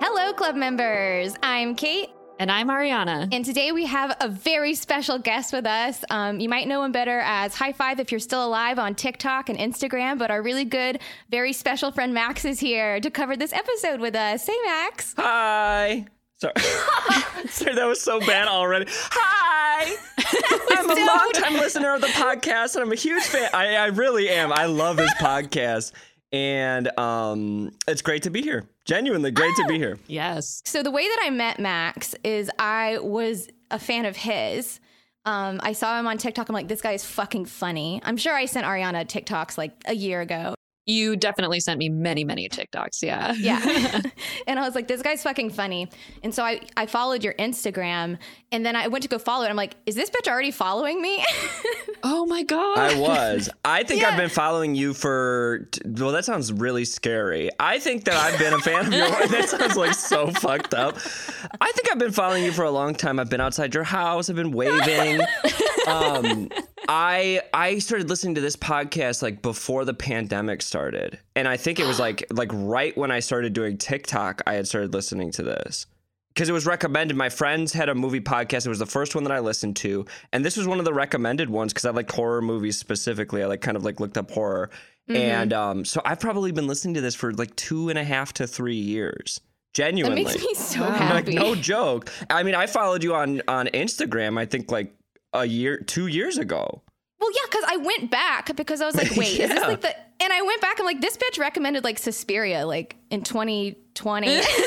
Hello, club members. I'm Kate. And I'm Ariana. And today we have a very special guest with us. Um, you might know him better as High Five if you're still alive on TikTok and Instagram, but our really good, very special friend Max is here to cover this episode with us. Hey, Max. Hi. Sorry. Sorry, that was so bad already. Hi. I'm a long time listener of the podcast and I'm a huge fan. I, I really am. I love his podcast. And um, it's great to be here. Genuinely great to be here. Yes. So the way that I met Max is I was a fan of his. Um, I saw him on TikTok. I'm like, this guy is fucking funny. I'm sure I sent Ariana TikToks like a year ago. You definitely sent me many, many TikToks. Yeah. Yeah. and I was like, this guy's fucking funny. And so I, I followed your Instagram and then I went to go follow it. I'm like, is this bitch already following me? Oh my God. I was. I think Yeah. I've been following you for. t- Well, that sounds really scary. I think that I've been a fan of your. That sounds like so fucked up. I think I've been following you for a long time. I've been outside your house. I've been waving. Um, I I started listening to this podcast like before the pandemic started, and I think it was like like right when I started doing TikTok. I had started listening to this because it was recommended. My friends had a movie podcast. It was the first one that I listened to, and this was one of the recommended ones because I liked horror movies specifically. I like kind of like looked up horror, Mm-hmm. and um, so I've probably been listening to this for like two and a half to three years. that Genuinely, makes me so Wow. like happy. no joke. I mean, I followed you on on Instagram. I think like a year, two years ago. Well, yeah, because I went back because I was like, wait, is this Yeah. like the. And I went back. I'm like, this bitch recommended like Suspiria like in 2020.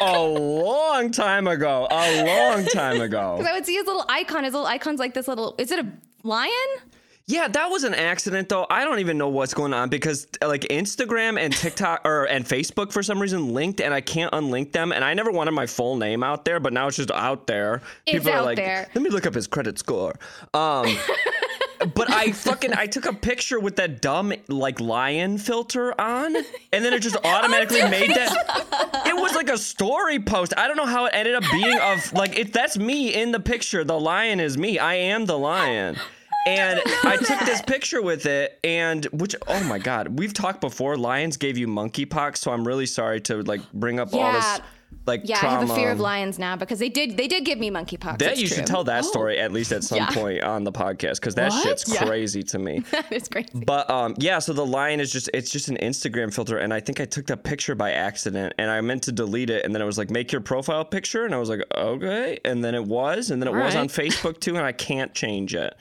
Because a long time ago. A long time ago. I would see his little icon. His little icon's like this little. Is it a lion? Yeah, that was an accident though. I don't even know what's going on because like Instagram and TikTok or and Facebook for some reason linked and I can't unlink them and I never wanted my full name out there, but now it's just out there. It's People are out like, there. let me look up his credit score. Um But I fucking I took a picture with that dumb like lion filter on, and then it just automatically made that. It was like a story post. I don't know how it ended up being of like if that's me in the picture. The lion is me. I am the lion. And I took this picture with it, and which oh my god, we've talked before. Lions gave you monkeypox, so I'm really sorry to like bring up all Yeah. this like Yeah, trauma. I have a fear of lions now because they did they did give me monkeypox. That it's you true. Oh. should tell that story at least at some Yeah. point on the podcast because that What? shit's Yeah. crazy to me. it's crazy. But um, yeah, so the line is just it's just an Instagram filter, and I think I took the picture by accident, and I meant to delete it, and then I was like, make your profile picture, and I was like, okay, and then it was, and then it All was right. on Facebook too, and I can't change it.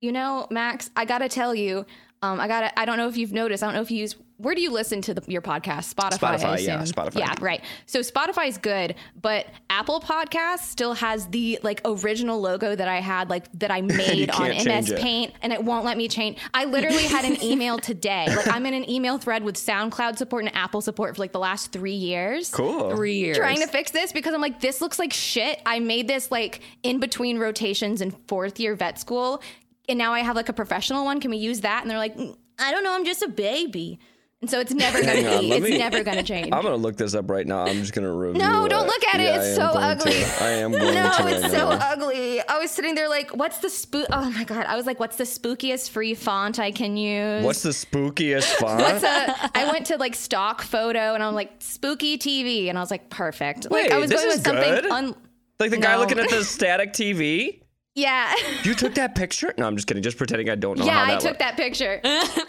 You know, Max, I gotta tell you, um, I gotta. I don't know if you've noticed. I don't know if you use. Where do you listen to the, your podcast? Spotify. I Spotify, yeah, assume. Spotify. Yeah, right. So Spotify is good, but Apple Podcasts still has the like original logo that I had, like that I made on can't change MS it. Paint, and it won't let me change. I literally had an email today. Like I'm in an email thread with SoundCloud support and Apple support for like the last three years. Cool. Three years. trying to fix this because I'm like, this looks like shit. I made this like in between rotations in fourth year vet school, and now I have like a professional one. Can we use that? And they're like, "Mm, I don't know. I'm just a baby, and so it's never gonna Hang on, be. let it's me- never gonna change. I'm gonna look this up right now. I'm just gonna review. No, it. don't look at it. Yeah, I It's am so going ugly. to. I am going no, to. it's right so now. ugly. I was sitting there like, what's the spook? Oh my god! I was like, what's the spookiest free font I can use? What's the spookiest font? What's a, I went to like stock photo and I'm like spooky TV and I was like perfect. like Wait, I was this is good? un- like the guy No. looking at the static TV? yeah. You took that picture? No, I'm just kidding. Just pretending I don't know Yeah, how I that Um, took looked. that picture.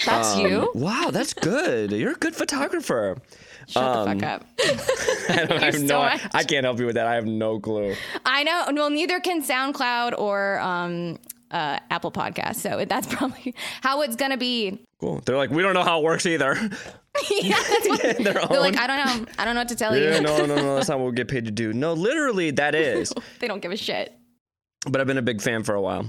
That's you. Wow, that's good. You're a good photographer. Shut the um, fuck up. I, don't, I have so no. much. I can't help you with that. I have no clue. I know. Well, neither can SoundCloud or um, uh, Apple Podcasts. So that's probably how it's gonna be. Cool. They're like, we don't know how it works either. yeah, that's what They're they're own. like. I don't know. I don't know what to tell yeah, you. no, no, no. That's not what we get paid to do. No, literally, that is. They don't give a shit. But I've been a big fan for a while.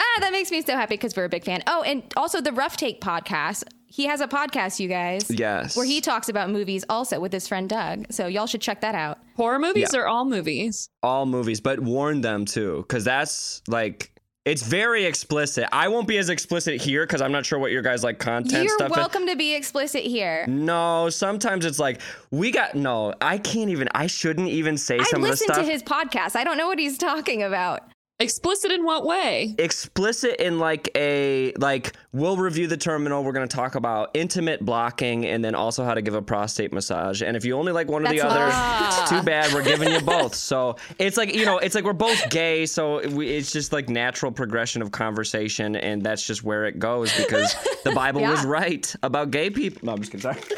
Ah, that makes me so happy because we're a big fan. Oh, and also the Rough Take podcast. He has a podcast, you guys. Yes. Where he talks about movies also with his friend Doug. So y'all should check that out. Horror movies Yeah. are all movies. all movies, but warn them too, because that's like it's very explicit. I won't be as explicit here because I'm not sure what your guys like content You're stuff. is. welcome to be explicit here. No, sometimes it's like we got no. I can't even. I shouldn't even say I some of the listened to stuff. his podcast. I don't know what he's talking about. Explicit in what way? explicit in like a like we'll review the terminal we're going to talk about intimate blocking and then also how to give a prostate massage and if you only like one or the That's other awesome. it's too bad we're giving you both so it's like you know it's like we're both gay so we, it's just like natural progression of conversation and that's just where it goes because the bible was Yeah. right about gay people no i'm just kidding sorry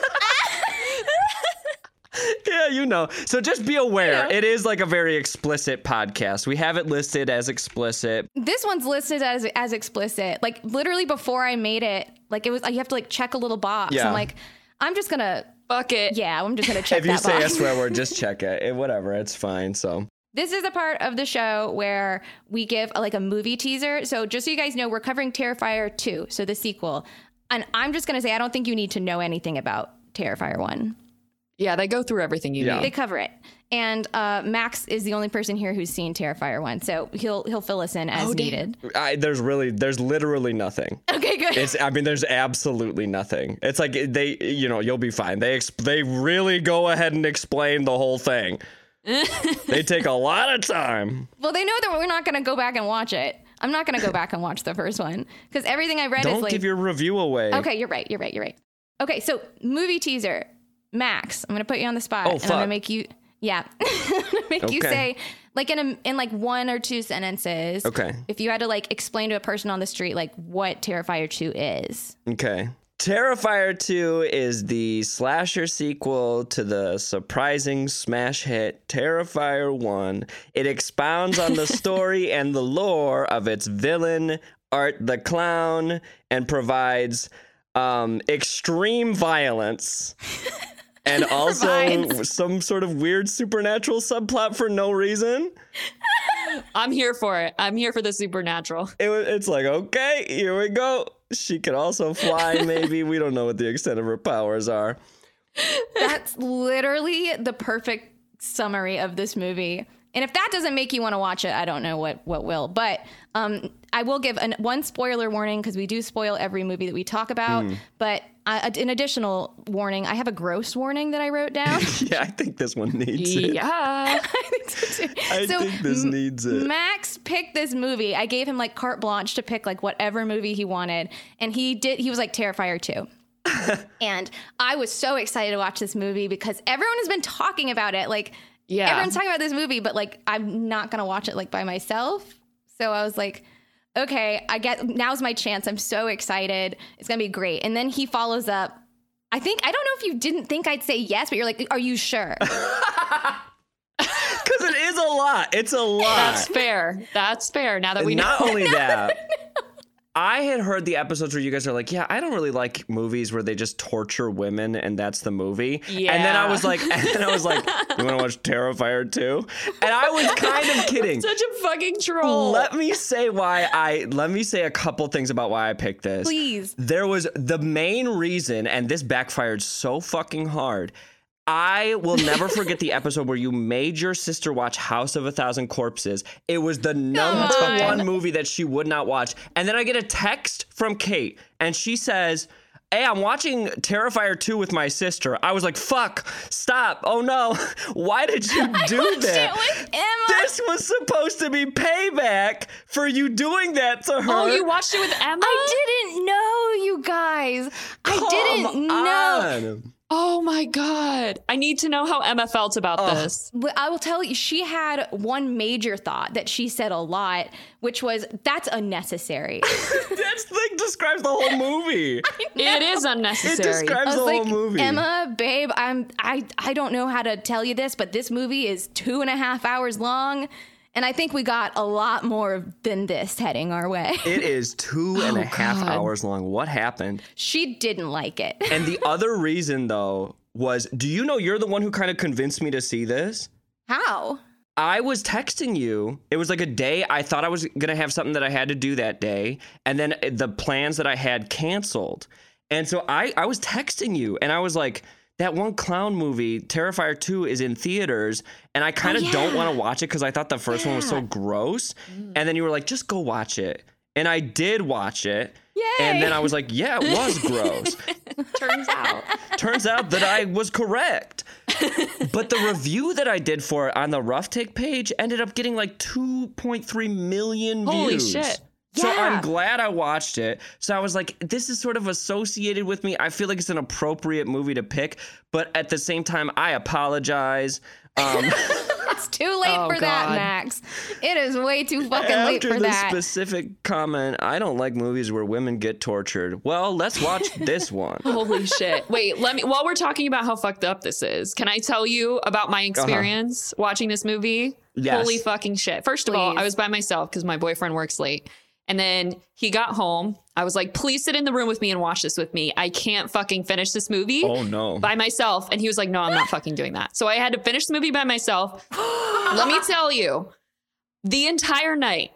Yeah, you know. So just be aware. It is like a very explicit podcast. We have it listed as explicit, This one's listed as as explicit. Like literally before I made it, like it was you have to like check a little box. Yeah. I'm like, I'm just gonna Fuck it. yeah, I'm just gonna check if you that say box. a swear word, just check it. It- Whatever, it's fine. So This is a part of the show where we give a, like a movie teaser. So just so you guys know, we're covering Terrifier 2, so the sequel. And I'm just going to say I don't think you need to know anything about Terrifier 1. Yeah, they go through everything you Yeah. They need. cover it. And uh, Max is the only person here who's seen Terrifier 1, so he'll he'll fill us in as Oh, damn. needed. I, there's really, there's literally nothing. Okay, good. It's, I mean, there's absolutely nothing. It's like they, you know, you'll be fine. They, ex- they really go ahead and explain the whole thing. they take a lot of time. well, they know that we're not going to go back and watch it. I'm not going to go back and watch the first one because everything I read is Don't like give your review away. Okay, you're right. You're right. You're right. Okay, so movie teaser. Max, I'm gonna put you on the spot, Oh, and I'm gonna fuck. make you, yeah, I'm gonna make you Okay. say like in a, in like one or two sentences. Okay. If you had to like explain to a person on the street like what Terrifier Two is, Okay. Terrifier 2 is the slasher sequel to the surprising smash hit Terrifier 1. It expounds on the story and the lore of its villain, Art the Clown, and provides um, extreme violence. And also Provides. some sort of weird supernatural subplot for no reason. I'm here for it. I'm here for the supernatural. it was, it's like okay here we go she can also fly maybe we don't know what the extent of her powers are that's literally the perfect summary of this movie. And if that doesn't make you want to watch it, I don't know what what will. But um, I will give an, one spoiler warning because we do spoil every movie that we talk about. Hmm. But uh, an additional warning, I have a gross warning that I wrote down. yeah i think this one needs it Yeah. i So, think this m- needs it Max picked this movie. I gave him like carte blanche to pick like whatever movie he wanted, and he did. He was like Terrifier two. and I was so excited to watch this movie because everyone has been talking about it. Like, Yeah. everyone's talking about this movie, but like, I'm not gonna watch it like by myself. So I was like, okay, I get now's my chance. I'm so excited. It's gonna be great. And then he follows up. I think I don't know if you didn't think I'd say yes, but you're like, are you sure? because it is a lot it's a lot That's fair. That's fair. Now that we know. not only that I had heard the episodes where you guys are like, yeah, I don't really like movies where they just torture women and that's the movie. And then I Yeah. was like, and then I was like, you want to watch Terrifier 2? And I was kind of kidding. Such a fucking troll. Let me say why I let me say a couple things about why I picked this. Please. There was the main reason, and this backfired so fucking hard. I will never forget the episode where you made your sister watch House of a Thousand Corpses. It was the number on. one movie that she would not watch. And then I get a text from Kate, and she says, Hey, I'm watching Terrifier 2 with my sister. I was like, fuck, stop. Oh no. Why did you do Shit that? with Emma. This was supposed to be payback for you doing that to her. oh, you watched it with Emma? I didn't know, you guys. Come I didn't know. on. Oh my god. I need to know how Emma felt about Oh. this. But I will tell you, she had one major thought that she said a lot, which was, that's unnecessary. That thing describes the whole movie. It is It unnecessary. describes I the was whole like, movie. Emma, babe, I'm I I don't know how to tell you this, but this movie is two and a half hours long. And I think we got a lot more than this heading our way. It is two Oh, and a half God. hours long. What happened? She didn't like it. And the other reason, though, was do you know you're the one who kind of convinced me to see this? How? I was texting you. It was like a day I thought I was going to have something that I had to do that day. And then uh, the plans that I had canceled. And so I, I was texting you and I was like, that one clown movie, Terrifier 2, is in theaters. And I kind of don't Oh, yeah. want to watch it because I thought the first one was so Yeah. Mm. gross. And then you were like, just go watch it. And I did watch it. Yay. And then I was like, yeah, it was gross. Turns out. Turns out that I was correct. but the review that I did for it on the rough take page ended up getting like 2.3 million Holy views. shit. So Yeah. I'm glad I watched it. So I was like, this is sort of associated with me. I feel like it's an appropriate movie to pick, but at the same time, I apologize. Um, It's too late Oh, for that, God. Max. It is way too fucking late after for the that. specific comment, I don't like movies where women get tortured. Well, let's watch this one. Holy shit. Wait, let me while we're talking about how fucked up this is, can I tell you about my experience watching this movie? Uh-huh. Yes. Holy fucking shit. First of all, Please. I was by myself because my boyfriend works late. And then he got home. I was like, please sit in the room with me and watch this with me. I can't fucking finish this movie Oh, no. by myself. And he was like, no, I'm not fucking doing that. So I had to finish the movie by myself. Let me tell you, the entire night,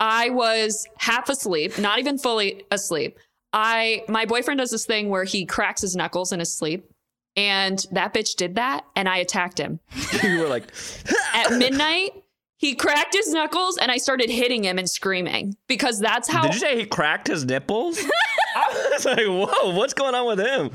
I was half asleep, not even fully asleep. I my boyfriend does this thing where he cracks his knuckles in his sleep. And that bitch did that, and I attacked him. you were like, At midnight, he cracked his knuckles, and I started hitting him and screaming because that's how did you say he cracked his nipples? I was like, whoa, what's going on with him?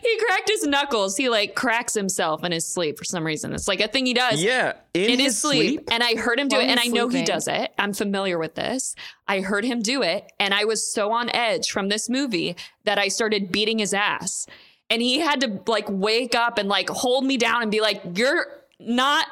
he cracked his knuckles. He like cracks himself in his sleep for some reason. It's like a thing he does. Yeah, in, in his sleep. And I heard him do While it. And I he's know he sleeping. does it. I'm familiar with this. I heard him do it. And I was so on edge from this movie that I started beating his ass. And he had to like wake up and like hold me down and be like, You're not,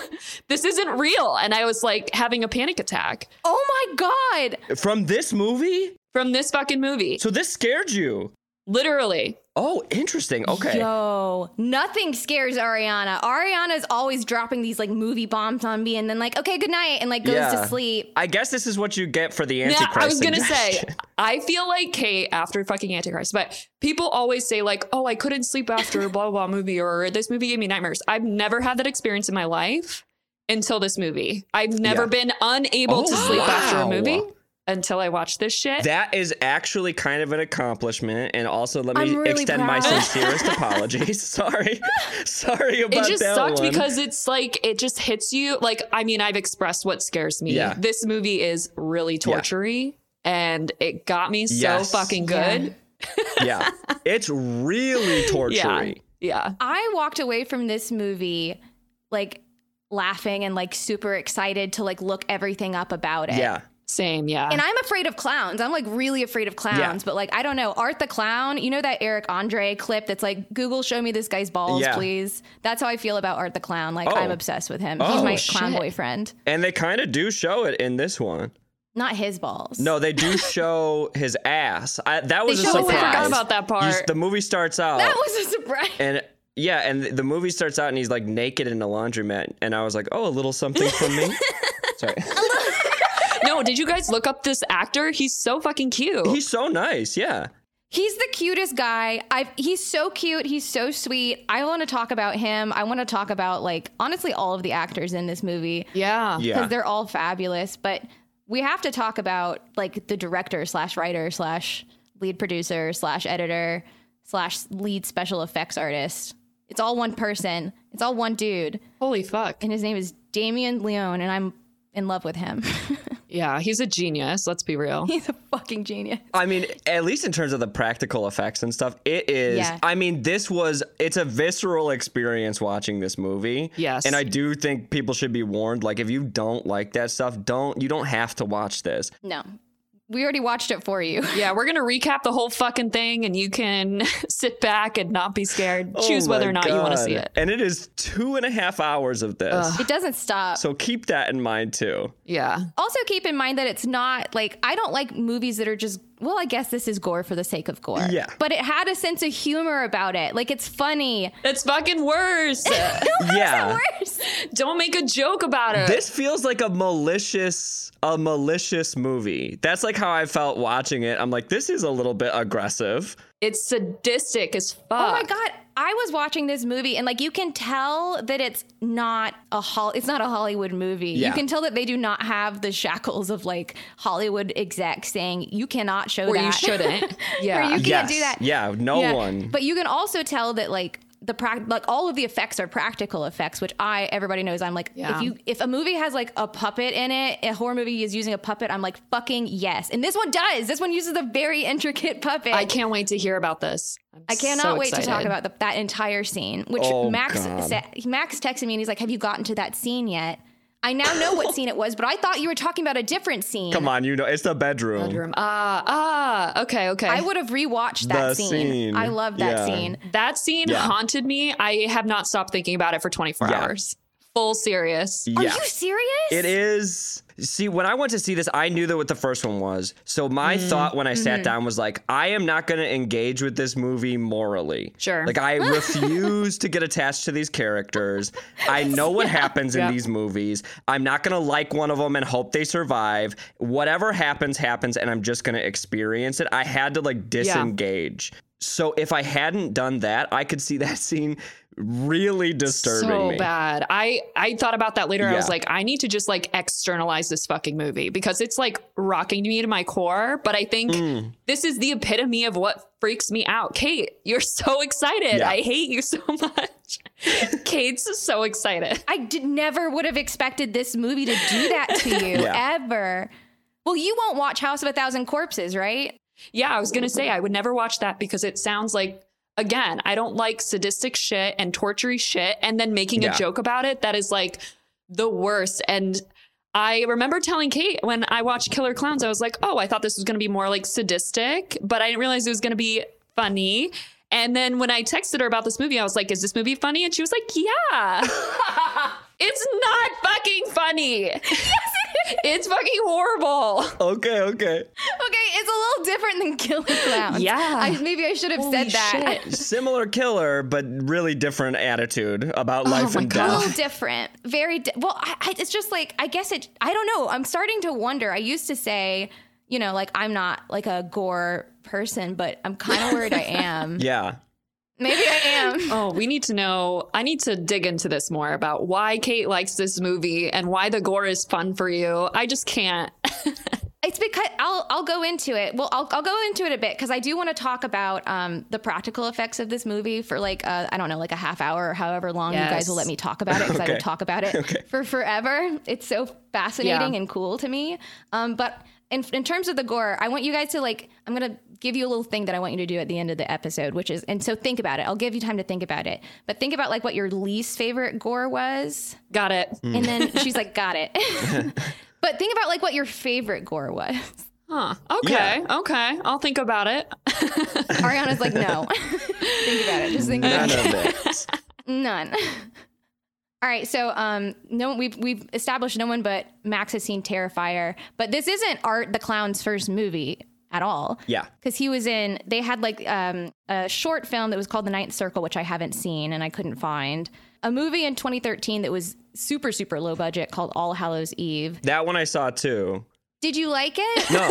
this isn't real. And I was like having a panic attack oh my god! From this movie? from this fucking movie. So this scared you. Literally. Oh, interesting. Okay. Yo, nothing scares Ariana. Ariana's always dropping these like movie bombs on me and then like, okay, good night, and like goes Yeah. to sleep. I guess this is what you get for the Yeah, Antichrist. I was gonna say, suggestion. I feel like Kate after fucking Antichrist, but people always say like, "Oh, I couldn't sleep after blah blah movie," or "This movie gave me nightmares." I've never had that experience in my life until this movie. I've never Yeah. been unable to Oh, sleep after a wow. movie until I watched this shit. That is actually kind of an accomplishment. And also, let me I'm really extend my proud. sincerest apologies. Sorry. Sorry about it that. just sucked one. because it's like it just hits you. Like I mean, I've expressed what scares me. Yeah. This movie is really Yeah. tortury, and it got me so Yes. fucking Yeah. good. Yeah. It's really Yeah. torturing. yeah. I walked away from this movie like laughing and like super excited to like look everything up about it. Yeah. Same. Yeah. And I'm afraid of clowns. I'm like really afraid of clowns, but like I don't know. Art the clown, you know that Eric Andre clip that's like Google show me this guy's balls, Yeah. please. That's how I feel about Art the clown. Like Oh. I'm obsessed with him. Oh, He's my clown shit. boyfriend. And they kind of do show it in this one. Not his balls. No, they do show his ass. I, that was They a show his surprise. ass. I forgot about that You- part. the movie starts out. That was a surprise. and yeah, and the movie starts out and he's like naked in a laundromat, and I was like, oh, a little something from me. Sorry, No, did you guys look up this actor? He's so fucking cute. he's so nice. Yeah, He's the cutest guy. I've he's so cute. He's so sweet. I want to talk about him. I want to talk about like honestly all of the actors in this movie yeah. because yeah. they're all fabulous. But we have to talk about like the director slash writer slash lead producer slash editor slash lead special effects artist. It's all one person. It's all one dude, Holy fuck. and his name is Damien Leone, and I'm in love with him. Yeah, he's a genius. Let's be real. he's a fucking genius. I mean, at least in terms of the practical effects and stuff, it is. Yeah. I mean, this was. It's a visceral experience watching this movie. Yes. and I do think people should be warned. Like, if you don't like that stuff, don't. You don't have to watch this. No, we already watched it for you. Yeah, we're going to recap the whole fucking thing and you can sit back and not be scared. Choose Oh whether my or not you want to God. see it. And it is two and a half hours of this. It doesn't stop. So keep that in mind too. Yeah. Also, keep in mind that it's not like I don't like movies that are just, well, I guess this is gore for the sake of gore. Yeah. But it had a sense of humor about it. Like it's funny. It's fucking worse. yeah. Don't make a joke about it. This feels like a malicious a malicious movie. That's like how I felt watching it. I'm like this is a little bit aggressive. it's sadistic as fuck. Oh my God. I was watching this movie and like you can tell that it's not a hol- it's not a Hollywood movie. Yeah. You can tell that they do not have the shackles of like Hollywood execs saying you cannot show Or that. you shouldn't. Or Yeah. you can't do that. Yeah, no Yeah. one. But you can also tell that like the prac like all of the effects are practical effects, which I everybody knows I'm like Yeah. if you if a movie has like a puppet in it, a horror movie is using a puppet, I'm like fucking yes. And this one does. This one uses a very intricate puppet. I can't wait to hear about this. I'm I cannot so wait to talk excited. about the, that entire scene. Which Oh, Max God. sa- Max texted me and he's like, "Have you gotten to that scene yet?" I now know what scene it was, but I thought you were talking about a different scene. Come on, you know it's the bedroom. bedroom. Ah, ah, okay, okay. I would have rewatched that The scene. scene. I love that Yeah. scene. that scene Yeah. haunted me. I have not stopped thinking about it for 24 Yeah. hours. Full serious. Are Yeah. you serious? It is. See, when I went to see this, I knew that what the first one was. So my Mm, thought when I mm-hmm. sat down was like, I am not going to engage with this movie morally. Sure. Like I refuse to get attached to these characters. I know what happens in Yeah. these movies. I'm not going to like one of them and hope they survive. Whatever happens, happens, and I'm just going to experience it. I had to like disengage. So if I hadn't done that, I could see that scene really disturbing so me. bad. I I thought about that later. I was Yeah. like, I need to just like externalize this fucking movie because it's like rocking me to my core. But I think Mm. this is the epitome of what freaks me out. Kate, you're so excited. Yeah. I hate you so much. Kate's so excited. I did never would have expected this movie to do that to you Yeah. ever. Well, you won't watch House of a Thousand Corpses, right? Yeah, I was gonna say I would never watch that because it sounds like again, I don't like sadistic shit and tortury shit, and then making Yeah. a joke about it that is like the worst. And I remember telling Kate when I watched Killer Clowns, I was like, oh, I thought this was gonna be more like sadistic, but I didn't realize it was gonna be funny. And then when I texted her about this movie, I was like, is this movie funny? And she was like, yeah. it's not fucking funny. It's fucking horrible. Okay, okay. Okay, it's a little different than Killer Clowns. Yeah. I, maybe I should have said Holy that. shit. similar killer, but really different attitude about life Oh my and A God. death. little Oh, different, very di- well. I, I, it's just like I guess it. I don't know. I'm starting to wonder. I used to say, you know, like I'm not like a gore person, but I'm kind of worried I am. Yeah. Maybe I am. Oh, we need to know. I need to dig into this more about why Kate likes this movie and why the gore is fun for you. I just can't. It's because I'll I'll go into it. Well, I'll I'll go into it a bit because I do want to talk about um the practical effects of this movie for like uh, I don't know like a half hour or however long you guys Yes. will let me talk about it because I Okay. would talk about it for forever. It's so fascinating Yeah. and cool to me. Um, but in in terms of the gore, I want you guys to like I'm gonna give you a little thing that I want you to do at the end of the episode, which is and so think about it. I'll give you time to think about it, but think about like what your least favorite gore was. Got it. Hmm. And then she's like, got it. but think about like what your favorite gore was. Huh. Okay. Okay. I'll think about it. Ariana's like, no. think about it. Just think None about it. of it. None. All right, so um, no, we've we've established no one but Max has seen Terrifier, but this isn't Art the Clown's first movie at all. Yeah. because he was in. They had like um, a short film that was called The Ninth Circle, which I haven't seen and I couldn't find. A movie in 2013 that was super super low budget called All Hallows Eve. That one I saw too. Did you like it? No.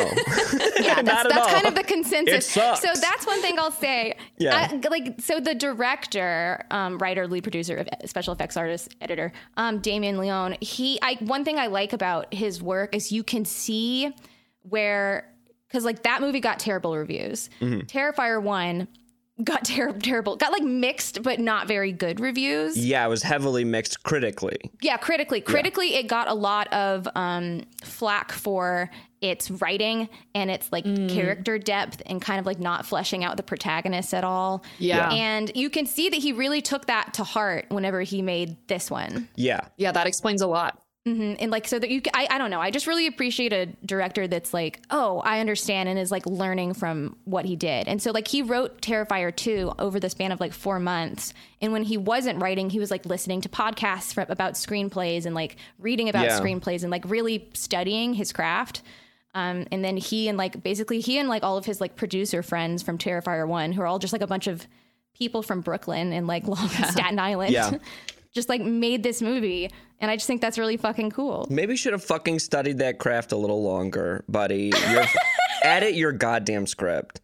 yeah, that's, Not at that's all. kind of the consensus. It sucks. So that's one thing I'll say. Yeah. I- like so, the director, um, writer, lead producer, of special effects artist, editor, um, Damien Leone. He, I one thing I like about his work is you can see where because like that movie got terrible reviews. Mm-hmm. Terrifier one got ter- terrible, got like mixed but not very good reviews yeah, it was heavily mixed critically. yeah critically critically it got a lot of um flack for its writing and its like character depth and kind of like not fleshing out the protagonist at all Yeah. and you can see that he really took that to heart whenever he made this one Yeah. Yeah, that explains a lot. and, and, like so that you c- I, I don't know i just really appreciate a director that's like oh i understand and is like learning from what he did and so like he wrote terrifier 2 over the span of like four months and when he wasn't writing he was like listening to podcasts from, about screenplays and like reading about Yeah. screenplays and like really studying his craft um, and then he and like basically he and like all of his like producer friends from terrifier 1 who are all just like a bunch of people from brooklyn and like long staten island Yeah. just like made this movie and i just think that's really fucking cool Maybe you should have fucking studied that craft a little longer, buddy. You're edit your goddamn script.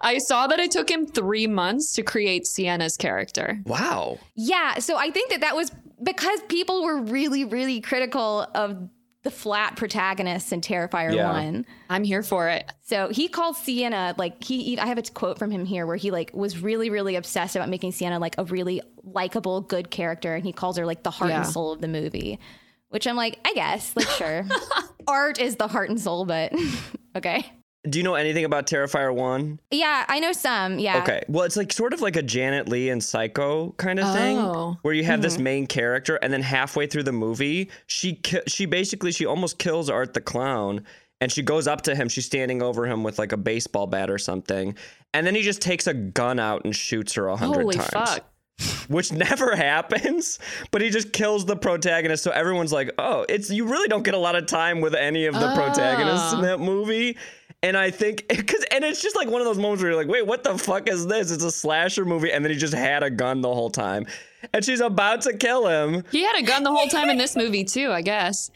I saw that it took him three months to create Sienna's character. Wow. yeah so i think that that was because people were really really critical of the flat protagonist in Terrifier Yeah. 1. I'm here for it. So he called Sienna like he. I have a quote from him here where he like was really really obsessed about making Sienna like a really likable good character, and he calls her like the heart and Yeah. soul of the movie. Which I'm like, I guess, like sure, art is the heart and soul, but okay, Do you know anything about Terrifier 1? yeah, I know some, yeah, Okay. Well, it's like sort of like a Janet Lee and Psycho kind of Oh. Mm-hmm. thing, where you have this main character, and then halfway through the movie, she ki- she basically she almost kills Art the clown, and she goes up to him. She's standing over him with like a baseball bat or something, and then he just takes a gun out and shoots her a hundred Holy times, fuck. which never happens. But he just kills the protagonist, so everyone's like, "Oh, it's you really don't get a lot of time with any of the protagonists in that movie." And I think because and it's just like one of those moments where you're like, wait, what the fuck is this? It's a slasher movie, and then he just had a gun the whole time, and she's about to kill him. He had a gun the whole time in this movie too, I guess.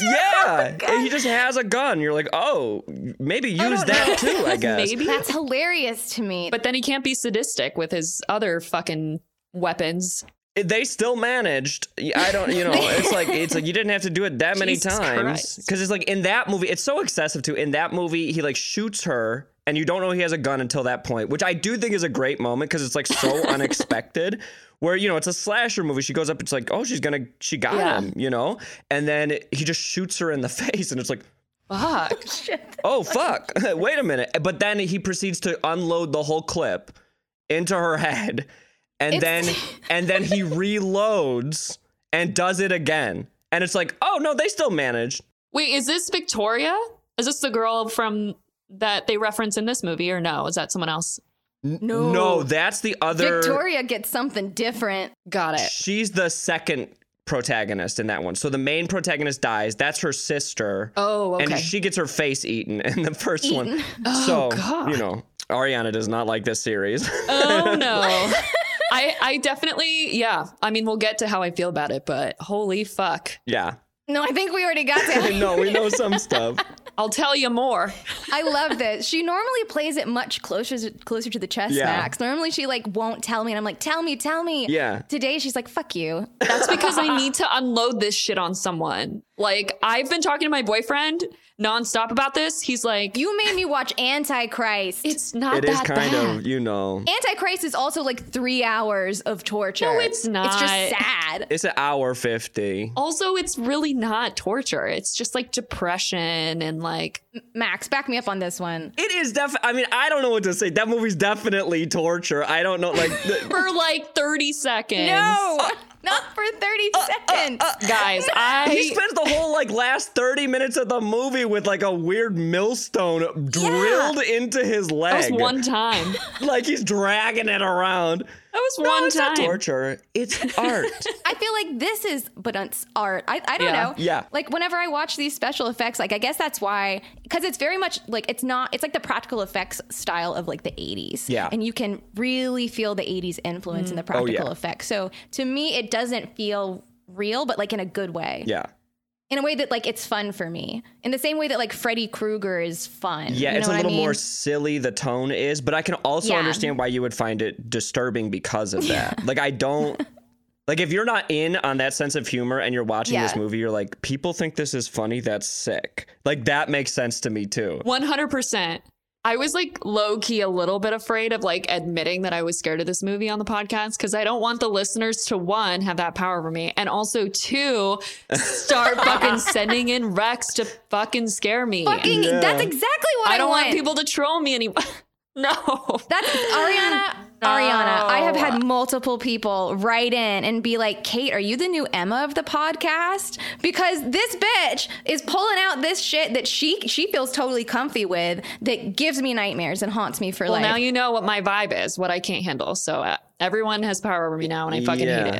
yeah, and he just has a gun. You're like, oh, maybe use that too. I guess. Maybe. That's hilarious to me. But then he can't be sadistic with his other fucking weapons. It- They still managed. I don't, you know, it's like it's like you didn't have to do it that many Jesus times Christ. because it's like in that movie, it's so excessive too. In that movie, he like shoots her, and you don't know he has a gun until that point, which I do think is a great moment because it's like so unexpected. Where you know it's a slasher movie, she goes up, it's like oh she's gonna she got Yeah. him, you know, and then he just shoots her in the face, and it's like Fuck. oh fuck wait a minute but then he proceeds to unload the whole clip into her head and then and then he reloads and does it again and it's like oh no they still managed Wait, is this Victoria? Is this the girl from that they reference in this movie or no? Is that someone else? no, no that's the other Victoria gets something different. Got it. she's the second protagonist in that one so the main protagonist dies that's her sister Oh, okay. and she gets her face eaten in the first one Oh, so God. you know ariana does not like this series oh no. I I definitely yeah. I mean, we'll get to how I feel about it, but holy fuck. yeah No, I think we already got that. no we know some stuff I'll tell you more. I love this. She normally plays it much closer closer to the chest, Yeah. Max. Normally she like won't tell me, and I'm like, tell me, tell me. Yeah. Today she's like, fuck you. That's because I need to unload this shit on someone. Like, I've been talking to my boyfriend nonstop about this. He's like, You made me watch Antichrist. it's not It is that kind bad. of you know Antichrist is also like three hours of torture. No, it's It's not. just sad. It's an hour 50. Also, it's really not torture. It's just like depression and like Max, back me up on this one. It is definitely, I mean, I don't know what to say. That movie's definitely torture. I don't know, like, the- for like 30 seconds. No, not for Uh, 30 seconds. Guys, I he spends the whole, like, last 30 minutes of the movie with, like, a weird millstone drilled into his leg. that was one time. Like, he's dragging it around. That was No, one it's time. not torture. It's art. I feel like this is but it's art. I, I don't Yeah. know. Yeah. Like whenever I watch these special effects, like I guess that's why because it's very much like it's not it's like the practical effects style of like the 80s. Yeah. And you can really feel the 80s influence in the Oh, yeah. practical effects. So to me it doesn't feel real, but like in a good way. yeah. In a way that like it's fun for me. In the same way that like Freddy Krueger is fun. Yeah, You it's a know what little I mean? more silly the tone is, but I can also Yeah. understand why you would find it disturbing because of that. like I don't like if you're not in on that sense of humor and you're watching this Yeah. movie, you're like, people think this is funny, that's sick. Like that makes sense to me too. 100%. I was like low key a little bit afraid of like admitting that I was scared of this movie on the podcast because I don't want the listeners to one, have that power over me, and also two, start fucking sending in Rex to fucking scare me. Fucking Yeah. that's exactly what I, I don't want people to troll me anymore. no. That's Ariana. Ariana, I have had multiple people write in and be like, Kate, are you the new Emma of the podcast? Because this bitch is pulling out this shit that she she feels totally comfy with that gives me nightmares and haunts me for Well, life. now you know what my vibe is, what I can't handle. So uh, everyone has power over me now, and I fucking hate Yeah.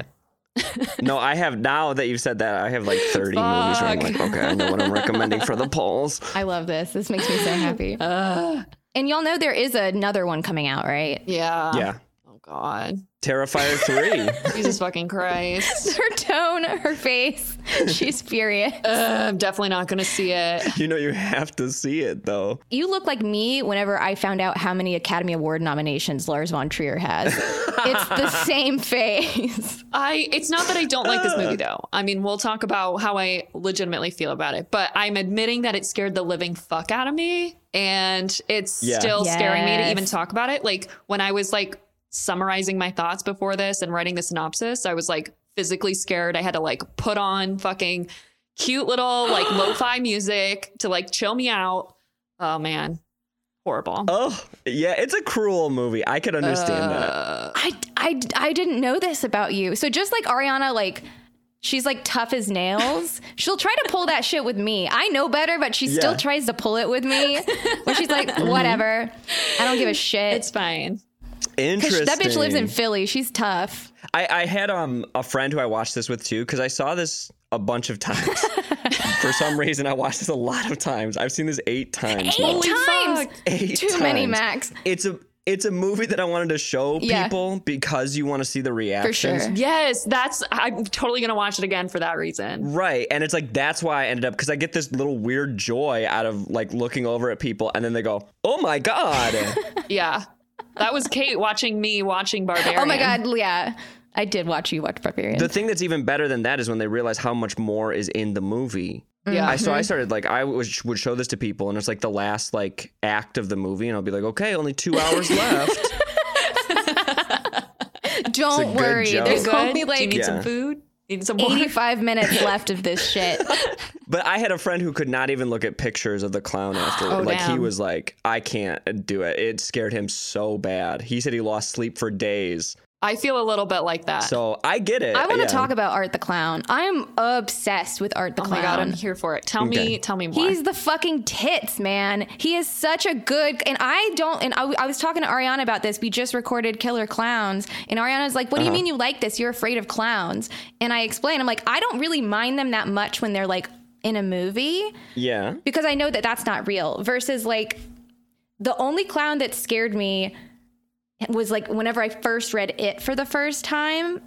it. No, I have now that you've said that, I have like 30 movies where I'm like, okay, I know what I'm recommending for the polls. I love this. This makes me so happy. and y'all know there is another one coming out, right? Yeah. Yeah. Oh God. Terrifier 3. Jesus fucking Christ. Her tone, her face, she's furious. Uh, I'm definitely not gonna see it. you know you have to see it though. You look like me whenever I found out how many Academy Award nominations Lars von Trier has. It's the same face. I it's not that I don't like this movie though. I mean, we'll talk about how I legitimately feel about it, but I'm admitting that it scared the living fuck out of me and it's Yeah. still scaring me to Yes. even talk about it. Like when I was like summarizing my thoughts before this and writing the synopsis, I was like physically scared. I had to like put on fucking cute little like lo-fi music to like chill me out. Oh man. Horrible. Oh, yeah, it's a cruel movie. I could understand Uh, that. I, I, I didn't know this about you. So just like Ariana, like she's like tough as nails. She'll try to pull that shit with me. I know better, but she Yeah. Mm-hmm. still tries to pull it with me. Where she's like, whatever, I don't give a shit. It's fine. Interesting. that bitch lives in Philly. She's tough. I, I had um a friend who I watched this with too because I saw this a bunch of times. For some reason, I watched this a lot of times. I've seen this eight times. now. Eight times. fuck. Eight Too many, times. Max. It's a it's a movie that I wanted to show Yeah. people because you want to see the reactions. sure. Yes, that's I'm totally gonna watch it again for that reason. Right. And it's like that's why I ended up because I get this little weird joy out of like looking over at people and then they go, Oh my God. Yeah. That was Kate watching me watching Barbarian. Oh my god, yeah. I did watch you watch Barbarian. the thing that's even better than that is when they realize how much more is in the movie. Mm-hmm. Yeah. I so I started like I was, would show this to people and it's like the last like act of the movie and I'll be like, Okay, only two hours left. Don't good worry. joke. There's Good? only Do you like need some Yeah. food? Need some water? 85 minutes left of this shit. But I had a friend who could not even look at pictures of the clown after. Oh, like he damn. was like, I can't do it. It scared him so bad. He said he lost sleep for days. I feel a little bit like that. So I get it. I want to Yeah. talk about Art the Clown. I'm obsessed with Art the oh Clown. my god, I'm here for it. Tell me, Okay. tell me more. He's the fucking tits, man. He is such a good, and I don't. And I, I was talking to Ariana about this. We just recorded Killer Clowns, and Ariana's like, "What Uh-huh. do you mean you like this? You're afraid of clowns?" And I explained, I'm like, I don't really mind them that much when they're like in a movie. Yeah. because I know that that's not real. Versus like the only clown that scared me was like whenever I first read it for the first time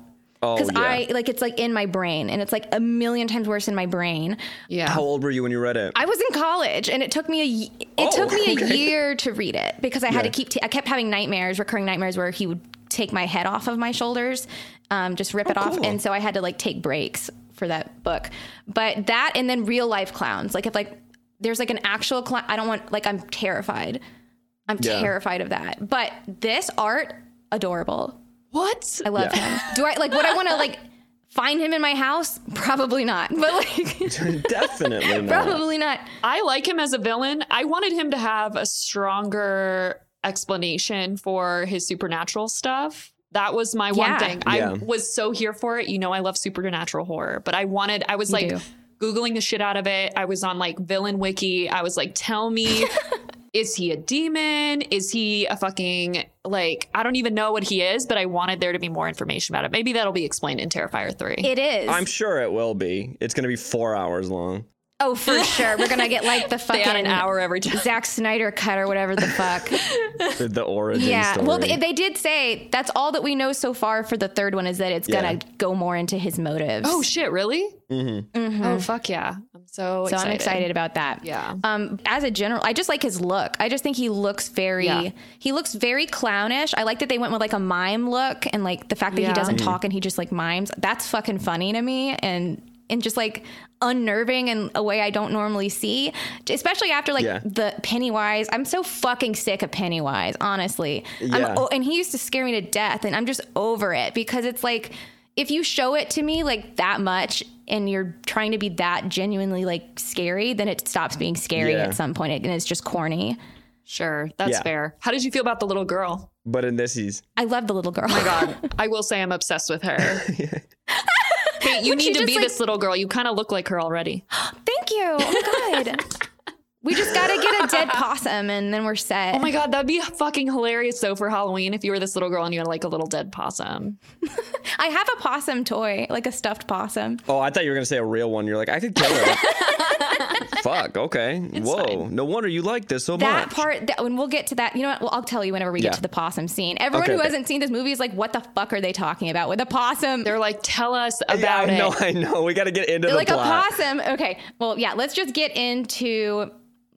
Oh, because yeah. I like it's like in my brain and it's like a million times worse in my brain. yeah. How old were you when you read it? I was in college and it took me a y- it Oh, took me a okay. year to read it because I had to keep t- I kept having nightmares, recurring nightmares where he would take my head off of my shoulders, um, just rip it off, Oh, cool. and so I had to like take breaks for that book. But that and then real life clowns, like if like there's like an actual clown, I don't want like I'm terrified. I'm Yeah. terrified of that. But this art, adorable. what? I love Yeah. him. Do I like? Would I want to like find him in my house? Probably not. But like, Definitely not. probably not. I like him as a villain. I wanted him to have a stronger explanation for his supernatural stuff. That was my Yeah. one thing. Yeah. I was so here for it. You know, I love supernatural horror, but I wanted, I was like do. Googling the shit out of it. I was on like villain wiki. I was like, tell me, is he a demon? Is he a fucking, like, I don't even know what he is, but I wanted there to be more information about it. Maybe that'll be explained in Terrifier 3. It is. I'm sure it will be. It's going to be four hours long. Oh, for sure. We're gonna get like the they fucking had an hour every time. Zack Snyder cut or whatever the fuck. The, the origin yeah. story. Well, they, they did say that's all that we know so far for the third one is that it's gonna Yeah. go more into his motives. Oh, shit, really? Mhm. Oh fuck yeah! I'm so Mm-hmm. so excited. I'm excited about that. Yeah. Um, as a general, I just like his look. I just think he looks very, Yeah. he looks very clownish. I like that they went with like a mime look and like the fact that he Yeah. doesn't talk and he just like mimes. That's fucking funny to me and and just like unnerving in a way I don't normally see. Especially after like Yeah. the Pennywise. I'm so fucking sick of Pennywise, honestly. Yeah. I'm, oh, and he used to scare me to death, and I'm just over it because it's like if you show it to me like that much and you're trying to be that genuinely like scary, then it stops being scary Yeah. at some point and it's just corny. Sure, that's Yeah. fair. How did you feel about the little girl? But in this, he's. I love the little girl. Oh my God, I will say I'm obsessed with her. Kate, you Would she need to just, be like- this little girl. You kind of look like her already. Thank you. Oh my god. we just gotta get a dead possum and then we're set. Oh my God, that'd be fucking hilarious though for Halloween if you were this little girl and you had like a little dead possum. I have a possum toy, like a stuffed possum. Oh, I thought you were going to say a real one. You're like, I could kill her. Fuck. Okay. Whoa. fine. No wonder you like this so That much. part, that, when we'll get to that, you know what? Well, I'll tell you whenever we Yeah. get to the possum scene. Everyone Okay, who okay. hasn't seen this movie is like, "What the fuck are they talking about with a possum?" They're like, tell us yeah, about I know. it. I know. We got to get into the like plot. a possum. Okay. Well, yeah, let's just get into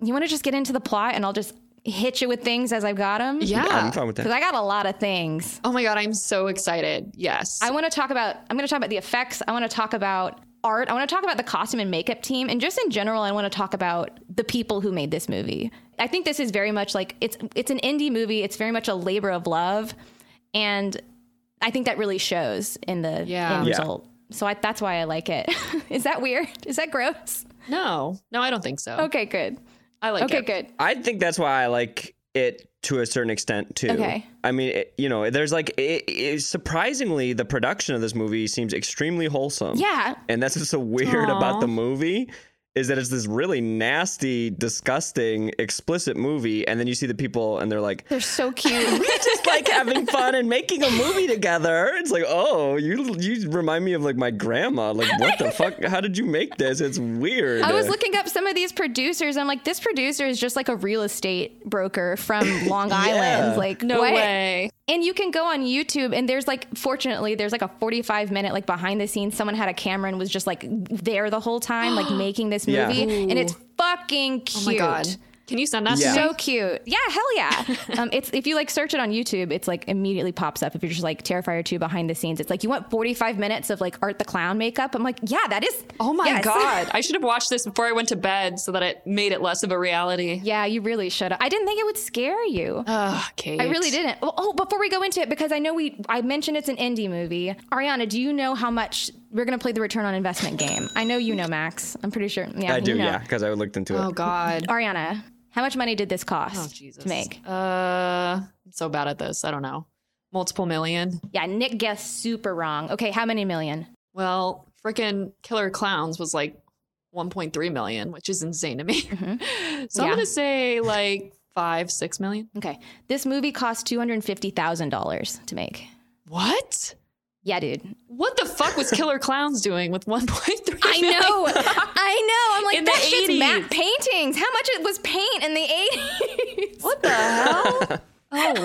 you want to just get into the plot and I'll just hit you with things as I've got them. Yeah. I'm fine with Because that. I got a lot of things. Oh my God, I'm so excited. Yes. I want to talk about, I'm going to talk about the effects. I want to talk about art. I want to talk about the costume and makeup team. And just in general, I want to talk about the people who made this movie. I think this is very much like it's, it's an indie movie. It's very much a labor of love. And I think that really shows in the Yeah. end Yeah. result. So I, that's why I like it. is that weird? Is that gross? no, no, I don't think so. Okay, good. I like Okay, it. good. I think that's why I like it to a certain extent too. Okay. I mean, it, you know, there's like it, it, surprisingly the production of this movie seems extremely wholesome. Yeah. And that's what's so weird Aw. about the movie is that it's this really nasty, disgusting, explicit movie and then you see the people and they're like They're so cute. we just like having fun and making a movie together. It's like, oh, you you remind me of like my grandma. Like, what the fuck? How did you make this? It's weird. I was looking up some of these producers. I'm like, this producer is just like a real estate broker from Long Island. Like, No what? way. And you can go on YouTube, and there's like, fortunately, there's like a 45 minute like behind the scenes. Someone had a camera and was just like there the whole time, like making this Yeah. movie, and it's Ooh. fucking cute. Oh my God. Can you send that Yeah. to me? So cute. Yeah, hell yeah. um, it's if you like search it on YouTube, it's like immediately pops up. If you're just like Terrifier 2 behind the scenes, it's like you want 45 minutes of like Art the Clown makeup. I'm like, yeah, that is Oh my yes. God. I should have watched this before I went to bed so that it made it less of a reality. Yeah, you really should. I didn't think it would scare you. Oh, Kate. I really didn't. Oh, oh, before we go into it, because I know we I mentioned it's an indie movie. Ariana, do you know how much we're gonna play the return on investment game? I know you know, Max. I'm pretty sure. Yeah, I do, you know. yeah, because I looked into it. Oh God. Ariana, how much money did this cost Oh Jesus. to make? Uh, I'm so bad at this. I don't know. Multiple million. Yeah, Nick guessed super wrong. Okay, how many million? Well, freaking Killer Clowns was like 1.3 million, which is insane to me. so I'm Mm-hmm. Yeah. gonna say like five, six million. Okay, this movie cost two hundred fifty thousand dollars to make. What? Yeah, dude. What the fuck was Killer Clowns doing with 1.3? I know. I know. I'm like, In the that shit's 80s. matte paintings. How much it was paint in the 80s? What the hell? Oh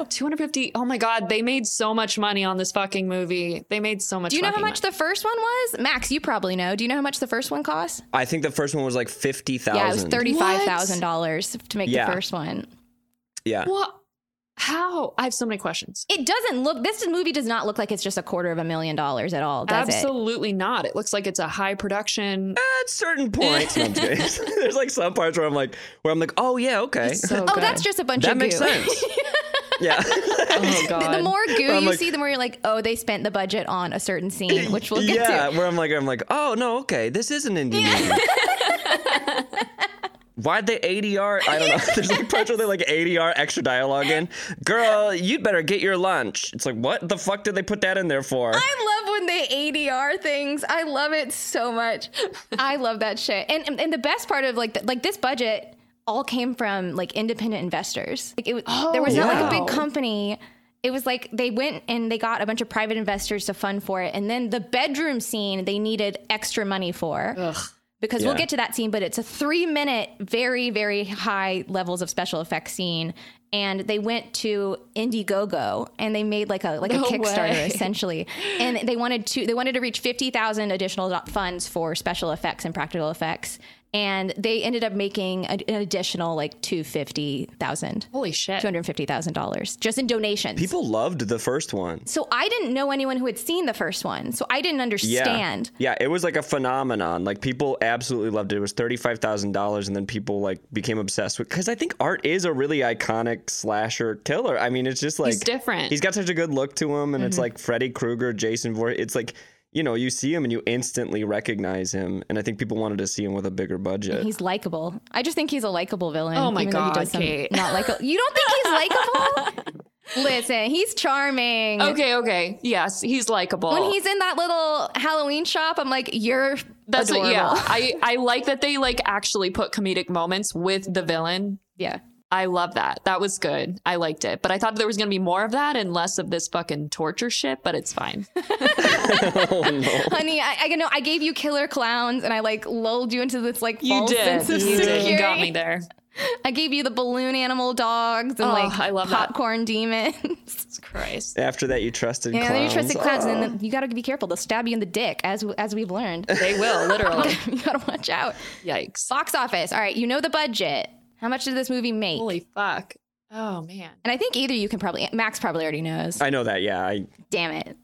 wow. 250. Oh my god, they made so much money on this fucking movie. They made so much Do you know how fucking much the first one was? Max, you probably know. Do you know how much the first one cost? I think the first one was like fifty thousand. Yeah, it was $35,000 to make Yeah. the first one. Yeah. money. What? How? I have so many questions. It doesn't look, this movie does not look like it's just a quarter of a million dollars at all, does it? Absolutely not. It looks like it's a high production. At certain points, no, I'm just kidding. there's like some parts where I'm like, where I'm like, oh yeah, okay, So Oh, that's just a bunch that of makes goo. sense. yeah. oh The- god. The more goo I'm you like- see, the more you're like, oh, they spent the budget on a certain scene, which we'll get yeah, to. where I'm like, I'm like, oh no, okay, this is an indie movie. Why'd they ADR? I don't know. There's like parts where they like ADR extra dialogue in. Girl, you'd better get your lunch. It's like, what the fuck did they put that in there for? I love when they ADR things. I love it so much. I love that shit. And and- and the best part of like the, like this budget all came from like independent investors. Like it was, there was not like a wow. big company. It was like they went and they got a bunch of private investors to fund for it. And then the bedroom scene they needed extra money for. Because we'll Yeah. get to that scene, but it's a three minute, very, very high levels of special effects scene. And they went to Indiegogo and they made like a like No a Kickstarter way. essentially, and they wanted to they wanted to reach fifty thousand additional do- funds for special effects and practical effects, and they ended up making a, an additional like two fifty thousand. Holy shit. Two hundred fifty thousand dollars just in donations. People loved the first one. so I didn't know anyone who had seen the first one, so I didn't Yeah. understand. Yeah, it was like a phenomenon. Like people absolutely loved it. It was $35,000 and then people like became obsessed with cuz I think art is a really iconic slasher killer. I mean, it's just like He's different. Mm-hmm. He's got such a good look to him and it's like Freddy Krueger, Jason Voorhees. It's like, you know, you see him and you instantly recognize him and I think people wanted to see him with a bigger budget. He's likable. I just think he's a likable villain. Oh my even though he God, does some Kate. Not likable. You don't think he's likable? Listen, he's charming. okay, okay. Yes, he's likable. When he's in that little Halloween shop, I'm like, you're that's adorable. what, yeah. I I like that they like actually put comedic moments with the villain. yeah. I love that. That was good. I liked it. But I thought there was going to be more of that and less of this fucking torture shit, but it's fine. Honey, I, I you know I gave you killer clowns and I like lulled you into this like false sense of You security. did. You got me there. I gave you the balloon animal dogs and Oh, like I love that. popcorn demons. Jesus Christ. After that, you trusted Yeah, clowns. then you trusted Oh. clowns, and then you got to be careful. They'll stab you in the dick, as as we've learned. They will, literally. you got to watch out. Yikes. Box office. All right, you know the budget. How much did this movie make? Holy fuck. Oh man. and I think either you can probably Max probably already knows. I know that. Yeah. I, Damn it.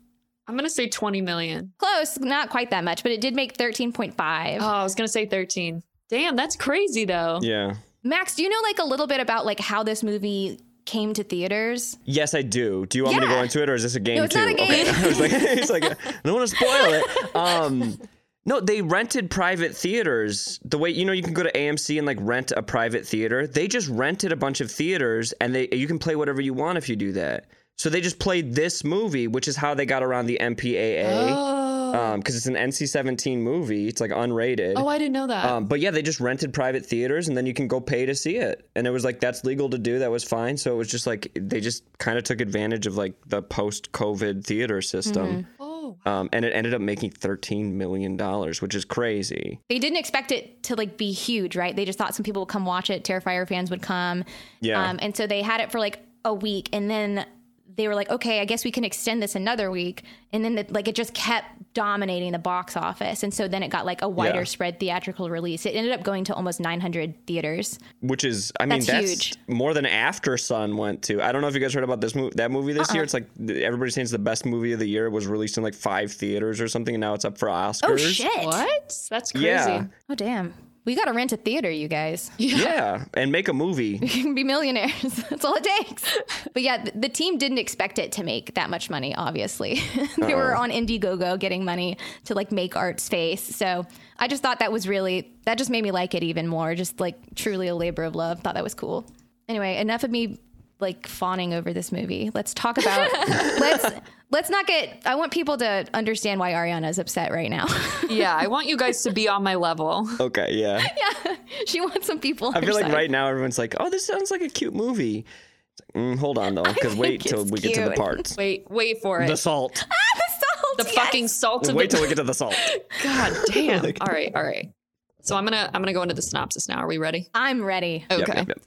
I'm gonna say 20 million. Close, not quite that much, but it did make 13.5. Oh, I was gonna say 13. Damn, that's crazy though. yeah. Max, do you know like a little bit about like how this movie came to theaters? Yes, I do. Do you want me to Yeah. go into it, or is this a game? No, it's too? not a game. Okay. I was like, it's like I don't want to spoil it. Um, no, they rented private theaters. The way you know you can go to AMC and like rent a private theater. They just rented a bunch of theaters, and they you can play whatever you want if you do that. So they just played this movie, which is how they got around the MPAA, Oh. because Um, it's an NC-17 movie. It's like unrated. oh, I didn't know that. Um, but yeah, they just rented private theaters and then you can go pay to see it. And it was like, that's legal to do. That was fine. So it was just like, they just kind of took advantage of like the post COVID theater system. Mm-hmm. oh. Um, and it ended up making $13 million, which is crazy. They didn't expect it to like be huge, right? They just thought some people would come watch it, Terrifier fans would come. Yeah. Um, and so they had it for like a week and then they were like, okay, I guess we can extend this another week. And then the, like it just kept dominating the box office. And so then it got like a wider Yeah. spread theatrical release. It ended up going to almost 900 theaters. Which is, I mean, That's that's, huge. more than After Sun went to. I don't know if you guys heard about this movie, that movie Uh-uh. this year. It's like th- everybody's saying it's the best movie of the year. It was released in like five theaters or something, and now it's up for Oscars. Oh, shit. What? That's crazy. Yeah. Oh, damn. We got to rent a theater, you guys. Yeah. And make a movie. You can be millionaires. That's all it takes. But yeah, th- the team didn't expect it to make that much money, obviously. they were Uh-huh. on Indiegogo getting money to like make art space. So I just thought that was really, that just made me like it even more. Just like truly a labor of love. Thought that was cool. Anyway, enough of me like fawning over this movie. Let's talk about, let's, let's not get, I want people to understand why Ariana is upset right now. yeah, I want you guys to be on my level. Okay. Yeah. she wants some people. on I her feel like side. right now everyone's like, "Oh, this sounds like a cute movie." It's like, mm, hold on though, because think wait till it's we get to the cute. parts. Wait, wait for it. the salt. Salt, The yes. fucking salt of wait the till we get to the salt. God damn. all right, all right. So I'm gonna I'm gonna go into the synopsis now. Are we ready? I'm ready. Okay. Yep, yep, yep.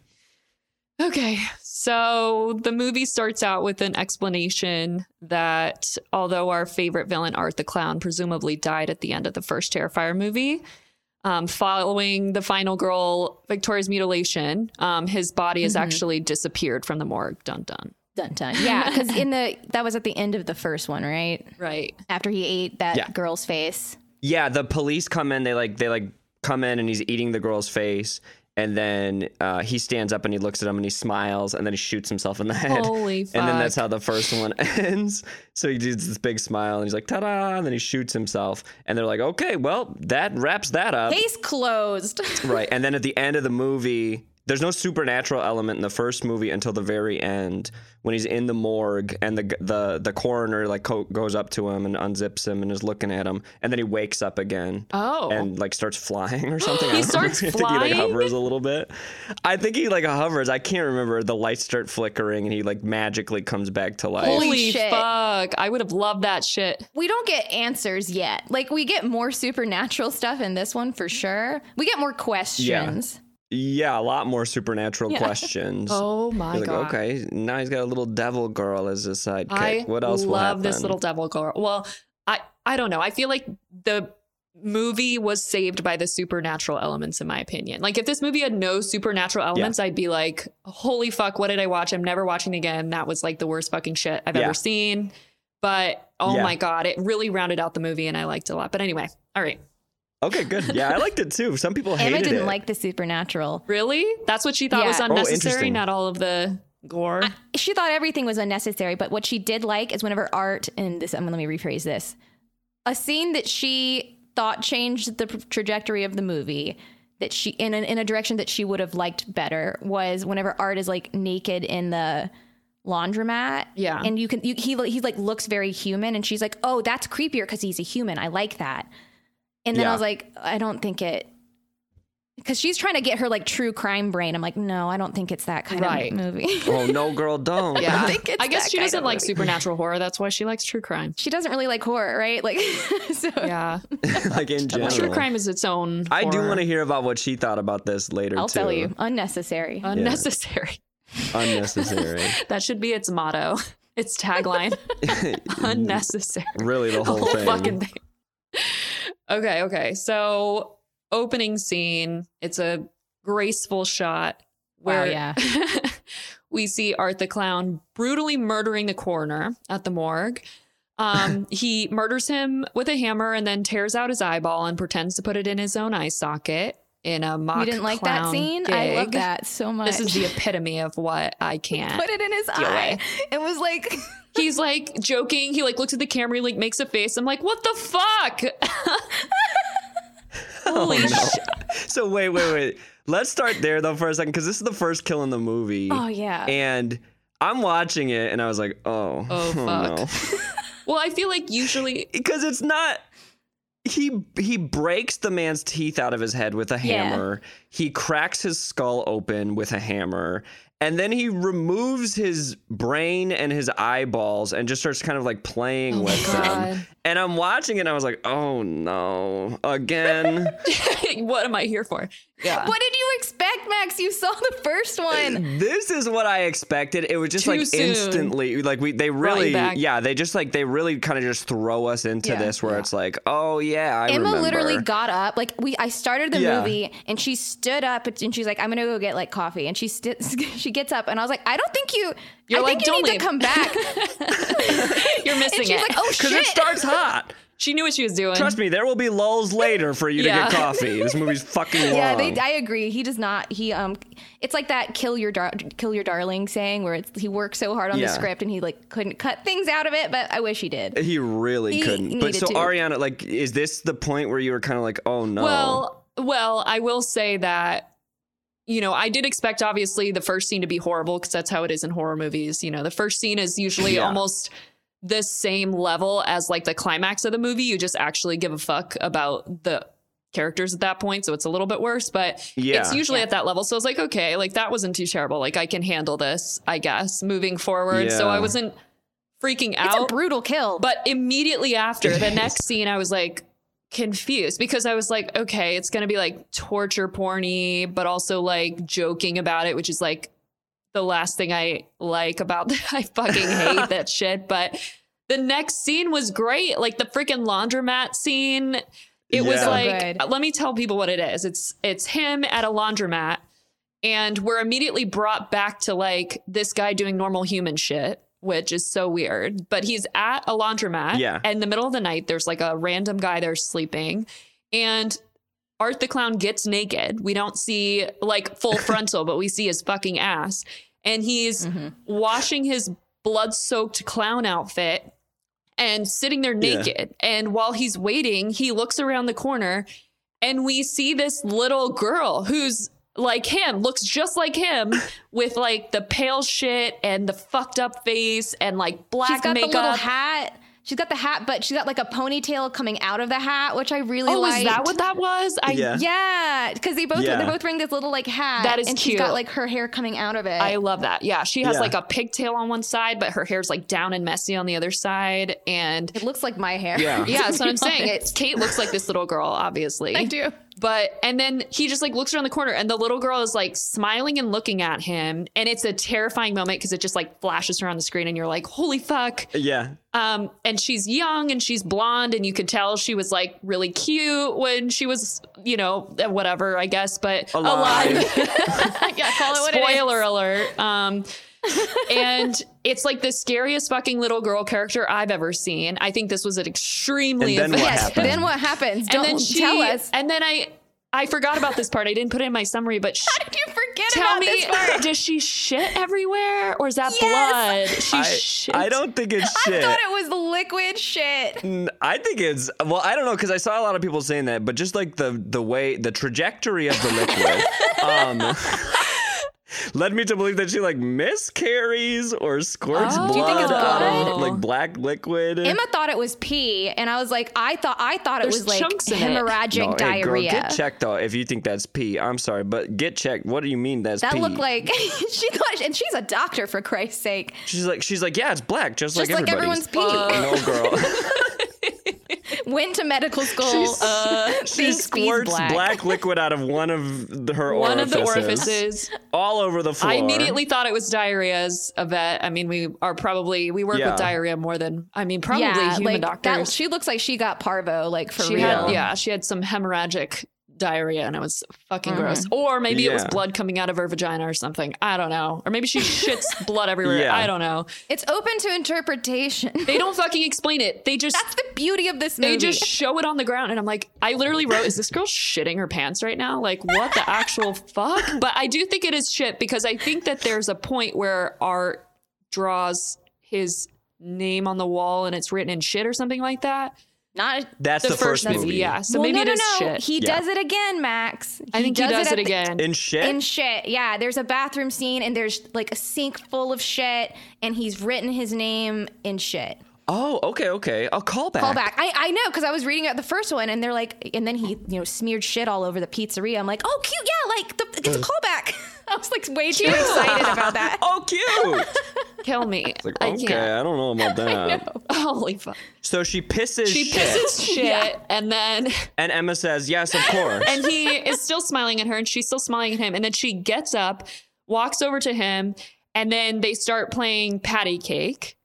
Okay. So the movie starts out with an explanation that although our favorite villain, Art the Clown, presumably died at the end of the first Terrifier movie, um, following the final girl, Victoria's mutilation, um, his body has actually disappeared from the morgue. Dun dun. Dun dun. Yeah, because in the that was at the end of the first one, right? Right. After he ate that Yeah. girl's face. Yeah, the police come in. They like they like come in and he's eating the girl's face, and then uh, he stands up and he looks at him and he smiles, and then he shoots himself in the head. Holy And then that's fuck. how the first one ends. So he does this big smile and he's like, ta-da! And then he shoots himself. And they're like, okay, well, that wraps that up. Case closed. Right. And then at the end of the movie, there's no supernatural element in the first movie until the very end when he's in the morgue and the the the coroner like co- goes up to him and unzips him and is looking at him and then he wakes up again. Oh. And like starts flying or something. He I don't remember. starts I think he like flying? hovers a little bit. I think he like hovers. I can't remember. The lights start flickering and he like magically comes back to life. Holy Holy shit. fuck. I would have loved that shit. we don't get answers yet. Like we get more supernatural stuff in this one for sure. We get more questions. yeah, a lot more supernatural questions. Oh my You're like, god. okay, now he's got a little devil girl as a sidekick. I what else will love this happen? little devil girl. Well, I I don't know. I feel like the movie was saved by the supernatural elements in my opinion. Like if this movie had no supernatural elements, I'd be like, "Holy fuck, what did I watch? I'm never watching again. That was like the worst fucking shit I've Yeah. ever seen." But oh Yeah. my god, it really rounded out the movie and I liked it a lot. But anyway, all right. Okay, good. Yeah, I liked it too. Some people hated Emma didn't it. like the supernatural. Really? That's what she thought was Yeah. Oh, unnecessary, interesting. not all of the gore. She thought everything was unnecessary, but what she did like is whenever art and this. I'm let me rephrase this. A scene that she thought changed the pr- trajectory of the movie that she in a, in a direction that she would have liked better was whenever art is like naked in the laundromat. Yeah. and you can you, he he like looks very human, and she's like, oh, that's creepier because he's a human. I like that. And then I Yeah. was like, I don't think it. Because she's trying to get her like true crime brain. I'm like, no, I don't think it's that kind Right. of movie. Oh no, girl, don't. yeah. think it's I guess that she kind doesn't of like movie. supernatural horror. That's why she likes true crime. she doesn't really like horror, right? Like, so Yeah. like in general. True crime is its own. I do horror. want to hear about what she thought about this later I'll too. tell you, unnecessary. Unnecessary. Unnecessary. That should be its motto. Its tagline. Unnecessary. really, The the whole, Oh, whole thing. fucking thing. Okay, okay. So opening scene. It's a graceful shot where yeah. we see Art the clown brutally murdering the coroner at the morgue. Um, he murders him with a hammer and then tears out his eyeball and pretends to put it in his own eye socket in a mock. You didn't like that clown scene? I love gig. that so much. This is the epitome of what I can't. Put it in his Deal eye. It was like He's like joking. He like looks at the camera. He like makes a face. I'm like, what the fuck? Holy sh- Oh, So wait, wait, wait. Let's start there though for a second because this is the first kill in the movie. Oh yeah. And I'm watching it and I was like, oh, Oh, fuck. Well, I feel like usually because it's not. He he breaks the man's teeth out of his head with a Yeah. hammer. He cracks his skull open with a hammer. And then he removes his brain and his eyeballs and just starts kind of like playing Oh my with God. them. And I'm watching it and I was like, oh no, again. what am I here for? Yeah. what did you expect, Max? You saw the first one. this is what I expected. It was just Too like soon. instantly, like we they really, back. yeah, they just like they really kind of just throw us into Yeah. this where it's like, oh yeah, I Emma remember. literally got up. Like we, I started the Yeah. movie, and she stood up, and she's like, "I'm gonna go get like coffee." And she st- she gets up, and I was like, "I don't think you. You're I like, think you "Don't need leave." to come back." You're missing and she's it. like, "Oh because shit!" it starts hot. she knew what she was doing. Trust me, there will be lulls later for you Yeah. to get coffee. This movie's fucking long. yeah, they, I agree. He does not. He um, it's like that "kill your dar- kill your darling" saying where it's he worked so hard on Yeah. the script and he like couldn't cut things out of it, but I wish he did. he really He couldn't. But needed so to. Ariana, like, is this the point where you were kind of like, oh no? Well, well, I will say that you know I did expect obviously the first scene to be horrible because that's how it is in horror movies. You know, the first scene is usually Yeah. almost the same level as like the climax of the movie. You just actually give a fuck about the characters at that point, so it's a little bit worse. But Yeah. it's usually at that level, so I was like, okay, like that wasn't too terrible. Like I can handle this, I guess, moving forward. So Yeah. I wasn't freaking It's out. a brutal kill. But immediately after It the is. next scene, I was like confused because I was like, okay, it's gonna be like torture porny, but also like joking about it, which is like the last thing I like about I fucking hate that shit. But the next scene was great. Like the freaking laundromat scene. It was Yeah. like Good. let me tell people what it is. It's it's him at a laundromat and we're immediately brought back to like this guy doing normal human shit which is so weird but he's at a laundromat Yeah. and in the middle of the night there's like a random guy there sleeping and art the clown gets naked we don't see like full frontal but we see his fucking ass and he's Mhm. washing his blood soaked clown outfit and sitting there Yeah. naked. And while he's waiting, he looks around the corner and we see this little girl who's like him, looks just like him with like the pale shit and the fucked up face and like black she's got makeup. the little hat. She's got the hat, but she's got like a ponytail coming out of the hat, which I really oh, like. is that what that was? I Yeah. Yeah, because they both Yeah. they're both wearing this little like hat. That is and cute. she's got like her hair coming out of it. I love that. Yeah, she has Yeah. like a pigtail on one side, but her hair's like down and messy on the other side. And it looks like my hair. Yeah. yeah, that's what I'm saying. It's, Kate looks like this little girl, obviously. I do. But and then he just like looks around the corner and the little girl is like smiling and looking at him and it's a terrifying moment because it just like flashes her on the screen and you're like holy fuck. yeah, Um and she's young and she's blonde and you could tell she was like really cute when she was, you know, eh, whatever, I guess, but Alive. yeah, call it what it is. Spoiler alert. Um, and it's like the scariest fucking little girl character I've ever seen. I think this was an extremely And then what Yes. happened? Then what happens? Don't and then she, tell us. And then I I forgot about this part. I didn't put it in my summary, but sh- How did you forget tell about me, this part? does she shit everywhere or is that Yes. blood? She I, shits. I don't think it's I shit. thought it was liquid shit. Mm, I think it's well. I don't know because I saw a lot of people saying that, but just like the the way the trajectory of the liquid um, led me to believe that she like miscarries or squirts Oh. blood Do you think it's out of blood? like black liquid. Emma thought it was pee, and I was like, I thought I thought There's it was like chunks in it. hemorrhagic No, hey, girl, diarrhea. get checked though if you think that's pee. I'm sorry, but get checked. What do you mean that's that pee? looked like she thought, and she's a doctor for Christ's sake. she's like she's like yeah, it's black, just, Just like, everyone's everybody's. pee. no girl. Went to medical school. She's- uh, she thinks pee's squirts black. black. liquid out of one of the, her One of orifices, the orifices. all over the floor. I immediately thought it was diarrhea's a vet. I mean, we are probably we work Yeah. with diarrhea more than I mean, probably yeah, human like doctors. that. She looks like she got parvo, like for she real. had yeah, she had some hemorrhagic diarrhea and it was fucking Mhm. gross. Or maybe it was Yeah. blood coming out of her vagina or something. I don't know. Or maybe she shits blood everywhere. Yeah. I don't know. It's open to interpretation. They don't fucking explain it. They just That's the beauty of this movie. they just show it on the ground and I'm like, I literally wrote, is this girl shitting her pants right now? Like what the actual fuck? But I do think it is shit because I think that there's a point where art draws his name on the wall and it's written in shit or something like that. Not That's the, first, movie. Yeah. So well, maybe no, it no, is no. shit. He Yeah. does it again, Max. I think he does, at it, the- again. In shit. in shit. Yeah, there's a bathroom scene and there's like a sink full of shit, and he's written his name in shit. oh, okay, okay. I'll call back. Call back. I, I know because I was reading out the first one, and they're like, and then he you know smeared shit all over the pizzeria. I'm like, oh cute, yeah, like the, it's a callback. I was like way too excited about that. Oh, cute. Kill me. Like, I okay, can't. I don't know about that. Holy fuck. So she pisses She shit, pisses shit and then and Emma says, "Yes, of course." and he is still smiling at her and she's still smiling at him. And then she gets up, walks over to him, and then they start playing patty cake.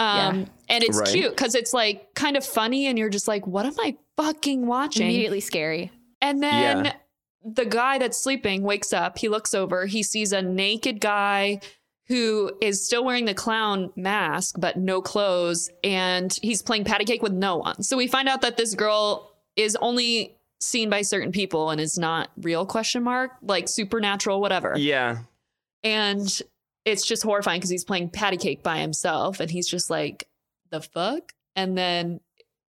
Um Yeah. and it's Right. cute because it's like kind of funny and you're just like, what am I fucking watching? Immediately scary. And then Yeah. the guy that's sleeping wakes up. He looks over. He sees a naked guy who is still wearing the clown mask, but no clothes. And he's playing patty cake with no one. So we find out that this girl is only seen by certain people and is not real question mark, like supernatural, whatever. yeah. And it's just horrifying because he's playing patty cake by himself and he's just like, the fuck? And then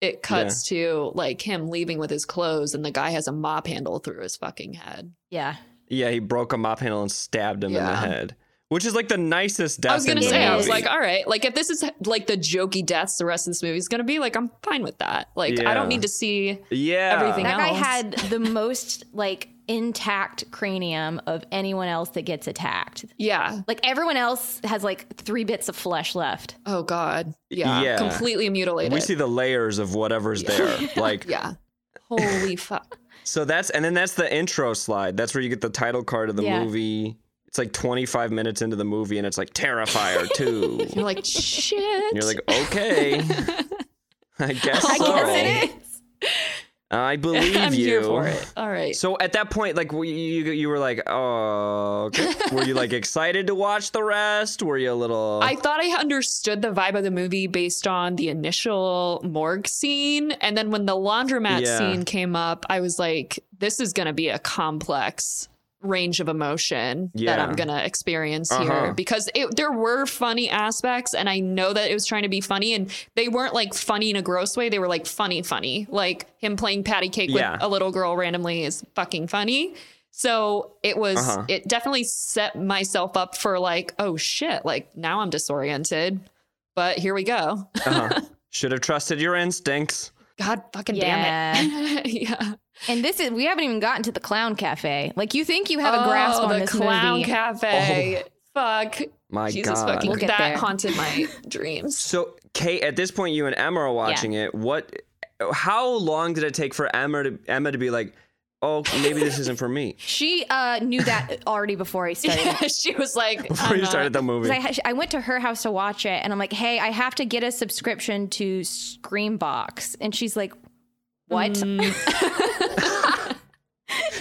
it cuts to like him leaving with his clothes and the guy has a mop handle through his fucking head. Yeah, Yeah, he broke a mop handle and stabbed him in Yeah. the head, which is like the nicest death. I was in gonna the say, I was movie. like, uh, all right, like if this is like the jokey deaths the rest of this movie is gonna be, like I'm fine with that. Like I Yeah. don't need to see yeah, everything that else. guy had the most like intact cranium of anyone else that gets attacked. yeah. Like everyone else has like three bits of flesh left. Oh god. Yeah. Yeah. Completely mutilated. We see the layers of whatever's there. Like, yeah. Holy fuck. so that's, and then that's the intro slide. That's where you get the title card of the Yeah. movie. It's like 25 minutes into the movie and it's like Terrifier 2. and You're like, shit. And you're like, okay. I guess I I so. guess Sorry. it is. I believe I'm you. here for it. All right. So at that point, like we- you, you were like, oh, okay." were you like excited to watch the rest? Were you a little? I thought I understood the vibe of the movie based on the initial morgue scene. And then when the laundromat Yeah. scene came up, I was like, this is going to be a complex range of emotion that Yeah. I'm going to experience Uh-huh. here because it, there were funny aspects. And I know that it was trying to be funny. And they weren't like funny in a gross way. They were like funny, funny. Like him playing patty cake Yeah. with a little girl randomly is fucking funny. So it was, Uh-huh. it definitely set myself up for like, oh shit, like now I'm disoriented, but here we go. uh-huh. should have trusted your instincts. God fucking damn it. yeah. And this is we haven't even gotten to the clown cafe. Like you think you have a grasp Oh, on the this clown movie. cafe. Fuck. Oh. My Jesus God. fucking We'll get that there. haunted my dreams. So, Kate, at this point, you and Emma are watching it. What? How long did it take for Emma to Emma to be like, oh, maybe this isn't for me? she uh, knew that already before I started. she was like, Before I'm you started not- the movie, 'Cause I, ha- I went to her house to watch it, and I'm like, "Hey, I have to get a subscription to Screambox," and she's like, "What?" Mm.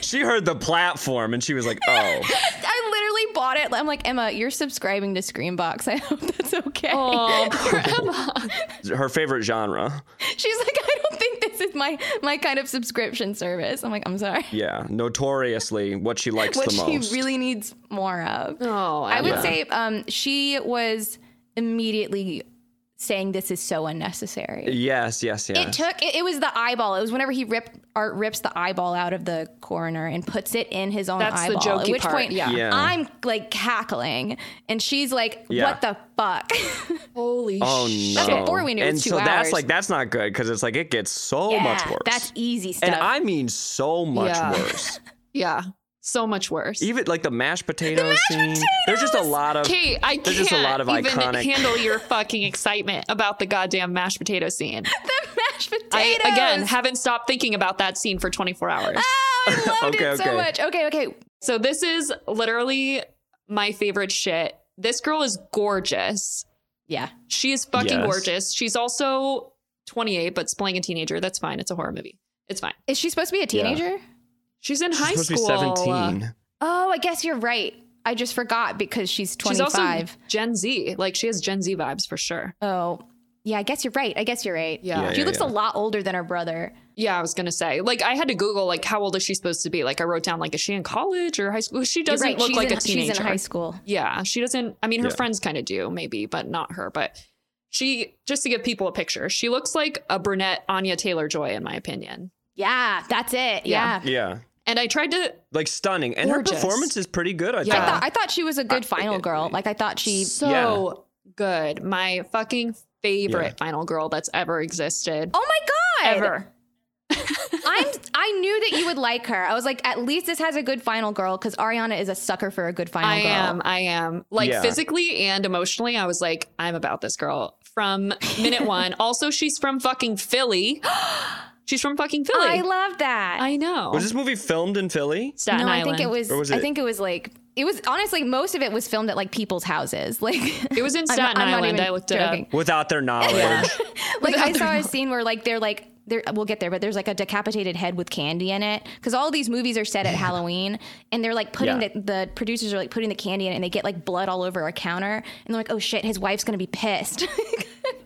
she heard the platform and she was like, oh, I literally bought it. I'm like, "Emma, you're subscribing to Screambox. I hope that's okay." oh, poor Emma. her favorite genre. She's like, "I don't think this is my my kind of subscription service." I'm like, "I'm sorry." Yeah, notoriously, what she likes What the she most. really needs more of. Oh, I would Emma. say um, she was immediately saying this is so unnecessary. yes, yes, yes. It took it, it was the eyeball. It was whenever he ripped Art rips the eyeball out of the coroner and puts it in his own That's the eyeball. At jokey which part, point yeah. Yeah. I'm like cackling and she's like, Yeah. What the fuck? Holy Oh shit. no! That's before we knew it and was two so that's hours. like that's not good because it's like it gets so Oh, much Yeah, worse. That's easy stuff. and I mean so much Yeah. worse. Yeah. So much worse. Even like the mashed potato scene. There's just a lot of Kate, I can't There's just a lot of even iconic- handle your fucking excitement about the goddamn mashed potato scene. the mashed I potatoes. again haven't stopped thinking about that scene for 24 hours. Oh, I loved Okay, it so okay. much. Okay, okay. So this is literally my favorite shit. This girl is gorgeous. Yeah. She is fucking Yes. gorgeous. She's also 28 but it's playing a teenager. That's fine. It's a horror movie. It's fine. Is she supposed to be a teenager? She's in high She's school. uh, supposed to be 17. Oh, I guess you're right. I just forgot because she's She's 25. also Gen Z. Like she has Gen Z vibes for sure. oh, yeah, I guess you're right. I guess you're right. Yeah. Yeah. She looks a lot older than her brother. Yeah, I was gonna say. Like I had to Google like how old is she supposed to be? Like I wrote down like is she in college or high school? She You're doesn't right. look she's like in, a teenager. She's in high school. Yeah, she doesn't. I mean, her Yeah. friends kind of do, maybe, but not her. But she, just to give people a picture, she looks like a brunette Anya Taylor Joy, in my opinion. Yeah, that's it. Yeah. Yeah. Yeah. And I tried to, Like stunning. And Gorgeous. her performance is pretty good, I Yeah. I thought. thought I thought she was a good final girl. Like I thought she so good. My fucking favorite final girl that's ever existed. Oh my god. ever. I'm I knew that you would like her. I was like at least this has a good final girl cuz Ariana is a sucker for a good final I girl. am. I am. Like Yeah. physically and emotionally, I was like, I'm about this girl from minute one. also, she's from fucking Philly. She's from fucking Philly. I love that. I know. Was this movie filmed in Philly? Staten no, Island. I think it was, Or was I it- think it was like it was honestly most of it was filmed at like people's houses. Like It was in Staten I'm not Island. even I looked it up. joking. Without their knowledge. like I Without saw their a scene where like they're like there we'll get there, but there's like a decapitated head with candy in it because all these movies are set at Halloween and they're like putting Yeah. the, the producers are like putting the candy in it and they get like blood all over a counter and they're like oh shit his wife's gonna be pissed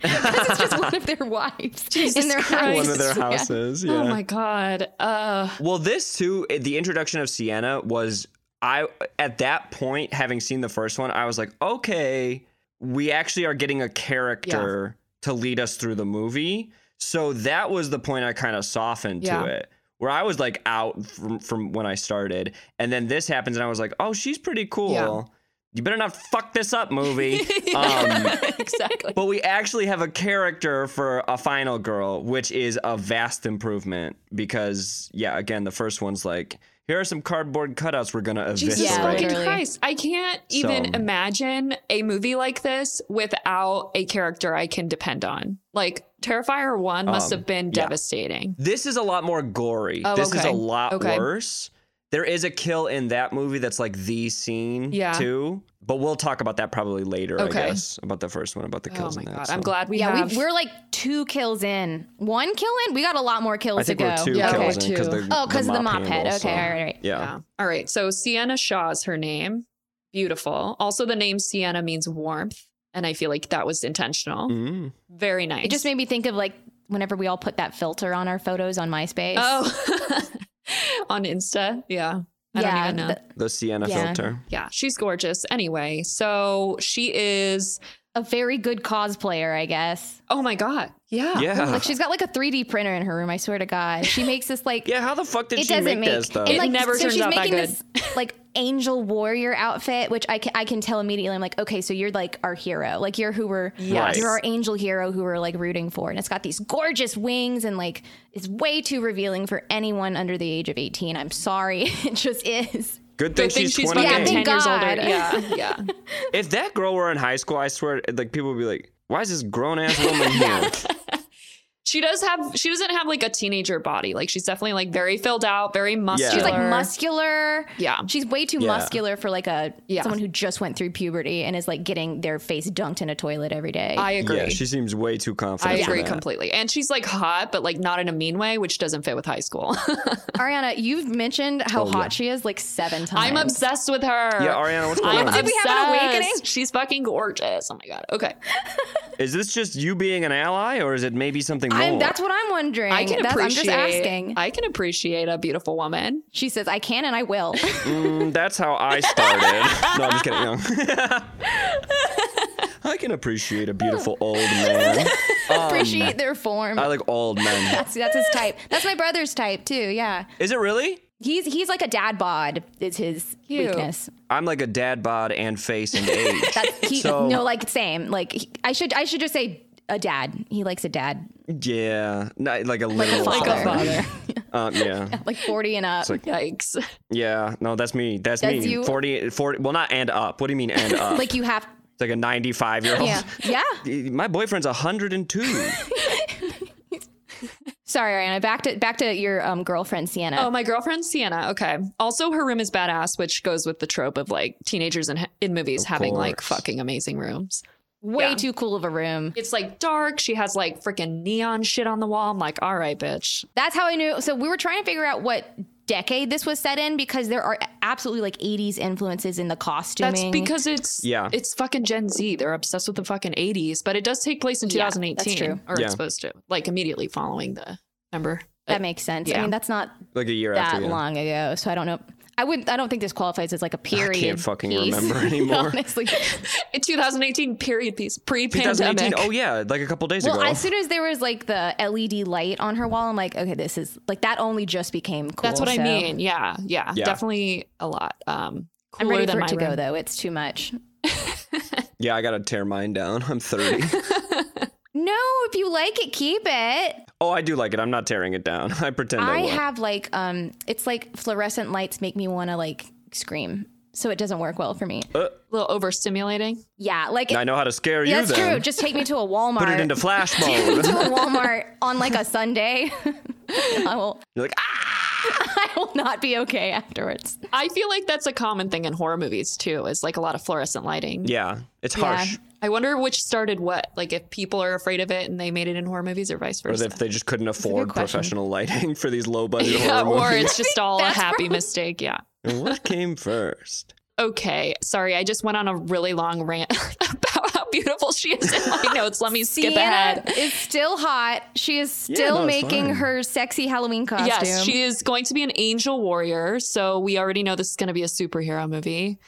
because it's just one of their wives in their Christ. house. One of their Yeah. houses. Yeah. Oh my god. Uh Well, this too, it- the introduction of Sienna was I at that point, having seen the first one, I was like, okay, we actually are getting a character to lead us through the movie. So that was the point I kind of softened Yeah. to it. Where I was like out from, from when I started, and then this happens, and I was like, "Oh, she's pretty cool. Yeah. You better not fuck this up, movie." um, exactly. but we actually have a character for a final girl, which is a vast improvement because, yeah, again, the first one's like, here are some cardboard cutouts we're gonna eviscerate. Jesus Yeah, fucking literally. Christ. I can't even So- imagine a movie like this without a character I can depend on. Like Terrifier 1 must Um, have been yeah. devastating. This is a lot more gory. Oh, this is okay. a lot Okay. worse. There is a kill in that movie that's like the scene Yeah. too, but we'll talk about that probably later. Okay. I guess about the first one about the Oh kills my in that. god. so. I'm glad we Yeah, have we, we're like two kills in, one kill in. We got a lot more kills I think to go. we're two Yeah, okay. kills in because okay. the Oh, because of the mop head. handle, Okay, so- all right, all right. Yeah. Yeah. All right. So Sienna Shaw is her name. Beautiful. Also the name Sienna means warmth. And I feel like that was intentional. Mm. Very nice. It just made me think of like whenever we all put that filter on our photos on MySpace. Oh. on Insta. Yeah. I don't even know. the- The Sienna Yeah. filter. Yeah, she's gorgeous. Anyway, so she is. a very good cosplayer, I guess. Oh my god. Yeah. Yeah. Like she's got like a 3D printer in her room. I swear to God, she makes this like yeah. How the fuck did it she doesn't make, make this though? and, It like, never so turns she's out that making This, like angel warrior outfit, which I can I can tell immediately. I'm like, okay, so you're like our hero. Like you're who we're Yes. you're our angel hero who we're like rooting for, and it's got these gorgeous wings and like it's way too revealing for anyone under the age of 18. I'm sorry, it just is. Good thing Good thing she's, she's 28. Yeah, fucking ten thank years God. older. Yeah. Yeah. If that girl were in high school, I swear, like people would be like, "Why is this grown ass woman here?" she does have. She doesn't have like a teenager body. Like she's definitely like very filled out, very muscular. She's like muscular. Yeah. She's way too Yeah. muscular for like a Yeah. someone who just went through puberty and is like getting their face dunked in a toilet every day. I agree. Yeah, she seems way too I confident. for agree that. completely. And she's like hot, but like not in a mean way, which doesn't fit with high school. Ariana, you've mentioned how Oh, hot she is like seven times. I'm obsessed with her. Yeah, Ariana, what's going I'm on? Did we have an obsessed. awakening? She's fucking gorgeous. Oh my god. Okay. Is this just you being an ally, or is it maybe something more? I'm, that's what I'm wondering. I can That's- appreciate. I'm just asking. I can appreciate a beautiful woman. she says, I can and I will. Mm, that's how I started. no, I'm just kidding. No. I can appreciate a beautiful old man. Oh, appreciate their form. I like old men. that's, that's his type. That's my brother's type too. Yeah. Is it really? He's he's like a dad bod is his Cute. weakness. I'm like a dad bod and face and age. That's he, So- no like same. Like he- I should I should just say a dad. He likes a dad. yeah, not, like a literal Like a father. Um, yeah. Like 40 and up. Like, Yikes. Yeah, no, that's me. That's, That's me. you? 40, 40, well, not and up. What do you mean and up? like, you have like a 95 year old. Yeah. Yeah. My boyfriend's 102. Sorry, Ariana. Back to back to your um, girlfriend Sienna. Oh, my girlfriend Sienna. Okay. Also, her room is badass, which goes with the trope of like teenagers in, in movies Of having like course. fucking amazing rooms. Way yeah. too cool of a room. It's like dark. She has like freaking neon shit on the wall. I'm like, all right, bitch. That's how I knew. So we were trying to figure out what decade this was set in because there are absolutely like 80s influences in the costuming. That's because it's Yeah. it's fucking Gen Z. They're obsessed with the fucking 80s, but it does take place in Yeah, that's 2018 true. or Yeah. it's supposed to, like immediately following the number. that makes sense. I yeah. mean, that's not like a year that after. yeah. long ago, so I don't know. I wouldn't. I don't think this qualifies as like a can't period. fucking piece, remember anymore. Honestly, In 2018 period piece, pre-pandemic. 2018. Oh yeah, like a couple days well, ago. as soon as there was like the LED light on her wall, I'm like, okay, this is like that only just became cool. That's what I so mean. Yeah, yeah, Yeah. definitely a lot. Um, I'm cooler ready than for my it to room. go though. It's too much. yeah, I gotta tear mine down. I'm 30. No, if you like it, keep it. oh, I do like it. I'm not tearing it down. I pretend I I, will. have like um, it's like fluorescent lights make me want to like scream, so it doesn't work well for me. Uh, A little overstimulating. Yeah, like I know how to scare you. that's then. true. Just take me to a Walmart. Put it into flash mode. to a Walmart on like a Sunday. I will. You're like, ah, I will not be okay afterwards. I feel like that's a common thing in horror movies too. Is like a lot of fluorescent lighting. yeah, it's harsh. I wonder which started what. Like if people are afraid of it and they made it in horror movies, or vice Or versa. if they just couldn't afford question. professional lighting for these low budget yeah, horror or movies. it's just all a That's happy mistake. Yeah. what came first? Okay. Sorry, I just went on a really long rant about how beautiful she is in my notes. Let me skip Sienna ahead. is still hot. She is Yeah, still no, it's making fine. her sexy Halloween costume. Yes, she is going to be an angel warrior. So we already know this is going to be a superhero movie.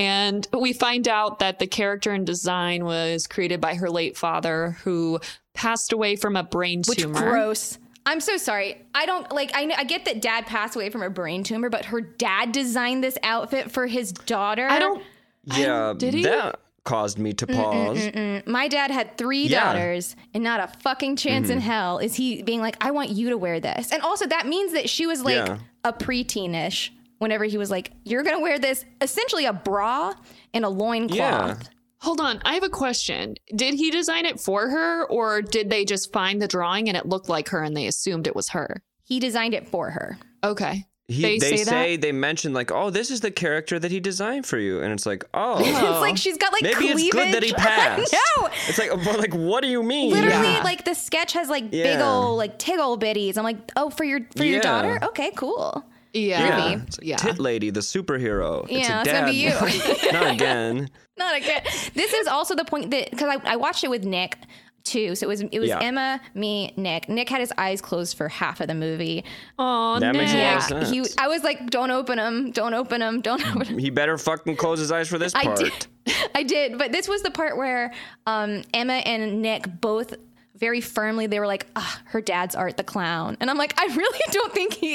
And we find out that the character and design was created by her late father, who passed away from a brain which tumor. gross. I'm so sorry. I don't like. I know, I get that dad passed away from a brain tumor, but her dad designed this outfit for his daughter. I don't. Yeah, did he? that caused me to Mm, pause. My dad had three Yeah. Mm-hmm. daughters, and not a fucking chance in hell is he being like, I want you to wear this. And also, that means that she was like Yeah. a preteenish whenever he was like, You're going to wear this essentially a bra and a loincloth. Yeah. Hold on, I have a question. Did he design it for her, or did they just find the drawing and it looked like her and they assumed it was her? He designed it for her. Okay. He, They they say say, that? they mention like, oh, this is the character that he designed for you, and it's like, oh, It's like she's got like maybe cleavage. it's good that he passed. no. it's like, well, like, what do you mean? Literally, Yeah. like the sketch has like big Yeah. ol' like tiggle bitties. I'm like, oh, for your for your Yeah. daughter? Okay, cool. Yeah. Yeah, Yeah. it's like, tit lady, the superhero. it's Yeah, a it's dad. gonna be Not again. not a good. This is also the point that because I, I watched it with Nick too, so it was it was Yeah. Emma, me, Nick. Nick had his eyes closed for half of the movie. Aw, That makes a lot Nick. of sense. He, I was like, "Don't open them! Don't open them! Don't open 'em." He better fucking close his eyes for this I part. did, I did, but this was the part where um, Emma and Nick both very firmly they were like, ah, "Her dad's Art the Clown," and I'm like, "I really don't think he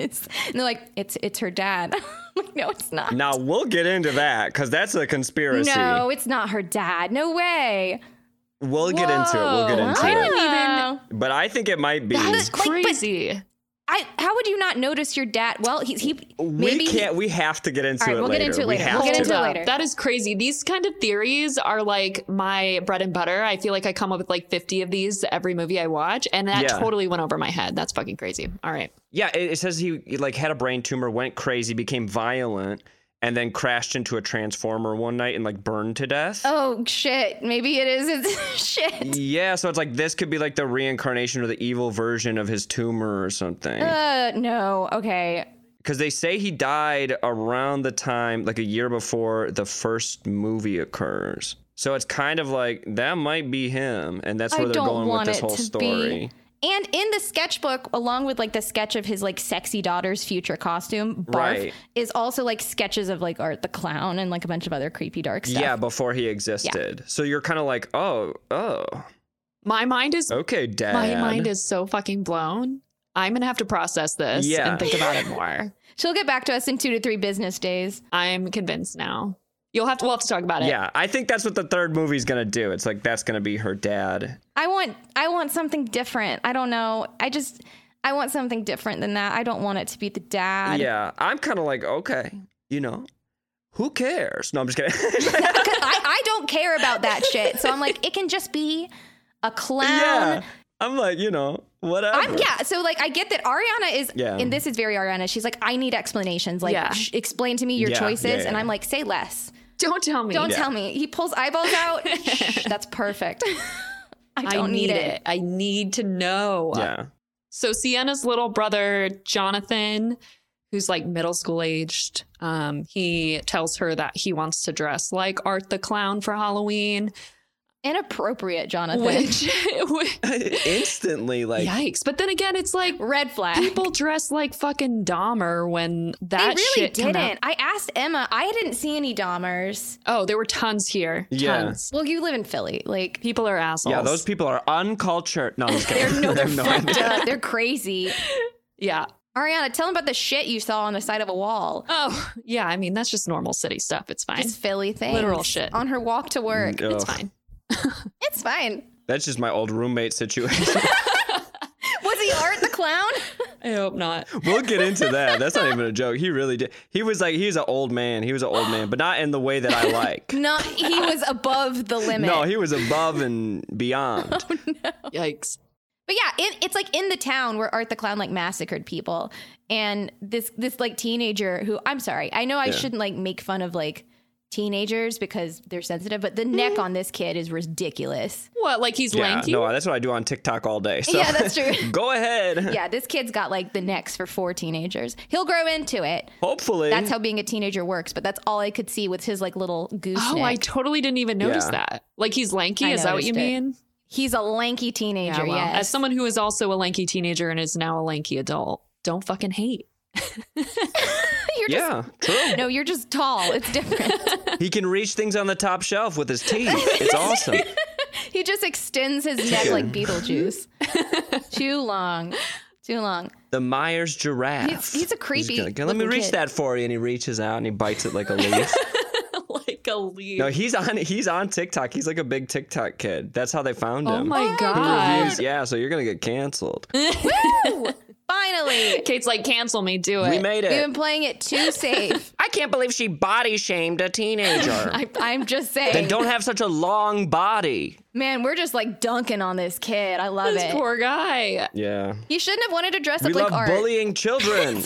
is." And they're like, "It's it's her dad." I'm like, "No, it's not." Now we'll get into that because that's a conspiracy. No, it's not her dad. No way. We'll get into it. We'll get Whoa. into I it. didn't No. even. But I think it might be. That Like, is but- crazy. I how would you not notice your dad? Well, he he we maybe he- can't. We have to get into All right, it we'll get later. into it We later. have We'll get to. into it Hold up. later. That is crazy. These kind of theories are like my bread and butter. I feel like I come up with like 50 of these every movie I watch, and that Yeah. totally went over my head. That's fucking crazy. All right. Yeah, it, it says he, he, like had a brain tumor, went crazy, became violent, and then crashed into a transformer one night and like burned to death. Oh shit! Maybe it is. It's shit. Yeah, so it's like this could be like the reincarnation or the evil version of his tumor or something. Uh, no. Okay. Because they say he died around the time, like a year before the first movie occurs. So it's kind of like that might be him, and that's where I they're don't going with want this it whole to story. be. And in the sketchbook, along with like the sketch of his like sexy daughter's future costume, barf, Right. is also like sketches of like Art the Clown and like a bunch of other creepy dark stuff. Yeah, before he existed. So you're kind of like, oh, oh, My mind is okay, dad. my mind is so fucking blown. I'm gonna have to process this Yeah. and think about it more. She'll get back to us in two to three business days. I'm convinced now. You'll have to. We'll have to talk about it. Yeah, I think that's what the third movie's gonna do. It's like that's gonna be her dad. I want I want something different. I don't know. I just I want something different than that. I don't want it to be the dad. yeah, I'm kind of like, okay, you know, who cares? No, I'm just kidding. Because I, I don't care about that shit. So I'm like, it can just be a clown. yeah, I'm like, you know, whatever. I'm, yeah. So like, I get that Ariana is, Yeah. and this is very Ariana. She's like, I need explanations. Like, Yeah. sh- explain to me your Yeah, choices. yeah, yeah. And I'm like, say less. Don't tell me. Don't Yeah. tell me. He pulls eyeballs out. Shh, that's perfect. I I don't need, it. it. I need to know. yeah. So Sienna's little brother Jonathan who's like middle school aged. Um, he tells her that he wants to dress like Art the Clown for Halloween, Inappropriate, Jonathan. which, Instantly, like yikes. But then again, it's like Red flag. people dress like fucking Dahmer when they that really shit came out. didn't. I asked Emma. I didn't see any Dahmers. Oh, there were tons here. Yeah. Tons. Well, you live in Philly. Like People are assholes. yeah, those people are uncultured. No, I'm just they're kidding. no, I they're have no fucked idea. up. They're crazy. Yeah. Ariana, tell them about the shit you saw on the side of a wall. Oh, yeah. I mean, that's just normal city stuff. It's fine. Just Philly things. Literal shit. On her walk to work. Ugh. it's fine. It's fine. That's just my old roommate situation. Was he Art the clown? I hope not. we'll get into that. That's not even a joke. He really did. He was like, he's an old man. He was an old man, but not in the way that I like. No, he was above the limit. no, he was above and beyond. Yikes. But yeah, it, it's like in the town where Art the Clown like massacred people, and this this like teenager who I'm sorry, I know I Yeah. shouldn't like make fun of like teenagers because they're sensitive, but the Mm. neck on this kid is ridiculous. What? Like he's yeah, lanky? no, that's what I do on TikTok all day. So Yeah, that's true. go ahead. yeah, this kid's got like the necks for four teenagers. He'll grow into it. Hopefully. That's how being a teenager works. But that's all I could see with his like little goose. oh, I totally didn't even notice Yeah. that. Like he's lanky. I Is that what you noticed it. mean? He's a lanky teenager. Yeah. well, As someone who is also a lanky teenager and is now a lanky adult, don't fucking hate. you're just yeah, true. no, you're just tall. It's different. He can reach things on the top shelf with his teeth. It's awesome. He just extends his neck like Beetlejuice. Too long. Too long. The Myers giraffe. He's- he's a creepy gonna go, Let me looking reach kid." that for you, and he reaches out and he bites it like a leaf. like a leaf. no, he's on. He's on TikTok. He's like a big TikTok kid. That's how they found oh him. my He God. reviews- yeah, so you're gonna get canceled. Mm. Woo! Finally. Kate's like, cancel me, do it. We made We've it. been playing it too safe. I can't believe she body shamed a teenager. I, I'm just then saying. don't have such a long body. Man, we're just like dunking on this kid. I love this it. poor guy. Yeah. He shouldn't have wanted to dress We up like love art. bullying children.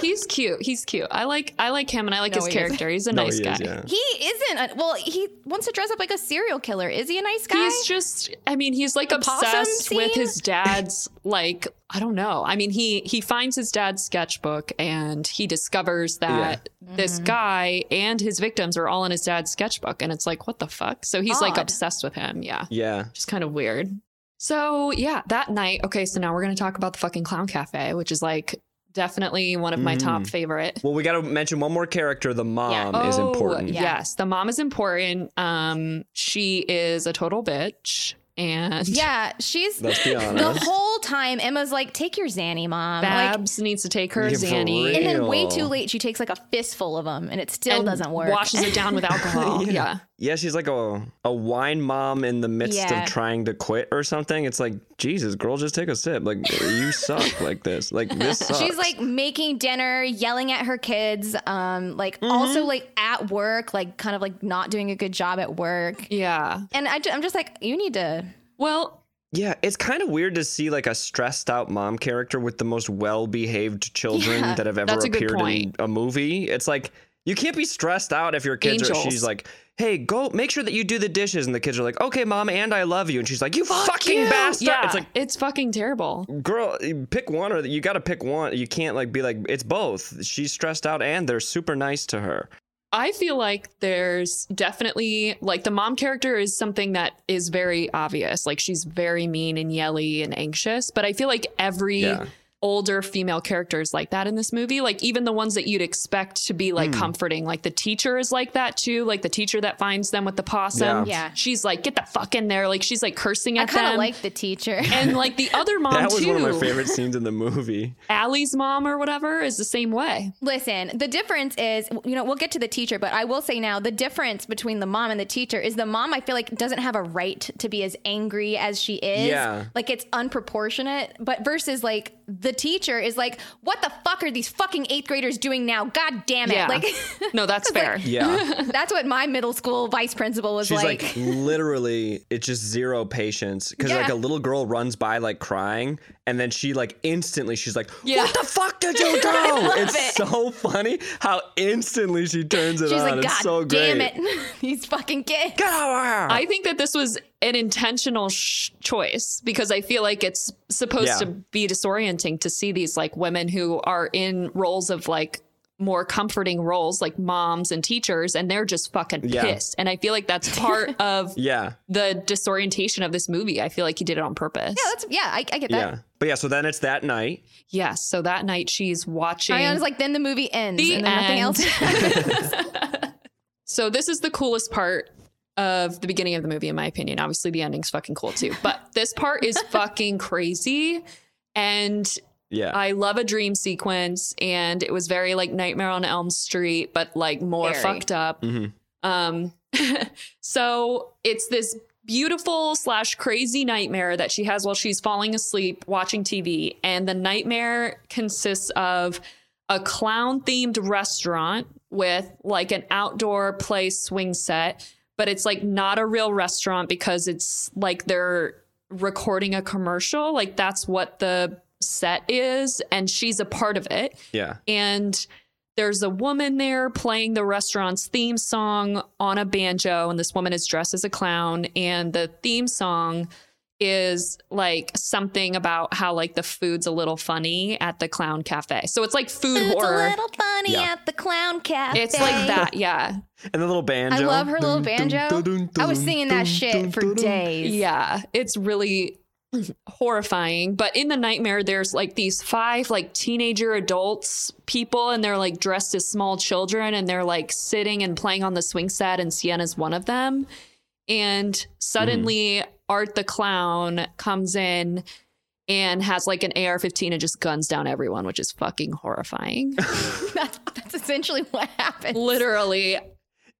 He's cute. He's cute. I like I like him and I No, like his he isn't. character. He's a No, nice Oh, he guy. is, yeah. He isn't. A, well, he wants to dress up like a serial killer. Is he a nice guy? He's just I mean, he's like possum obsessed with scene? his dad's like I don't know. I mean, he he finds his dad's sketchbook and he discovers that this Mm-hmm. guy and his victims are all in his dad's sketchbook and it's like what the fuck? So he's like Odd. obsessed with him. Yeah. yeah. Just kind of weird. So, yeah, that night, okay, so now we're going to talk about the fucking clown cafe, which is like definitely one of Mm. my top favorite Well, we got to mention one more character. The mom is Oh, important. yeah. Yes, the mom is important. Um, she is a total bitch, and yeah, she's Let's be the honest. whole time. Emma's like, "Take your Zanny, mom." Like, Babs needs to take her Yeah, for Zanny. and real. and then way Ew. too late, she takes like a fistful of them, and it still doesn't work. Washes it down with alcohol. yeah. yeah, she's like a, a wine mom in the midst Yeah. of trying to quit or something. It's like, Jesus, girl, just take a sip. Like, you suck like this. Like, this sucks. She's like making dinner, yelling at her kids, um, like Mm-hmm. also like at work, like kind of like not doing a good job at work. yeah. And I, ju- I'm just like, you need to. Well, Yeah, it's kind of weird to see like a stressed out mom character with the most well behaved children Yeah, that have ever that's a good appeared in point. a movie. It's like you can't be stressed out if your kids are Angels. she's like, "Hey, go make sure that you do the dishes." And the kids are like, "Okay, mom, and I love you." And she's like, "You fucking you- bastard." Yeah, It's like, it's fucking terrible. "Girl, pick one or you got to pick one. You can't like be like it's both. She's stressed out and they're super nice to her." I feel like there's definitely like the mom character is something that is very obvious. Like she's very mean and yelly and anxious, but I feel like every Yeah. older female character is like that in this movie. Like even the ones that you'd expect to be like Hmm. comforting, like the teacher is like that too. Like the teacher that finds them with the Yeah. possum, Yeah. she's like, "Get the fuck in there!" Like she's like cursing I at kind of them. like the teacher. and like the other mom that was too, one of my favorite scenes in the movie. Allie's mom or whatever, is the same way. Listen, the difference is, you know, we'll get to the teacher, but I will say now the difference between the mom and the teacher is the mom, I feel like, doesn't have a right to be as angry as she is. Yeah. Like it's unproportionate. But versus like the teacher is like, what the fuck are these fucking eighth graders doing now? God damn it. Yeah, Like, no, that's fair. Yeah. that's what my middle school vice principal was She's like. like, literally, it's just zero patience because like Yeah. a little girl runs by like crying, and then she like instantly she's like, Yeah. "What the fuck did you do?" it's it. so funny how instantly she turns it She's on. like, God it's so damn great. it. these fucking kids. Get over here. I think that this was an intentional sh- choice because I feel like it's supposed Yeah. to be disorienting to see these like women who are in roles of like more comforting roles like moms and teachers and they're just fucking Yeah. pissed. And I feel like that's part of Yeah. the disorientation of this movie. I feel like he did it on purpose. Yeah, that's yeah. I, I get that. Yeah. But yeah, so then it's that night. yes. So that night she's watching Ariana's like, then the movie ends, The and then nothing end. else. happens. So this is the coolest part of the beginning of the movie, in my opinion. Obviously, the ending's fucking cool too, but this part is fucking crazy. And Yeah. I love a dream sequence, and it was very like Nightmare on Elm Street, but like more Very. fucked up. Mhm. Um, so it's this beautiful slash crazy nightmare that she has while she's falling asleep watching TV, and the nightmare consists of a clown themed restaurant with like an outdoor play swing set, but it's like not a real restaurant because it's like they're recording a commercial. Like that's what the set is, and she's a part of it Yeah. and there's a woman there playing the restaurant's theme song on a banjo and this woman is dressed as a clown and the theme song is like something about how like the food's a little funny at the clown cafe so it's like food It's a horror little funny Yeah. at the clown cafe. it's like that yeah And the little banjo. I love her little banjo. I was singing that shit for days. Yeah, it's really horrifying. But in the nightmare, there's like these five like teenager adults people, and they're like dressed as small children, and they're like sitting and playing on the swing set, and Sienna's one of them. And suddenly, Mm-hmm. Art the clown comes in and has like an AR-15 and just guns down everyone, which is fucking horrifying. that's, that's essentially what happened. Literally, uh,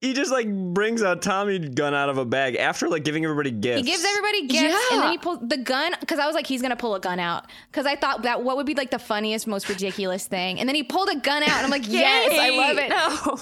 He just like brings a Tommy gun out of a bag after like giving everybody gifts. He gives everybody gifts, and Yeah. then he pulls the gun because I was like, he's gonna pull a gun out because I thought that what would be like the funniest, most ridiculous thing, and then he pulled a gun out, and I'm like, yes, I love it.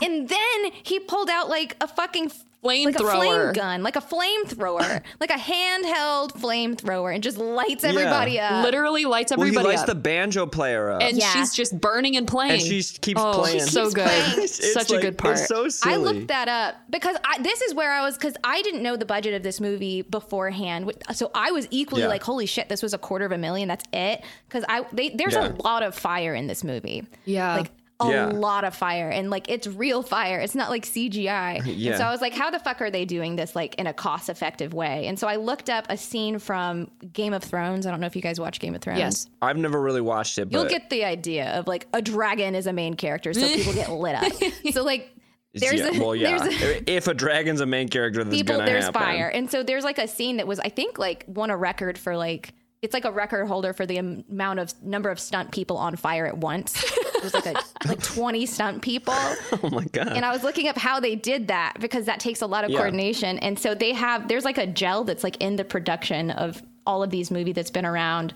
No. And then he pulled out like a fucking like a flame Flamethrower. gun, like a flamethrower, like a handheld flamethrower, and just lights everybody up. literally lights Well, he everybody lights up. the banjo player up. and Yeah. she's just burning and playing. And she keeps oh, playing. She's so Keeps good. playing. It's Such like- a good part. It's so silly. I looked that up because I, this is where I was because I didn't know the budget of this movie beforehand, Wh- so I was equally Yeah. like, "Holy shit, this was a quarter of a million. That's it." Because I they, there's Yeah. a lot of fire in this movie, yeah. like a Yeah. lot of fire, and like it's real fire. It's not like CGI. Yeah. And so I was like, "How the fuck are they doing this like in a cost effective way?" And so I looked up a scene from Game of Thrones. I don't know if you guys watch Game of Thrones. yes. I've never really watched it, but You'll get the idea of like a dragon is a main character, so people get lit up. So like. There's yeah, a, well, yeah. there's a, if a dragon's a main character, that's people gonna there's happen. fire and so there's like a scene that was i think like won a record for like it's like a record holder for the am- amount of number of stunt people on fire at once there's like a like 20 stunt people Oh my god. and i was looking up how they did that because that takes a lot of Yeah. coordination and so they have there's like a gel that's like in the production of all of these movie that's been around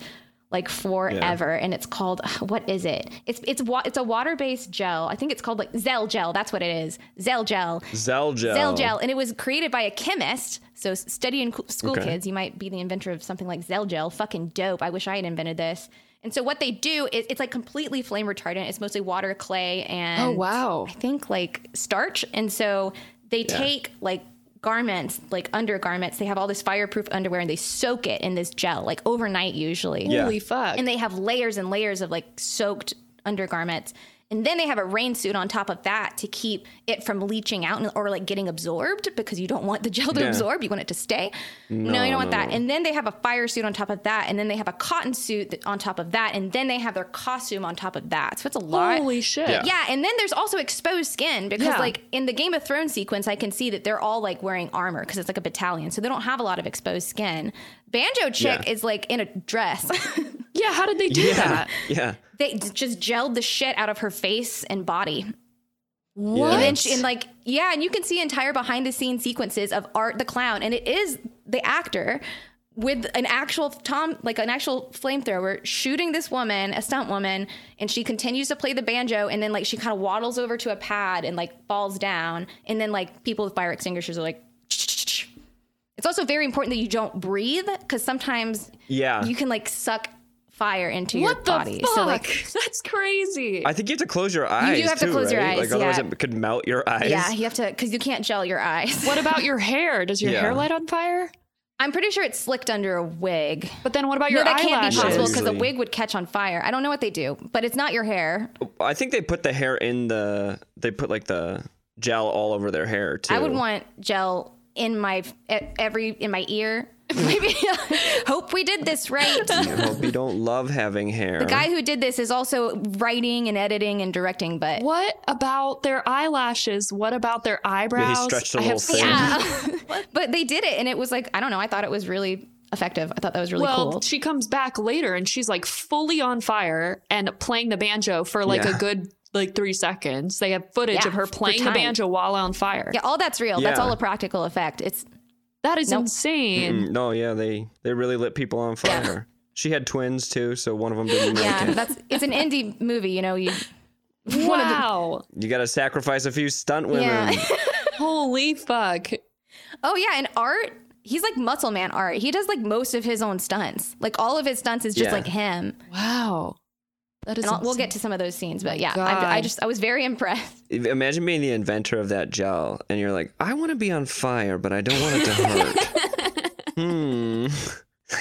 like forever and it's called what is it it's it's wa- it's a water-based gel i think it's called like zel gel that's what it is zel gel Zelgel. Zel gel, and it was created by a chemist. So s- studying cl- school Okay. kids, you might be the inventor of something like Zel gel. Fucking dope! I wish I had invented this. And so what they do is it's like completely flame retardant. It's mostly water, clay, and Oh, wow. I think like starch. And so they take like garments, like undergarments. They have all this fireproof underwear, and they soak it in this gel, like overnight usually. Yeah. Holy fuck. And they have layers and layers of like soaked undergarments. And then they have a rain suit on top of that to keep it from leaching out and- or like getting absorbed because you don't want the gel to Yeah. absorb. You want it to stay. No, you don't want that. And then they have a fire suit on top of that. And then they have a cotton suit that- on top of that. And then they have their costume on top of that. So it's a lot. Holy shit. Yeah. Yeah, and then there's also exposed skin because, Yeah. like, in the Game of Thrones sequence, I can see that they're all like wearing armor because it's like a battalion, so they don't have a lot of exposed skin. Banjo chick Yeah. is like in a dress. Yeah, how did they do that? Yeah. they d- just gelled the shit out of her face and body. What? And then she, and like, yeah, and you can see entire behind the scenes sequences of Art the Clown, and it is the actor with an actual Tom, like an actual flamethrower, shooting this woman, a stunt woman, and she continues to play the banjo, and then like she kind of waddles over to a pad and like falls down, and then like people with fire extinguishers are like. It's also very important that you don't breathe because sometimes Yeah. you can like suck fire into your what the body. fuck? So like That's crazy. I think you have to close your eyes. have to too, close your right? eyes, Like otherwise yeah. it could melt your eyes. Yeah, you have to because you can't gel your eyes. what about your hair? Does your Yeah. hair light on fire? I'm pretty sure it's slicked under a wig. But then what about No, your that can't be eyelashes? possible because the Usually. wig would catch on fire. I don't know what they do, but it's not your hair. I think they put the hair in the. They put like the gel all over their hair too. I would want gel in my e- every in my ear. Maybe hope we did this right. I hope you don't love having hair. The guy who did this is also writing and editing and directing, but What about their eyelashes? What about their eyebrows? stretched a I have little thin. seen- Yeah. but they did it and it was like I don't know, I thought it was really effective. I thought that was really Well, cool. she comes back later and she's like fully on fire and playing the banjo for like Yeah. a good like three seconds. They have footage Yeah, of her for playing the time. banjo while on fire. Yeah, all that's real. That's Yeah. all a practical effect. It's That is Nope. insane. Mm, No, yeah, they they really lit people on fire. She had twins too, so one of them didn't make yeah, it. that's it's an indie movie, you know, you one of the- Wow. You got to sacrifice a few stunt women. Yeah. Holy fuck. Oh yeah, and art. He's like muscle man art. He does like most of his own stunts. Like all of his stunts is just Yeah. like him. Wow. That is And I'll, we'll insane. get to some of those scenes, but yeah, God. I, I just I was very impressed. If- Imagine being the inventor of that gel, and you're like, I want to be on fire, but I don't want it to hurt. hmm.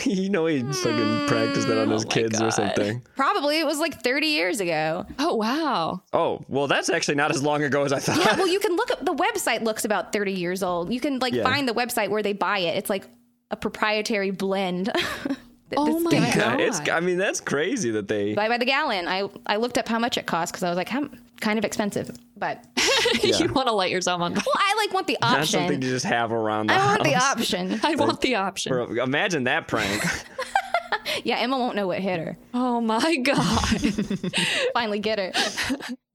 you know he fucking practiced that on Mm, his oh my kids or God. something. Probably it was like 30 years ago. Oh wow. Oh, well, that's actually not as long ago as I thought. Yeah, well, you can look up the website looks about 30 years old. You can like Yeah. find the website where they buy it. It's like a proprietary blend. that- Oh that's my given- God. it's. I mean, that's crazy that they. Buy by the gallon. I I looked up how much it cost because I was like, how kind of expensive, but well, you want to light yourself on fire. I like want the Not something option. you just have around the I house. want the option. I want the option. Bro, Imagine that prank. Yeah, Emma won't know what hit her. Oh my god. finally get her.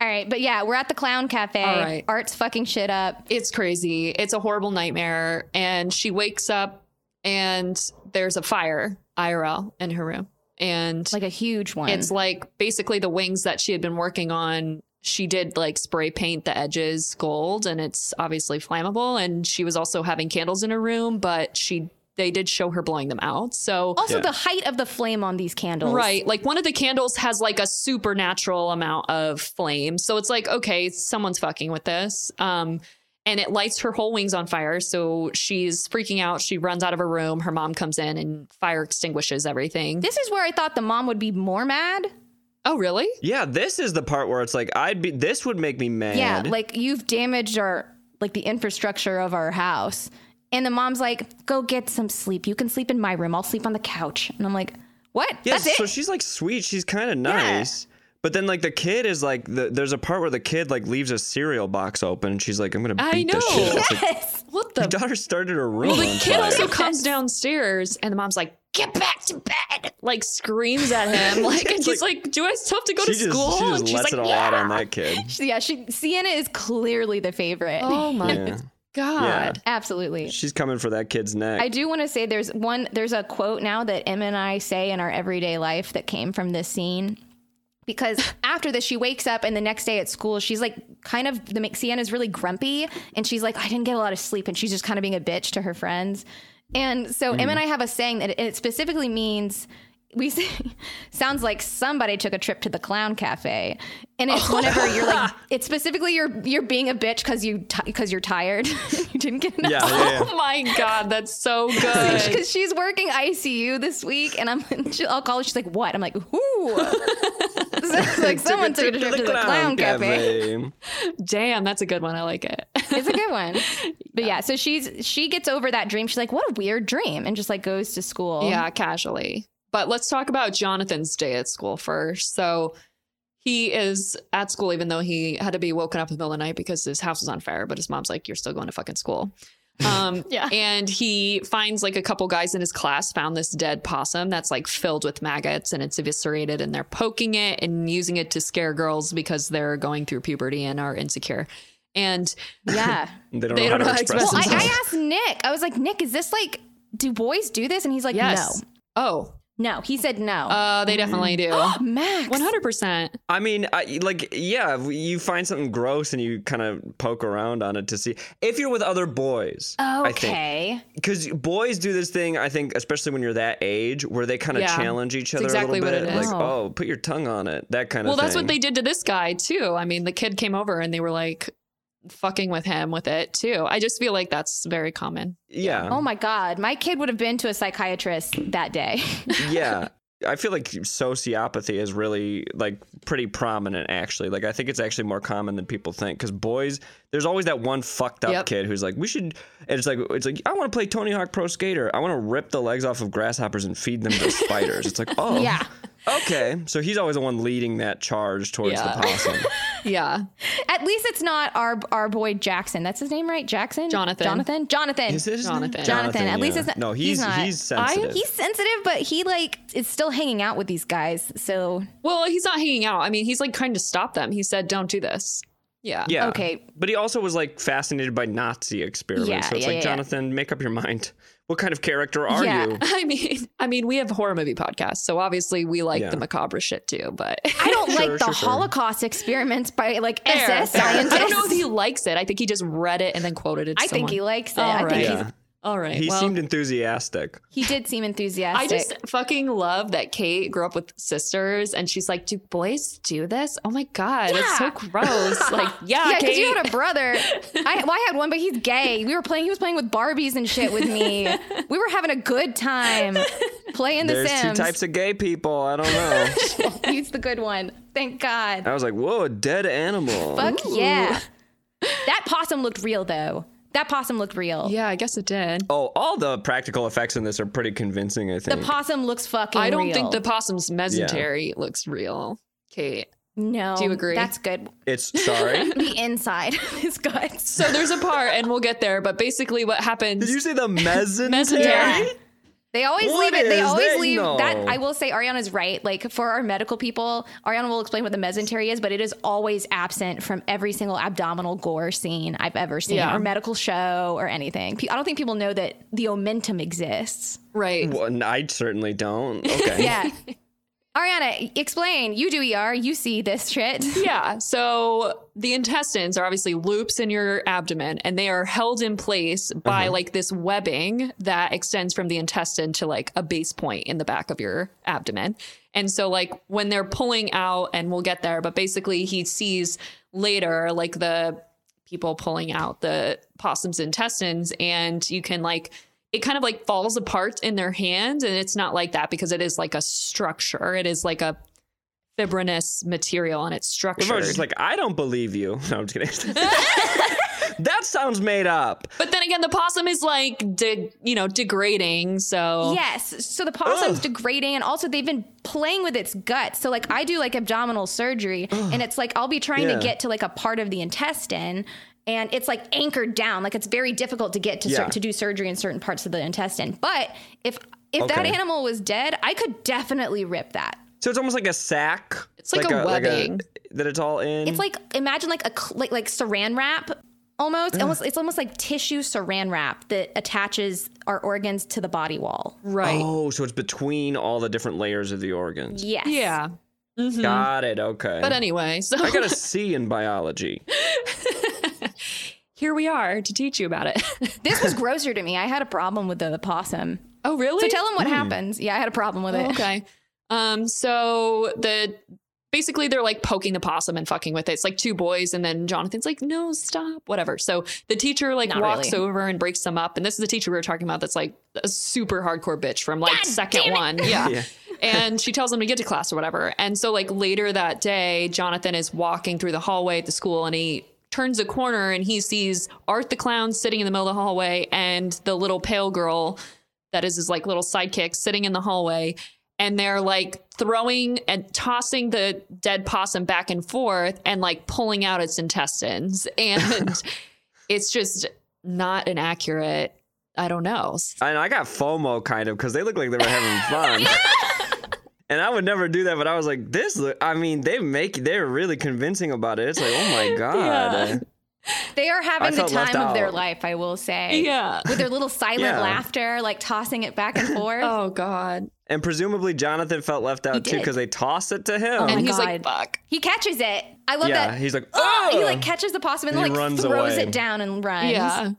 All right, but yeah, we're at the clown cafe. All right. Art's fucking shit up. it's crazy. It's a horrible nightmare and she wakes up and there's a fire IRL in her room and Like a huge one. it's like basically the wings that she had been working on she did like spray paint the edges gold and it's obviously flammable and she was also having candles in her room but she they did show her blowing them out so also Yeah. the height of the flame on these candles. Right. Like one of the candles has like a supernatural amount of flame. So it's like, okay, someone's fucking with this. Um, and it lights her whole wings on fire. So she's freaking out. She runs out of her room. Her mom comes in and fire extinguishes everything. This is where I thought the mom would be more mad. Oh, really? yeah, this is the part where it's like I'd be. This would make me mad. Yeah, like you've damaged our like the infrastructure of our house. And the mom's like, "Go get some sleep. You can sleep in my room. I'll sleep on the couch." And I'm like, "What? Yeah, That's it?" so she's like sweet. She's kind of nice. But then like the kid is like the, there's a part where the kid like leaves a cereal box open and she's like I'm gonna I beat this know. shit. out of you." yes. What Your the? daughter started her room. the on kid fire. also comes downstairs and the mom's like, get back to bed. Like screams at him. Like, and It's he's like- like, do I still have to go she to just, school? she just and she's lets like, it all out on that kid. Yeah, she Sienna is clearly the favorite. oh my Yeah. God. Absolutely. She's coming for that kid's neck. I do want to say there's one there's a quote now that Em and I say in our everyday life that came from this scene because after this she wakes up and the next day at school she's like kind of the Sienna's really grumpy and she's like I didn't get a lot of sleep and she's just kind of being a bitch to her friends and so Mm. Em and I have a saying that it specifically means we say sounds like somebody took a trip to the clown cafe and it's whenever you're like it's specifically you're you're being a bitch because you because you're tired you didn't get enough yeah, yeah, yeah. Oh my god, that's so good. because she's working ICU this week, and I'm she, I'll call her. She's like, "What?" I'm like, "Who?" It's like someone took a trip to the clown cafe. cafe. Damn, that's a good one. I like it. It's a good one, but yeah. So she's she gets over that dream. She's like, "What a weird dream," and just like goes to school. yeah, casually. But let's talk about Jonathan's day at school first. So he is at school even though he had to be woken up in the middle of the night because his house was on fire, but his mom's like, You're still going to fucking school. Um Yeah. and he finds like a couple guys in his class found this dead possum that's like filled with maggots and it's eviscerated and they're poking it and using it to scare girls because they're going through puberty and are insecure. And yeah. They don't, They know, don't how to express well, I, themselves. I asked Nick. I was like, "Nick, is this like do boys do this?" And he's like, yes. Oh, "No, no." He said, "No." Uh, they definitely do. Max, One hundred percent. I mean, I, like, yeah, if you find something gross and you kind of poke around on it to see if you're with other boys. I think okay. because boys do this thing, I think, especially when you're that age, where they kind of Yeah. challenge each other exactly a what little bit, it is. like, oh, put your tongue on it, that kind Well, of. thing. that's what they did to this guy too. I mean, the kid came over and they were like, fucking with him with it too. I just feel like that's very common. Yeah. Oh my God. My kid would have been to a psychiatrist that day. yeah. I feel like sociopathy is really like pretty prominent actually. Like I think it's actually more common than people think cuz boys there's always that one fucked up Yep. kid who's like we should and it's like it's like I want to play Tony Hawk Pro Skater. I want to rip the legs off of grasshoppers and feed them to spiders. It's like, "Oh. Yeah. Okay." So he's always the one leading that charge towards Yeah. the possum. Yeah. At least it's not our our boy Jackson. That's his name, right? Jackson? Jonathan. Jonathan? Jonathan. Is it his name? Jonathan. Jonathan, at least it's not- No, he's he's he's, not. sensitive. He's sensitive, but he like is still hanging out with these guys. So Well, he's not hanging out. I mean, he's like trying to stop them. He said, "Don't do this." Yeah. yeah. okay. But he also was like fascinated by Nazi experiments. Yeah, so it's yeah, like, yeah. Jonathan, make up your mind. What kind of character are Yeah. you? I mean, I mean, we have horror movie podcasts, so obviously we like Yeah. the macabre shit too. But I don't Sure, like the sure, sure. Holocaust experiments by like Fair, SS fair. scientists. I don't know if he likes it. I think he just read it and then quoted it. To I think he someone. likes it. All I think right. he's, Yeah. All right. He well, seemed enthusiastic. he did seem enthusiastic. I just fucking love that Kate grew up with sisters, and she's like, "Do boys do this? Oh my god, it's so Yeah. gross!" like, yeah, yeah, because Kate. you had a brother. I, well, I had one, but he's gay. We were playing. He was playing with Barbies and shit with me. we were having a good time playing The There's Sims. two types of gay people. I don't know. he's the good one. Thank God. I was like, whoa, a dead animal. Fuck yeah. That possum looked real though. That possum looked real. yeah, I guess it did. Oh, all the practical effects in this are pretty convincing, I The think. possum looks fucking I don't real. think the possum's mesentery looks real, Kate. No. Do you agree? That's good. it's sorry. The inside is good. So there's a part, and we'll get there. But basically, what Did happens? you say the mesentery? Mesentery. They always What leave it. They is always that? leave No. that. I will say Ariana's right. Like for our medical people, Ariana will explain what the mesentery is, but it is always absent from every single abdominal gore scene I've ever seen, Yeah. or medical show, or anything. Pe- I don't think people know that the omentum exists. right. Well, n- I certainly don't. Okay. Yeah. Ariana, explain. You do ER. You see this shit. Yeah. So the intestines are obviously loops in your abdomen and they are held in place by like this webbing that extends from the intestine to like a base point in the back of your abdomen. And so, like, when they're pulling out, and we'll get there, but basically, he sees later like the people pulling out the possum's intestines and you can like it kind of like falls apart in their hands and it's not like that because it is like a structure it is like a fibrinous material and it's If I structured was just like, I don't believe you. No, I'm just kidding. that sounds made up. but then again the possum is like de- you know degrading so Yes. So the possum's Oh. Ugh. degrading, and also they've been playing with its guts. So like I do like abdominal surgery, and it's like I'll be trying Yeah. to get to like a part of the intestine, and it's like anchored down. Like it's very difficult to get to cer- Yeah. to do surgery in certain parts of the intestine. But if if that Okay. animal was dead, I could definitely rip that. So it's almost like a sack. It's like a webbing. that it's all in. It's like imagine like a cl- like like saran wrap almost. Mm. Almost it's almost like tissue saran wrap that attaches our organs to the body wall. right oh, so it's between all the different layers of the organs. Yes. yeah Got it. Okay. but anyway so I got a C in biology. here we are to teach you about it This was grosser to me. I had a problem with the possum. oh So really tell him what Mm. happens. Yeah, I had a problem with Oh, it. okay. Um, so the basically they're like poking the possum and fucking with it. It's like two boys, and then Jonathan's like, no, stop, whatever. So the teacher like Not walks really. over and breaks them up. And this is the teacher we were talking about that's like a super hardcore bitch from like second one. Yeah. Yeah. and she tells him to get to class or whatever. And so like later that day, Jonathan is walking through the hallway at the school and he turns a corner and he sees Art the clown sitting in the middle of the hallway and the little pale girl that is his like little sidekick sitting in the hallway and they're like throwing and tossing the dead possum back and forth and like pulling out its intestines and it's just not an accurate i don't know And I got FOMO kind of because they look like they were having fun. And I would never do that, but I was like, "This. Look, I mean, they make they're really convincing about it. It's like, oh my god, They are I having the felt left time of their out. life, I will say. yeah With their little silent Yeah. laughter, like tossing it back and forth. oh god And presumably Jonathan felt left out too did. because they toss it to him. Oh my and he's like fuck He catches it. I love yeah, that. he's like, Oh, oh, he like catches the possum and, And he like runs throws away. it down and runs. yeah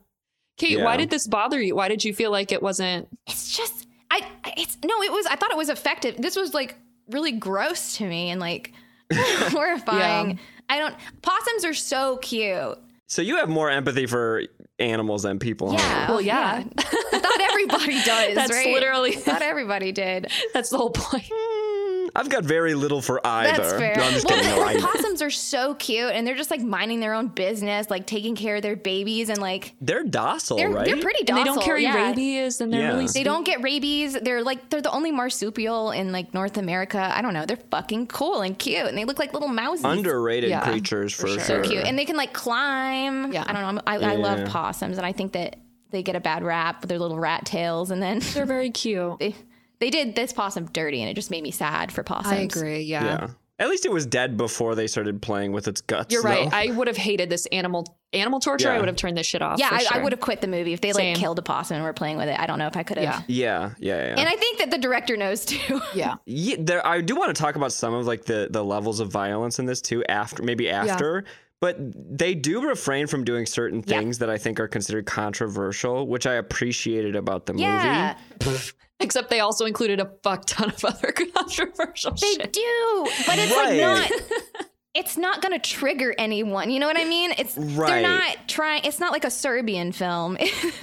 kate Yeah. why did this bother you why did you feel like it wasn't It's just I I- it's no, it was I thought it was effective. This was like really gross to me and like horrifying. I don't possums are so cute. So you have more empathy for animals than people. huh? Yeah. Well, yeah. I thought everybody does, That's right? literally- I thought everybody did. That's the whole point. Hmm, I've got very little for either. That's fair. No, I'm just well, kidding. No, the- the I- possums are so cute, and they're just like minding their own business, like taking care of their babies, and like they're docile, they're right? they're pretty And docile. they don't carry yeah. rabies, and they're Yeah. really They They don't get rabies. They're like they're the only marsupial in like North America. I don't know. They're fucking cool and cute, and they look like little mouses. Underrated Yeah, creatures for, sure. so sure. cute, and they can like climb. Yeah. I don't know. I'm- I, I Yeah. love possums, and I think that they get a bad rap with their little rat tails, and then They're very cute. they, they did this possum dirty, and it just made me sad for possums. I agree. Yeah. yeah. At least it was dead before they started playing with its guts. You're right. though. I would have hated this animal animal torture. Yeah. I would have turned this shit off. Yeah, for I, I sure. would have quit the movie if they Same. like killed a possum and were playing with it. I don't know if I could have. Yeah. yeah, yeah, yeah. And I think that the director knows too. Yeah. yeah, there I do want to talk about some of like the the levels of violence in this too after maybe after but they do refrain from doing certain Yeah. things that I think are considered controversial which I appreciated about the yeah, Except they also included a fuck ton of other controversial they shit. do, but it's like Right. not. It's not going to trigger anyone. You know what I mean? It's Right. they're not trying. It's not like a Serbian film.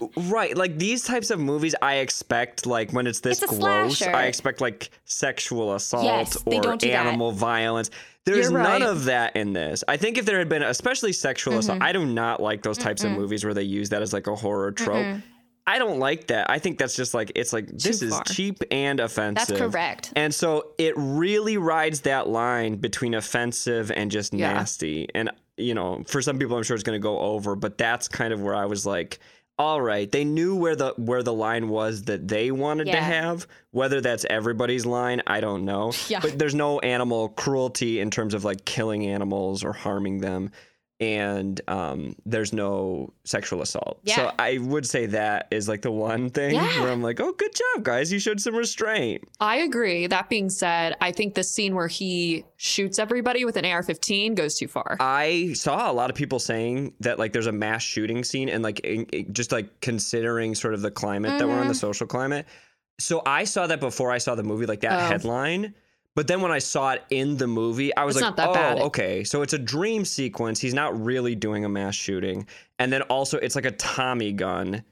movie right like these types of movies I expect like when it's this It's a gross slasher. I expect like sexual assault Yes, they or don't do that. animal violence there's You're right. none of that in this I think if there had been especially sexual Mm-hmm. assault I do not like those types of movies where they use that as like a horror trope I don't like that. I think that's just like it's like this is far. cheap and offensive. correct. And so it really rides that line between offensive and just Yeah. nasty. And you know, for some people I'm sure it's going to go over, but that's kind of where I was like all right, they knew where the where the line was that they wanted to Yeah. have. Whether that's everybody's line, I don't know. Yeah. But there's no animal cruelty in terms of like killing animals or harming them and um, there's no sexual assault. So Yeah. I would say that is like the one thing Yeah. where I'm like, oh, good job, guys. You showed some restraint. I agree. That being said, I think the scene where he shoots everybody with an AR-15 goes too far. I saw a lot of people saying that like there's a mass shooting scene and like in, in- just like considering sort of the climate that Mm-hmm. we're in, the social climate. So I saw that before I saw the movie, like that Oh. headline. But then when I saw it in the movie, I was It's like, not that oh, bad. okay. So it's a dream sequence. He's not really doing a mass shooting. And then also it's like a Tommy gun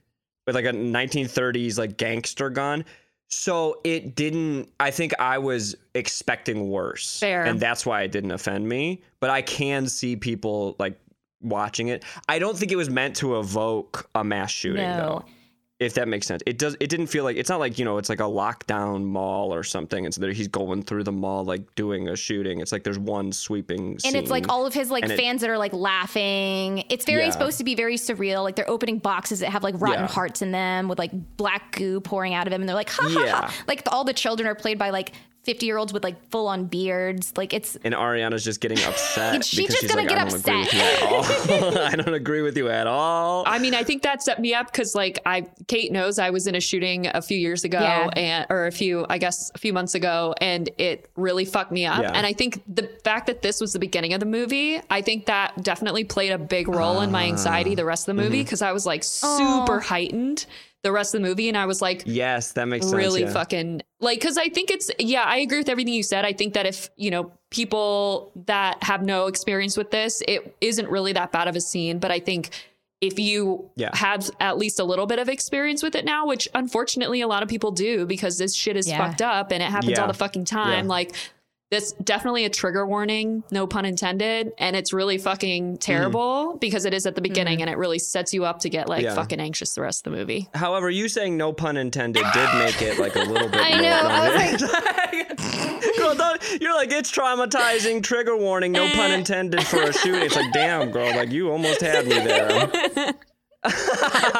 with like a 1930s like gangster gun. So it didn't I think I was expecting worse. Fair. And that's why it didn't offend me, but I can see people like watching it. I don't think it was meant to evoke a mass shooting No. though. If that makes sense. It does it didn't feel like it's not like, you know, it's like a lockdown mall or something. And so there, he's going through the mall like doing a shooting. It's like there's one sweeping and it's like scene. all of his like And it- fans that are like laughing. It's very Yeah. supposed to be very surreal. Like they're opening boxes that have like rotten Yeah. hearts in them with like black goo pouring out of them, and they're like, ha ha Yeah. ha. Like all the children are played by like fifty year olds with like full on beards. Like it's and Ariana's just getting upset. She's because just she's gonna like, get I don't agree with you at all. I don't agree with you at all. I mean, I think that set me up because, like, I Kate knows I was in a shooting a few years ago, Yeah. and or a few, I guess, a few months ago, and it really fucked me up. Yeah. And I think the fact that this was the beginning of the movie, I think that definitely played a big role in my anxiety the rest of the movie because I was like super heightened the rest of the movie, and I was like Yes, that makes really sense. yeah. fucking like because I think it's yeah I agree with everything you said I think that if you know people that have no experience with this it isn't really that bad of a scene but I think if you Yeah. have at least a little bit of experience with it now which unfortunately a lot of people do because this shit is Yeah. fucked up and it happens Yeah. all the fucking time Yeah. like that's definitely a trigger warning no pun intended and it's really Mm. fucking terrible because it is at the beginning and it really sets you up to get like Yeah. fucking anxious the rest of the movie However, you saying no pun intended did make it like a little bit. I more know, I was like, girl, don't, you're like it's traumatizing. Trigger warning. No pun intended for a shooting. It's like, damn, girl, like you almost had me there.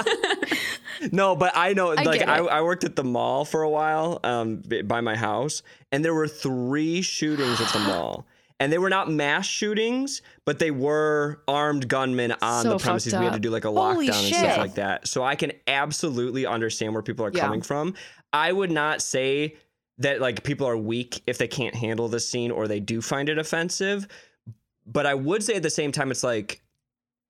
no, but I know. like get I, it. I worked at the mall for a while, um, b- by my house, and there were three shootings at the mall. And they were not mass shootings, but they were armed gunmen on So the premises. fucked We had to up. do like a Holy lockdown and stuff shit. like that. So I can absolutely understand where people are Yeah. coming from. I would not say that like people are weak if they can't handle the scene or they do find it offensive, but I would say at the same time it's like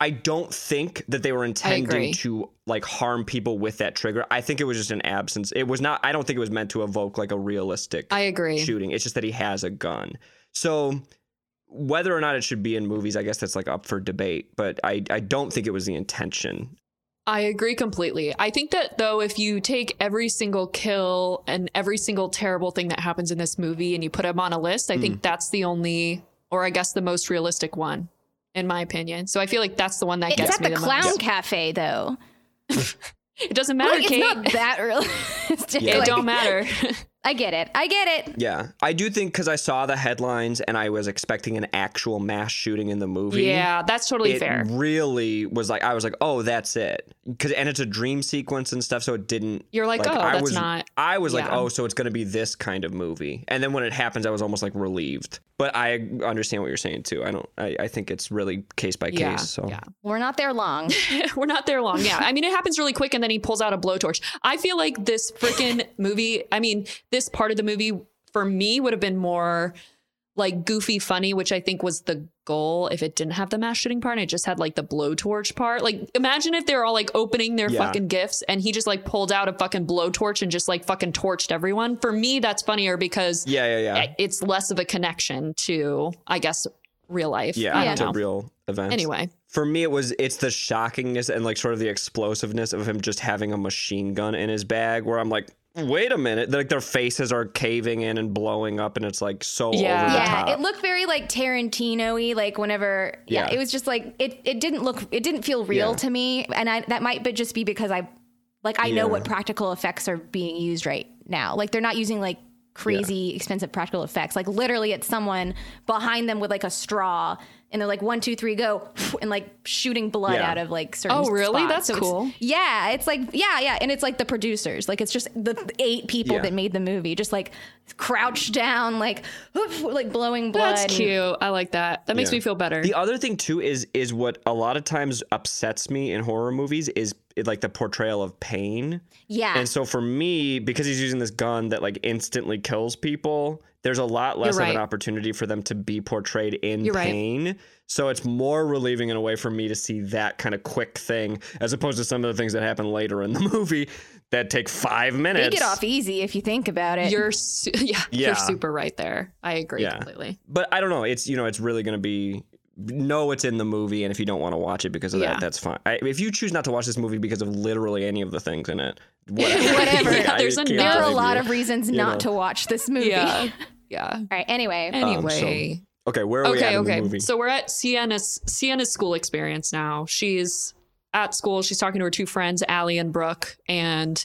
I don't think that they were agree. intending to like harm people with that trigger. I think it was just an absence. It was not I don't think it was meant to evoke like a realistic I agree shooting. It's just that he has a gun. So whether or not it should be in movies, I guess that's like up for debate. But I, I don't think it was the intention. I agree completely. I think that though, if you take every single kill and every single terrible thing that happens in this movie and you put them on a list, I Hmm. think that's the only, or I guess the most realistic one, in my opinion. So I feel like that's the one that it's gets at me the the clown most. cafe though. It doesn't matter, Like, Kate. it's not that realistic. Yeah. it Like, don't matter. I get it. I get it. Yeah, I do think because I saw the headlines and I was expecting an actual mass shooting in the movie. yeah, that's totally It fair. really was like I was like, oh, that's it, because and it's a dream sequence and stuff, so it didn't. You're like, oh, I that's was, not- I was like, yeah. oh, so it's gonna be this kind of movie, and then when it happens, I was almost like relieved. But I understand what you're saying too. I don't. I, I think it's really case by case. Yeah, so yeah. We're not there long. We're not there long. Yeah. I mean, it happens really quick and then he pulls out a blowtorch. I feel like this freaking movie, I mean, this part of the movie for me would have been more like goofy funny, which I think was the goal if it didn't have the mass shooting part and it just had like the blowtorch part. Like, imagine if they're all like opening their Yeah. fucking gifts and he just like pulled out a fucking blowtorch and just like fucking torched everyone. For me, that's funnier because yeah, yeah, yeah, i- it's less of a connection to, I guess, real life. yeah. I Yeah. don't To know. real events. Anyway. for me it was it's the shockingness and like sort of the explosiveness of him just having a machine gun in his bag where i'm like wait a minute like their faces are caving in and blowing up and it's like so Yeah. over the yeah, top it looked very like Tarantino-y. Like whenever, yeah, Yeah. it was just like it. It didn't look. It didn't feel real Yeah. to me, and I, that might be just be because I, like, I Yeah. know what practical effects are being used right now. Like they're not using like crazy expensive practical effects. Like literally, it's someone behind them with like a straw, and they're like one, two, three, go, and like shooting blood Yeah. out of like certain. Oh, really? spots. That's it's- cool. yeah, it's like yeah, yeah, and it's like the producers, like it's just the eight people Yeah. that made the movie, just like crouched down, like oof, like blowing blood. That's cute. I like that. That makes Yeah. me feel better. the other thing too is is what a lot of times upsets me in horror movies is it, like the portrayal of pain Yeah, and so for me because he's using this gun that like instantly kills people there's a lot less You're of an right. opportunity for them to be portrayed in You're right. pain so it's more relieving in a way for me to see that kind of quick thing as opposed to some of the things that happen later in the movie that take five they minutes get off easy if you think about it. You're su- yeah, Eh, Yeah. you're super right there. I agree Yeah. completely. but i don't know it's you know it's really gonna be know it's in the movie and if you don't want to watch it because of Yeah. that that's fine I, if you choose not to watch this movie because of literally any of the things in it whatever, Whatever. Like, I There's can't there enough. are a blame lot you. of reasons not know. to watch this movie. Yeah. All Yeah. right. Anyway, Anyway. okay where are we at okay, in the okay. movie So we're at Sienna's Sienna's school experience now. She's at school, she's talking to her two friends, Allie and Brooke, and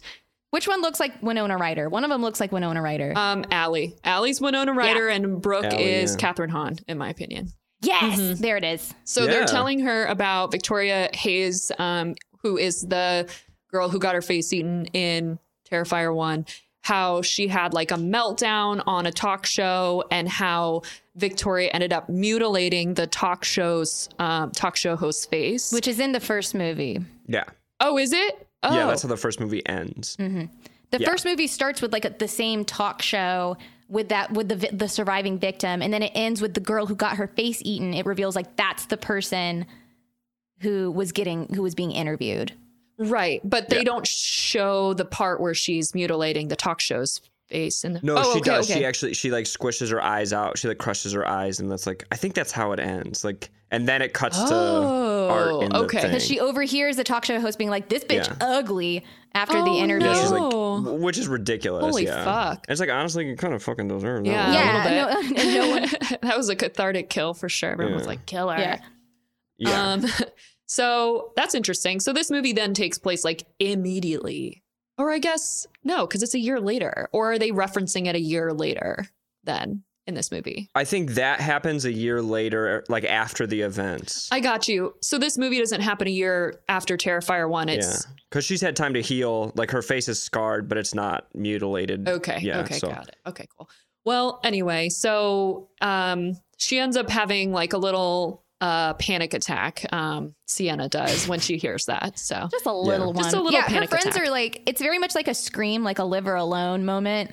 which one looks like Winona Ryder? One of them looks like Winona Ryder. um Allie. Allie's Winona Ryder and Brooke Allie, is yeah. Catherine Hahn, in my opinion. yes, mm-hmm. there it is. So they're Yeah. telling her about Victoria Hayes, um, who is the girl who got her face eaten in Terrifier 1, how she had like a meltdown on a talk show and how Victoria ended up mutilating the talk show's um, talk show host's face. Which is in the first movie. yeah oh, is it? Oh, Mm. yeah that's how the first movie ends The Yeah. first movie starts with like a, the same talk show with that with the vi- the surviving victim, and then it ends with the girl who got her face eaten. It reveals like that's the person who was getting who was being interviewed. right. But they Yeah. don't show the part where she's mutilating the talk show's face. And No, oh, she okay, does. okay. She actually she like squishes her eyes out. She like crushes her eyes, and that's like I think that's how it ends. Like, and then it cuts Oh, to art in the okay. thing. Because she overhears the talk show host being like, "This bitch Yeah. ugly" after Oh, the interview. yeah, she's like, Oh. w- which is ridiculous. Holy yeah. fuck. It's like honestly, you kind of fucking deserve that. Yeah, one. Yeah, a little bit. that was a cathartic kill for sure. Everyone was Yeah. like, "Kill her." Yeah. yeah. Um, so that's interesting. So this movie then takes place like immediately, or I guess no, because it's a year later. Or are they referencing it a year later then in this movie? I think that happens a year later, like after the events. I got you. So this movie doesn't happen a year after Terrifier one. yeah, It's because she's had time to heal. Like her face is scarred, but it's not mutilated. okay. Yeah, okay, so- got it. Okay, cool. Well, anyway, so um, she ends up having like a little uh panic attack. Um, Sienna does when she hears that. So Just a little one. Just a little yeah, her panic friends attack. are like, it's very much like a scream, like a live or alone moment,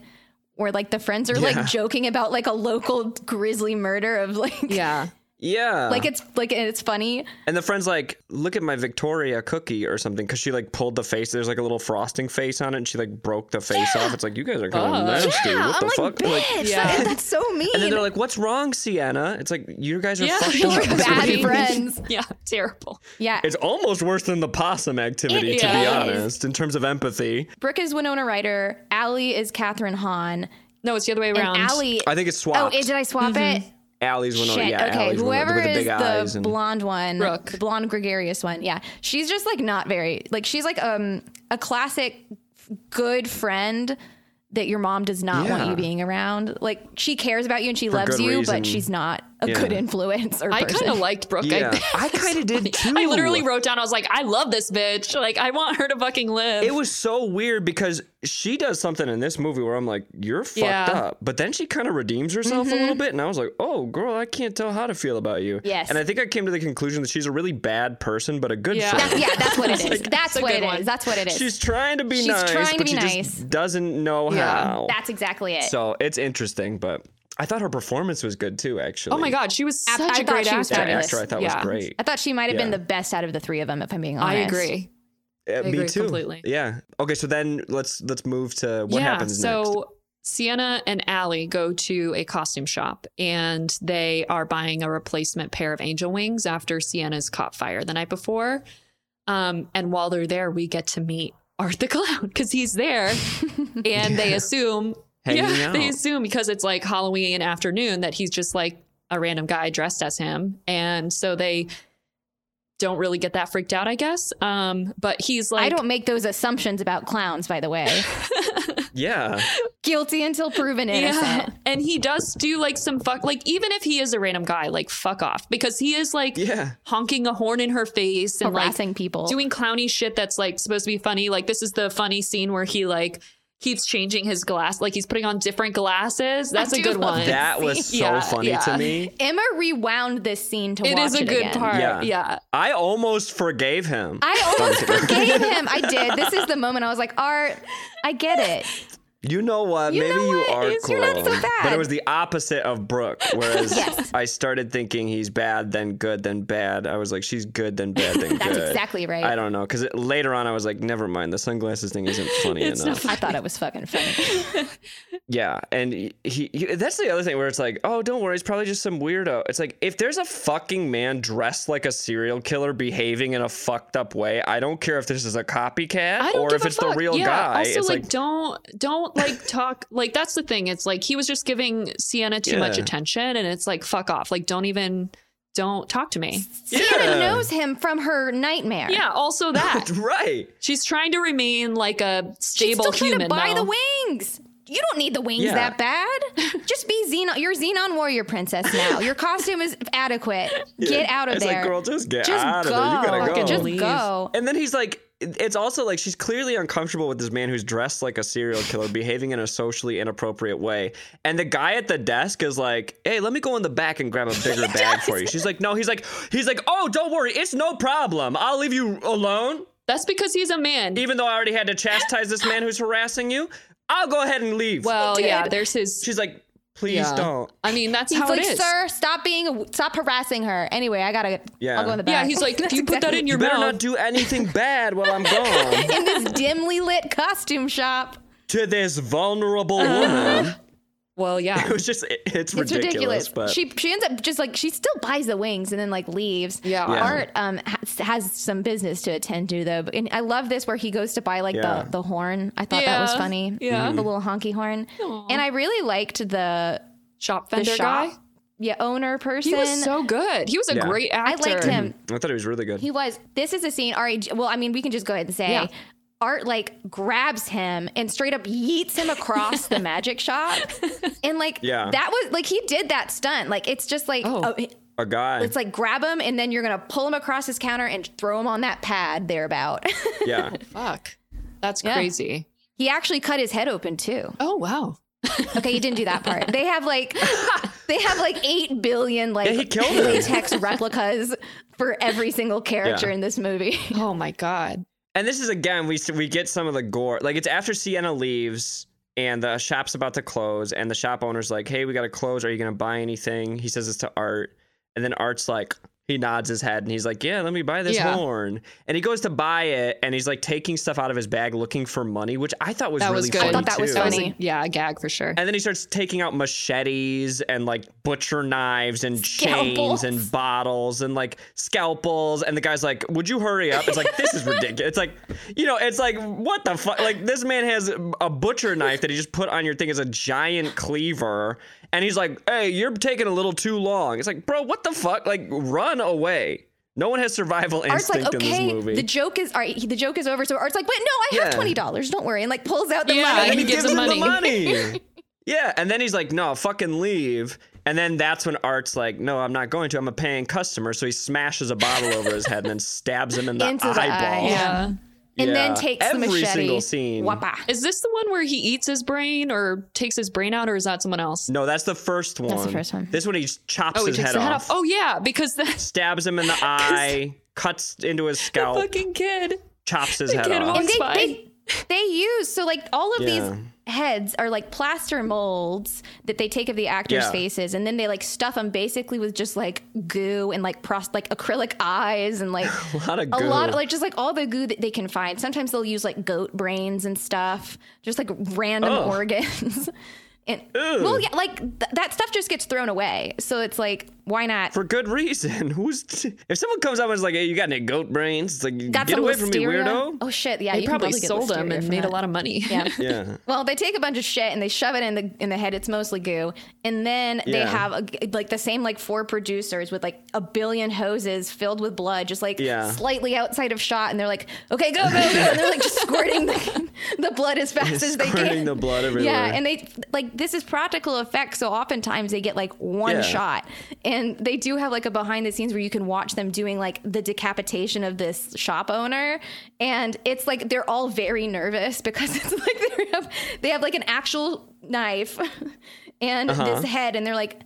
where like the friends are Yeah. like joking about like a local grisly murder of like yeah. Yeah. Like it's like it's funny. and the friend's like, look at my Victoria cookie or something. Cause she like pulled the face. There's like a little frosting face on it and she like broke the face off. It's like, you guys are kind Fuck. of nasty. Yeah, what I'm the like, fuck? bitch, Like, that- Yeah. that's so mean. and then they're like, what's wrong, Sienna? It's like, you guys are Yeah. fucked You're up. We're bad friends. Yeah, terrible. Yeah, It's almost worse than the possum activity, It to be is. honest, in terms of empathy. Brooke is Winona Ryder. Allie is Catherine Hahn. No, it's the other way around. And Allie. I think it's oh, swapped. eh, did I swap it? Allie's one. Shit. Yeah, okay. Allie's Whoever one, with the is big eyes the and- blonde one, Brooke. the blonde gregarious one. Yeah, she's just like not very like she's like um a classic f- good friend that your mom does not want Yeah. you being around. Like she cares about you and she loves good you, reason. but she's not a Yeah. good influence or I person. kind of liked Brooke. Yeah, I think. kind of did too. I literally wrote down. I was like, I love this bitch. Like, I want her to fucking live. It was so weird because she does something in this movie where I'm like, "You're fucked Yeah. Mm-hmm. up," but then she kind of redeems herself a little bit, and I was like, "Oh, girl, I can't tell how to feel about you." Yes. and I think I came to the conclusion that she's a really bad person, but a good Yeah. friend. That's, yeah, that's what it is. that's a what good it is. one. That's what it is. She's trying to be She's nice, trying to but be she nice. just doesn't know Yeah. how. that's exactly it. so it's interesting, but I thought her performance was good too. Actually, oh my god, she was I- such I a thought great she was actor. that fabulous. actor I thought Yeah. was great. I thought she might have been Yeah. the best out of the three of them, if I'm being I honest. agree. Uh, me agree too. completely. Yeah. Okay, so then let's let's move to what yeah. happens so next. Sienna and Allie go to a costume shop and they are buying a replacement pair of angel wings after Sienna's caught fire the night before. Um, and while they're there, we get to meet Art the Clown because he's there, and they assume. Hanging yeah, they out. assume because it's like Halloween afternoon that he's just like a random guy dressed as him, and so they don't really get that freaked out, I guess. Um, but he's like, I don't make those assumptions about clowns, by the way. Yeah. Guilty until proven innocent. And he does do like some fuck, like even if he is a random guy, like fuck off because he is like Yeah. honking a horn in her face and like Harassing people. doing clowny shit that's like supposed to be funny. Like this is the funny scene where he like keeps changing his glass, like he's putting on different glasses. That's a do good love one. That was so Yeah, funny yeah. to me. Emma rewound this scene to it watch is a it good again. part. Yeah. Yeah. I almost forgave him. I almost forgave him. I did. This is the moment I was like, Art, I get it. you know what? You Maybe know you what? are It's- cool. you're not so bad. But it was the opposite of Brooke. Whereas Yes. I started thinking he's bad, then good, then bad. I was like, she's good, then bad, then That's good. exactly right. I don't know. Because later on, I was like, never mind. The sunglasses thing isn't funny It's enough. not I thought it was fucking funny. Yeah, and he, he that's the other thing where it's like, oh, don't worry, it's probably just some weirdo. It's like if there's a fucking man dressed like a serial killer behaving in a fucked up way, I don't care if this is a I copycat don't or give if a it's fuck. the real yeah. guy. Also, it's like, like, don't don't like talk like that's the thing. It's like he was just giving Sienna too much Yeah. attention, and it's like fuck off. Like don't even don't talk to me. Sienna knows him from her nightmare. Yeah. Also that right. she's trying to remain like a She's stable still trying to human. buy though. the wings. You don't need the wings Yeah. that bad. Just be Xenon. You're Xenon warrior princess now. Your costume is adequate. Get out of it's there. like, girl, just get just out go. of there. You gotta Fucking go. Just Leave. go. And then he's like, it's also like she's clearly uncomfortable with this man who's dressed like a serial killer, behaving in a socially inappropriate way. And the guy at the desk is like, hey, let me go in the back and grab a bigger bag for you. She's like, no, he's like, he's like, oh, don't worry, it's no problem. I'll leave you alone, That's because he's a man. even though I already had to chastise this man who's harassing you. I'll go ahead and leave. well, He did. yeah. There's his. she's like, please Yeah. don't. I mean, that's He's how like, it is. sir, stop being, a, stop harassing her. Anyway, I gotta, Yeah. I'll go in the back. yeah. He's like, That's if you put that exactly- in You your better mouth. not do anything bad while I'm gone. in this dimly lit costume shop. to this vulnerable well, woman. It yeah. was just, it- It's it's, ridiculous, ridiculous. But She she ends up just like she still buys the wings and then like leaves. Yeah. Yeah. Art um has, has some business to attend to though. And I love this where he goes to buy like Yeah. Mm-hmm. the the horn. I thought that was Yeah. funny. Yeah. The little honky horn. And I really liked the Shop the vendor shop guy. yeah owner person. He was so good. He was a Yeah. great I actor. liked him. I thought it was really good. He was. This is a scene. All right. Well, I mean, we can just go ahead and say Yeah. Art like grabs him and straight up yeets him across the magic shop. And like, Yeah. that was like, he did that stunt. Like, it's just like, Oh. oh, a guy. it's like grab him and then you're going to pull him across his counter and throw him on that pad thereabout. yeah. Fuck. That's Yeah. crazy. he actually cut his head open too. Oh wow. Okay. He didn't do that part. They have like, they have like 8 billion like Yeah, he killed him. latex replicas for every single character Yeah. in this movie. Oh my god. And this is again, we we get some of the gore. Like it's after Sienna leaves and the shop's about to close, and the shop owner's like, "Hey, we got to close. Are you gonna buy anything?" He says this to Art, And then Art's like, he nods his head and he's like, Yeah, let me buy this Yeah. horn. And he goes to buy it and he's like taking stuff out of his bag looking for money, which I thought was That really was good. funny. I thought that was too. That was Funny. a, yeah, a gag for sure. And then he starts taking out machetes and like butcher knives and Scalpels. chains and bottles and like scalpels. And the guy's like, Would you hurry up? It's like, This is ridiculous. It's like, you know, it's like, What the fuck? Like, this man has a butcher knife that he just put on your thing as a giant cleaver. And he's like, Hey, you're taking a little too long. It's like, Bro, what the fuck? Like, run away. No one has survival Art's instinct like, in this okay, movie. the joke is, all right, he- the joke is over. So Art's like, wait, no, I have Yeah. twenty dollars. Don't worry, and like pulls out the Yeah, money. and he gives him money. yeah, and then he's like, "No, fucking leave." And then that's when Art's like, "No, I'm not going to. I'm a paying customer." So he smashes a bottle over his head and then stabs him in the Into the eye, eyeball. yeah. and then Yeah. takes Every the machete. single scene. Whoppa. Is this the one where he eats his brain or takes his brain out, or is that someone else? No, that's the first one. first one. This one he chops oh, he his takes head the head off, off. Oh yeah, because the, stabs him in the eye, cuts into his the scalp, fucking kid. chops his the head kid off. won't- and It's they, fine. they they use so like all of Yeah. these heads are like plaster molds that they take of the actors' Yeah. faces, and then they like stuff them basically with just like goo and like pros like acrylic eyes and like a lot of a goo. lot of, like just like all the goo that they can find. Sometimes they'll use like goat brains and stuff, just like random Ugh. organs. And, well, yeah, like th- that stuff just gets thrown away. So it's like, why not? for good reason. Who's if someone comes up and is like, "Hey, you got any goat brains?" It's like, Got "Get some away from me, listeria. weirdo." Oh shit! Yeah, They you can probably probably get sold him listeria and from made that. a lot of money. Yeah. Yeah. Well, they take a bunch of shit and they shove it in the in the head. It's mostly goo, and then they Yeah. have a, like the same like four producers with like a billion hoses filled with blood, just like Yeah. slightly outside of shot. And they're like, "Okay, go, go, go!" and they're like just squirting the, the blood as fast as they Squirting can. the blood everywhere. yeah, and they like this is practical effects, so oftentimes they get like one Yeah. shot, and they do have like a behind the scenes where you can watch them doing like the decapitation of this shop owner, and it's like they're all very nervous because it's like they have they have like an actual knife and Uh-huh. this head, and they're like.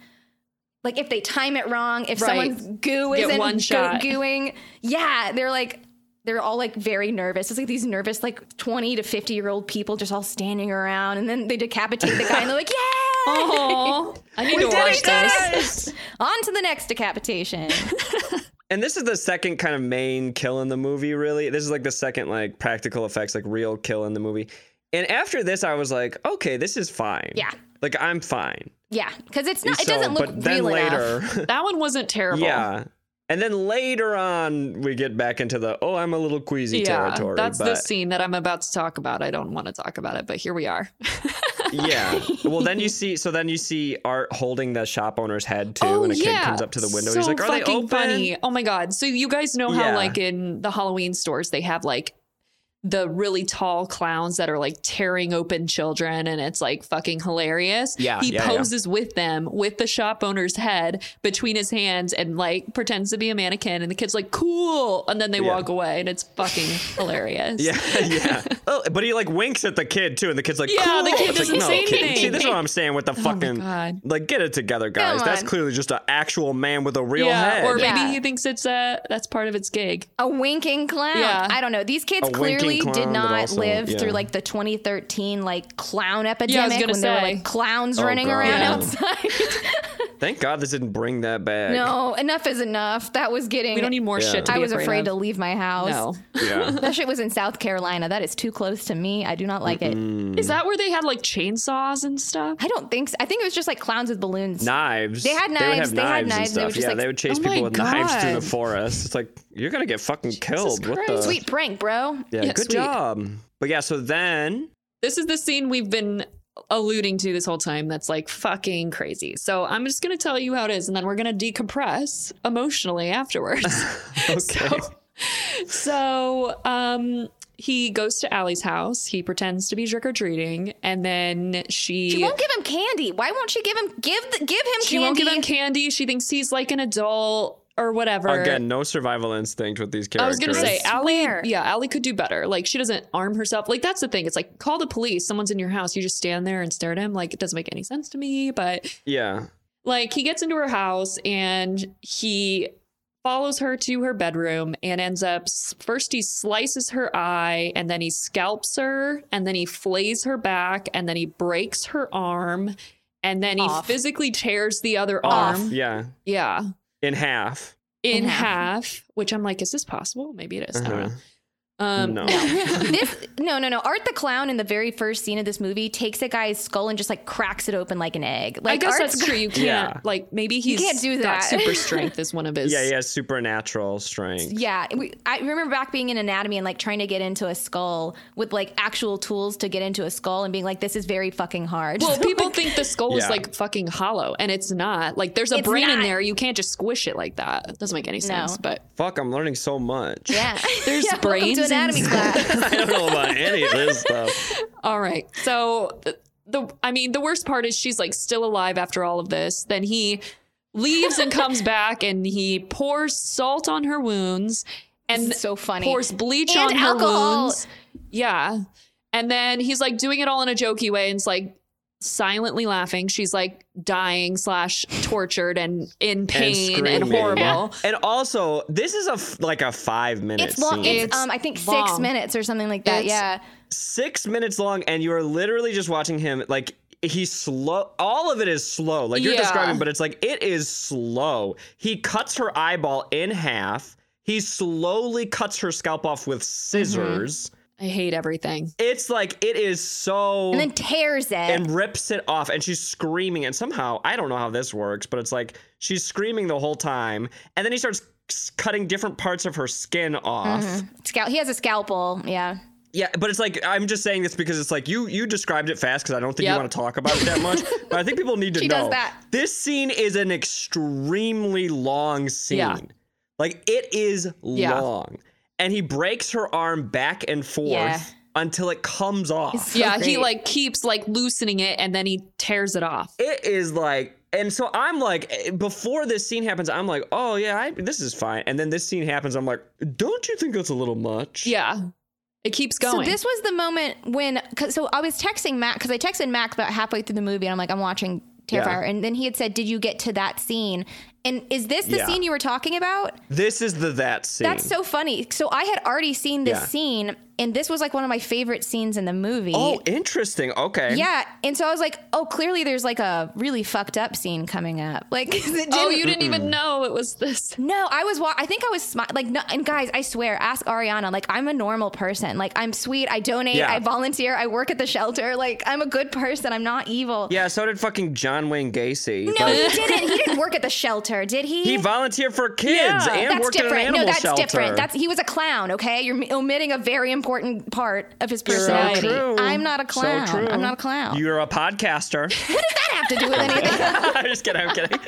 Like if they time it wrong, if Right. someone's goo Get isn't one go- shot. gooing, yeah, they're like they're all like very nervous. It's like these nervous like twenty to fifty year old people just all standing around, and then they decapitate the guy, and they're like, "Yeah, Oh, I need to did watch it, this. guys! on to the next decapitation." And this is the second kind of main kill in the movie, really. This is like the second like practical effects, like real kill in the movie. And after this, I was like, okay, this is fine. Yeah. Like I'm fine. yeah, because it's not. It So- doesn't look but then real later, enough. That one wasn't terrible. yeah. And then later on, we get back into the oh, I'm a little queasy territory. that's the but- scene that I'm about to talk about. I don't want to talk about it, but here we are. yeah. Well, then you see, so then you see Art holding the shop owner's head too, and a kid comes up to the window. Oh, So He's like, "Are they fucking open?" funny. Oh my god. So you guys know how Yeah. like in the Halloween stores they have like the really tall clowns that are like tearing open children and it's like fucking hilarious. Yeah, He yeah, yeah. poses with them with the shop owner's head between his hands and like pretends to be a mannequin and the kid's like cool and then they Yeah. walk away and it's fucking hilarious. Yeah, yeah. Oh, but he like winks at the kid too, and the kid's like, Yeah, the "Cool." kid It's like, doesn't no, say kid. anything. Oh See, this is what I'm saying with the fucking God. like, get it together, guys. Come That's on. clearly just an actual man with a real Yeah, head. or maybe Yeah. he thinks it's uh that's part of its gig. A winking clown. Yeah. I don't know. These kids A winking clearly clown did that not also- live yeah. through like the 2013 like clown epidemic gonna when there were say. like clowns Oh, running God. around Yeah. outside. Thank God this didn't bring that back. no, enough is enough. That was getting. We don't need more Yeah. shit to I be was afraid, of. to leave my house. no. Yeah. That shit was in South Carolina. That is too close to me. I do not like it. Mm. Is that where they had like chainsaws and stuff? I don't think so. I think it was just like clowns with balloons. Knives. They had They would knives, have they had knives, knives, and they stuff. were just yeah, like- they would chase Oh my people with knives through the God. forest. It's like you're gonna get fucking killed. What the? Christ. Sweet prank, bro. Yeah, Yeah, good sweet. job. But yeah, so then This is the scene we've been alluding to this whole time that's like fucking crazy. So I'm just going to tell you how it is and then we're going to decompress emotionally afterwards. okay. so, um, he goes to Allie's house. He pretends to be trick or treating, and then she She won't give him candy. Why won't she give him give the, give him she candy? won't give him candy. She thinks he's like an adult or whatever. Again, no survival instinct with these I characters. was gonna say, I Allie. swear. Yeah, Allie could do better. Like she doesn't arm herself. Like that's the thing. It's like call the police. Someone's in your house. You just stand there and stare at him. Like it doesn't make any sense to me. But Yeah. like he gets into her house and he follows her to her bedroom and ends up first he slices her eye and then he scalps her and then he flays her back and then he breaks her arm and then he Off. physically tears the other Off. arm. Yeah. Yeah. in half. In in half. half. which I'm like, is this possible? Maybe it is. I Uh-huh. don't know. Mm-hmm. Um, No. this no no no art the clown in the very first scene of this movie takes a guy's skull and just like cracks it open like an egg like I guess Art's- that's true. You can't Yeah. like maybe he's can't do got that. super strength is one of his. Yeah, yeah, supernatural strength. yeah we, i remember back being in anatomy and like trying to get into a skull with like actual tools to get into a skull and being like this is very fucking hard Well, people think the skull is Yeah. like fucking hollow, and it's not. Like there's a It's brain in not. there. You can't just squish it like that. It doesn't make any sense. But Fuck, I'm learning so much. yeah There's yeah, welcome brains to anatomy in- class I don't know about any of this stuff. all right. So the, the I mean the worst part is she's like still alive after all of this. Then he leaves and comes back, and he pours salt on her wounds, and It's so funny pours bleach And on her alcohol. wounds. Yeah. And then he's like doing it all in a jokey way and it's like silently laughing. She's like dying slash tortured and in pain and, screaming. horrible. And also, this is a f- like a five minute it's long scene. it's, It's um i think six long. minutes or something like that It's- yeah six minutes long, and you are literally just watching him like. He's slow. All of it is slow, like you're Yeah. describing, but it's like it is slow. He cuts her eyeball in half. He slowly cuts her scalp off with scissors. I hate everything. It's like it is so. and then tears it and rips it off and she's screaming and somehow i don't know how this works but it's like she's screaming the whole time and then he starts c- cutting different parts of her skin off Mm-hmm. Scal- he has a scalpel yeah yeah but it's like i'm just saying this because it's like you you described it fast because i don't think Yep. you want to talk about it that much but i think people need to She know does that. this scene is an extremely long scene Yeah. like it is Yeah. long and he breaks her arm back and forth Yeah. until it comes off So yeah, he great. like keeps like loosening it and then he tears it off. it is like and so i'm like eh, before this scene happens i'm like oh yeah I, this is fine and then this scene happens i'm like don't you think that's a little much Yeah. It keeps going. So this was the moment when, cause, so I was texting Mac because I texted Mac about halfway through the movie, and I'm like, I'm watching Terrifier, and then he had said, "Did you get to that scene?" And is this the Yeah. scene you were talking about? this is the that scene That's so funny. So I had already seen this Yeah. scene, and this was like one of my favorite scenes in the movie. oh interesting okay Yeah, and so I was like, "Oh, clearly there's like a really fucked up scene coming up." Like, 'cause it oh, didn't- you didn't even know it was this. no, I was. Wa- I think I was smi- like, no, and guys, I swear, ask Ariana. Like, I'm a normal person. Like, I'm sweet. I donate. Yeah. I volunteer. I work at the shelter. Like, I'm a good person. I'm not evil. yeah so did fucking john wayne gacy No, Like, he didn't. He didn't work at the shelter, did he? he volunteered for kids Yeah. and that's worked different. at an animal no, that's shelter different. That's he was a clown. Okay, you're m- omitting a very important part of his so personality. true. I'm not a So clown. true. I'm not a clown. You're a podcaster. what does that have to do with anything? I'm just kidding. I'm kidding.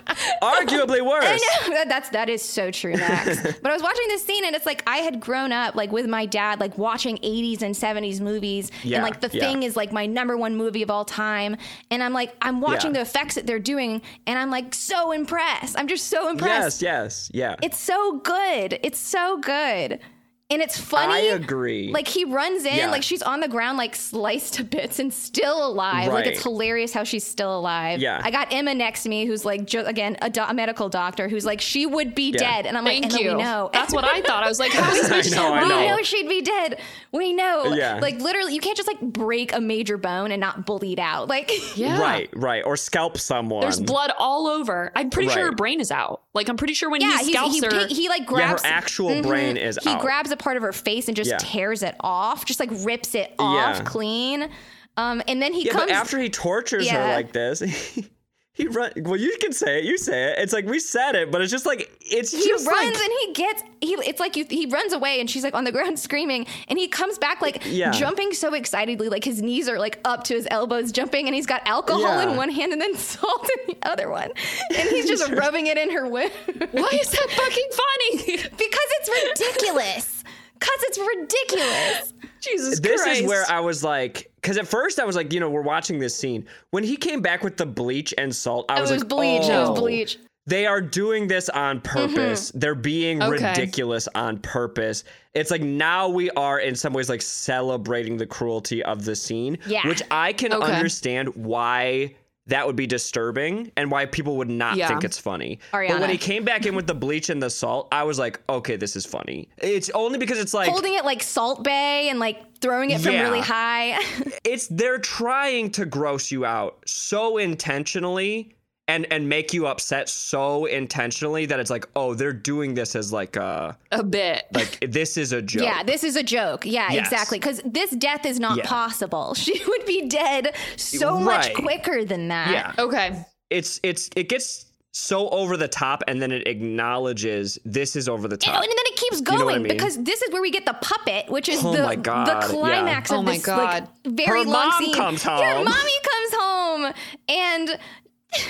Arguably worse. I know. That- That's that is so true, Max. but I was watching this scene and it's like I had grown up like with my dad, like watching 80s and 70s movies. Yeah, and like the yeah. thing is like my number one movie of all time. And I'm like, I'm watching the Yeah. effects that they're doing, and I'm like so impressed. I'm just so impressed. Yes, yes, yeah. It's so good. It's so good. And it's funny. I agree. Like he runs in, Yeah. like she's on the ground, like sliced to bits and still alive. Like it's Right. hilarious how she's still alive. Yeah. I got Emma next to me, who's like jo- again a, do- a medical doctor, who's like she would be dead, and I'm Thank like, Emma, you. we know. That's what I thought. I was like, how is I this know, I we know. know she'd be dead. We know. Yeah. Like literally, you can't just like break a major bone and not bleed out. Like Yeah. Right, right. Or scalp someone. There's blood all over. I'm pretty sure her Right. brain is out. Like I'm pretty sure when yeah, he's- he scalps he, her, take- he like Yeah, her grabs. mm-hmm. actual brain is he out. grabs a part of her face and just Yeah. tears it off, just like rips it off Yeah. clean. Um, and then he Yeah, comes but after he tortures her Yeah. like this, he, he run. Well, you can say it. You say it. It's like we said it, but it's just like it's he runs just like and he gets he it's like you, he runs away and she's like on the ground screaming and he comes back like Yeah. jumping so excitedly like his knees are like up to his elbows jumping and he's got alcohol Yeah. in one hand and then salt in the other one and he's just rubbing it in her wound why is that fucking funny? because it's ridiculous because it's ridiculous Jesus this Christ. is where I was like, because at first I was like, you know, we're watching this scene. When he came back with the bleach and salt, I it was, was like, bleach it oh, was bleach They are doing this on purpose. They're being Okay. ridiculous on purpose. It's like now we are in some ways like celebrating the cruelty of the scene, Yeah. which I can Okay. understand why that would be disturbing and why people would not Yeah. think it's funny. But Ariana. when he came back in with the bleach and the salt, I was like, okay, this is funny. It's only because it's like holding it like salt bay and like throwing it from Yeah. really high it's they're trying to gross you out so intentionally and and make you upset so intentionally that it's like, oh, they're doing this as like uh, a a bit. like this is a joke. Yeah, this is a joke. Yeah, Yes. exactly. Because this death is not Yeah. possible. She would be dead so much Right. quicker than that. yeah. okay. It's it's it gets so over the top, and then it acknowledges this is over the And, top. and then it keeps know going what I mean? because this is where we get the puppet, which is Oh the, my God, the climax yeah. of Oh my this like, God. very Her long mom scene. comes Yeah, home. mommy comes home and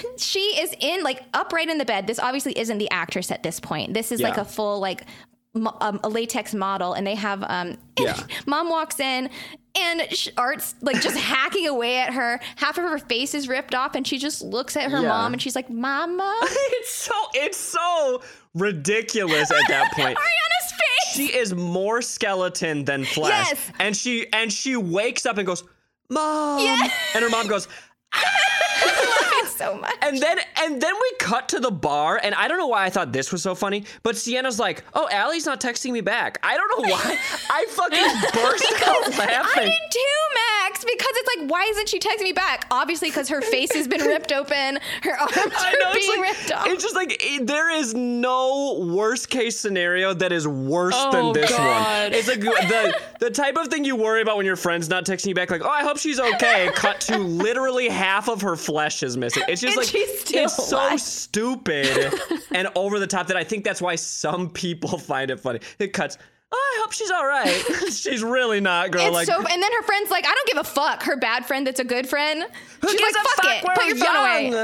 she is in like upright in the bed. This obviously isn't the actress at this point. This is like Yeah. a full like mo- um, a latex model, and they have um. Yeah. mom walks in. And sh- Art's like just hacking away at her. Half of her face is ripped off, and she just looks at her Yeah. mom and she's like, Mama, it's so it's so ridiculous at that point. Ariana's face. She is more skeleton than flesh. Yes. And she and she wakes up and goes, Mom. And her mom goes, so much. and then and then we cut to the bar, and I don't know why I thought this was so funny, but Sienna's like, "Oh, Allie's not texting me back." I don't know why. I fucking burst out I laughing. did too, Max, because it's like, why isn't she texting me back? Obviously, because her face has been ripped open, her arms I are it's being like- ripped off. It's just like it- there is no worst case scenario that is worse Oh, than this God. one. It's like the the type of thing you worry about when your friend's not texting you back, like, oh, I hope she's okay. Cut to literally half of her flesh is missing. It's just And like she's still it's so alive. stupid and over the top that I think that's why some people find it funny. It cuts. Oh, I hope she's all right. she's really not, girl. It's like, so, and then her friend's like, I don't give a fuck. Her bad friend, that's a good friend. Who She's gives like, a fuck, fuck? it, We're put your phone young away. and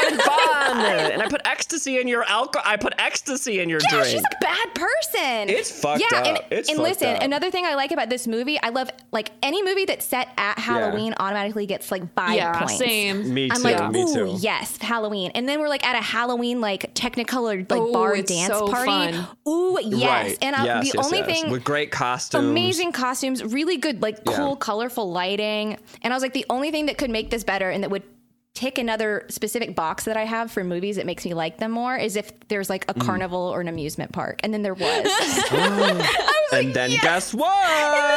having fun. and I put ecstasy in your alcohol. I put ecstasy in your Yeah, drink. she's a bad person. It's fucked yeah, and, up. It's and fucked listen, up. another thing I like about this movie, I love like any movie that's set at Halloween automatically gets like five Yeah. points. Same. me too. I'm like, me ooh, too. yes, Halloween. And then we're like at a Halloween like Technicolor like Ooh, bar it's dance so party. fun. Ooh, yes. Right. And I, yes, the yes, only yes. thing with great costumes, amazing costumes, really good like Yeah. cool colorful lighting. And I was like the only thing that could make this better and that would tick another specific box that I have for movies that makes me like them more is if there's like Mm. a carnival or an amusement park. And then there was. And then guess what?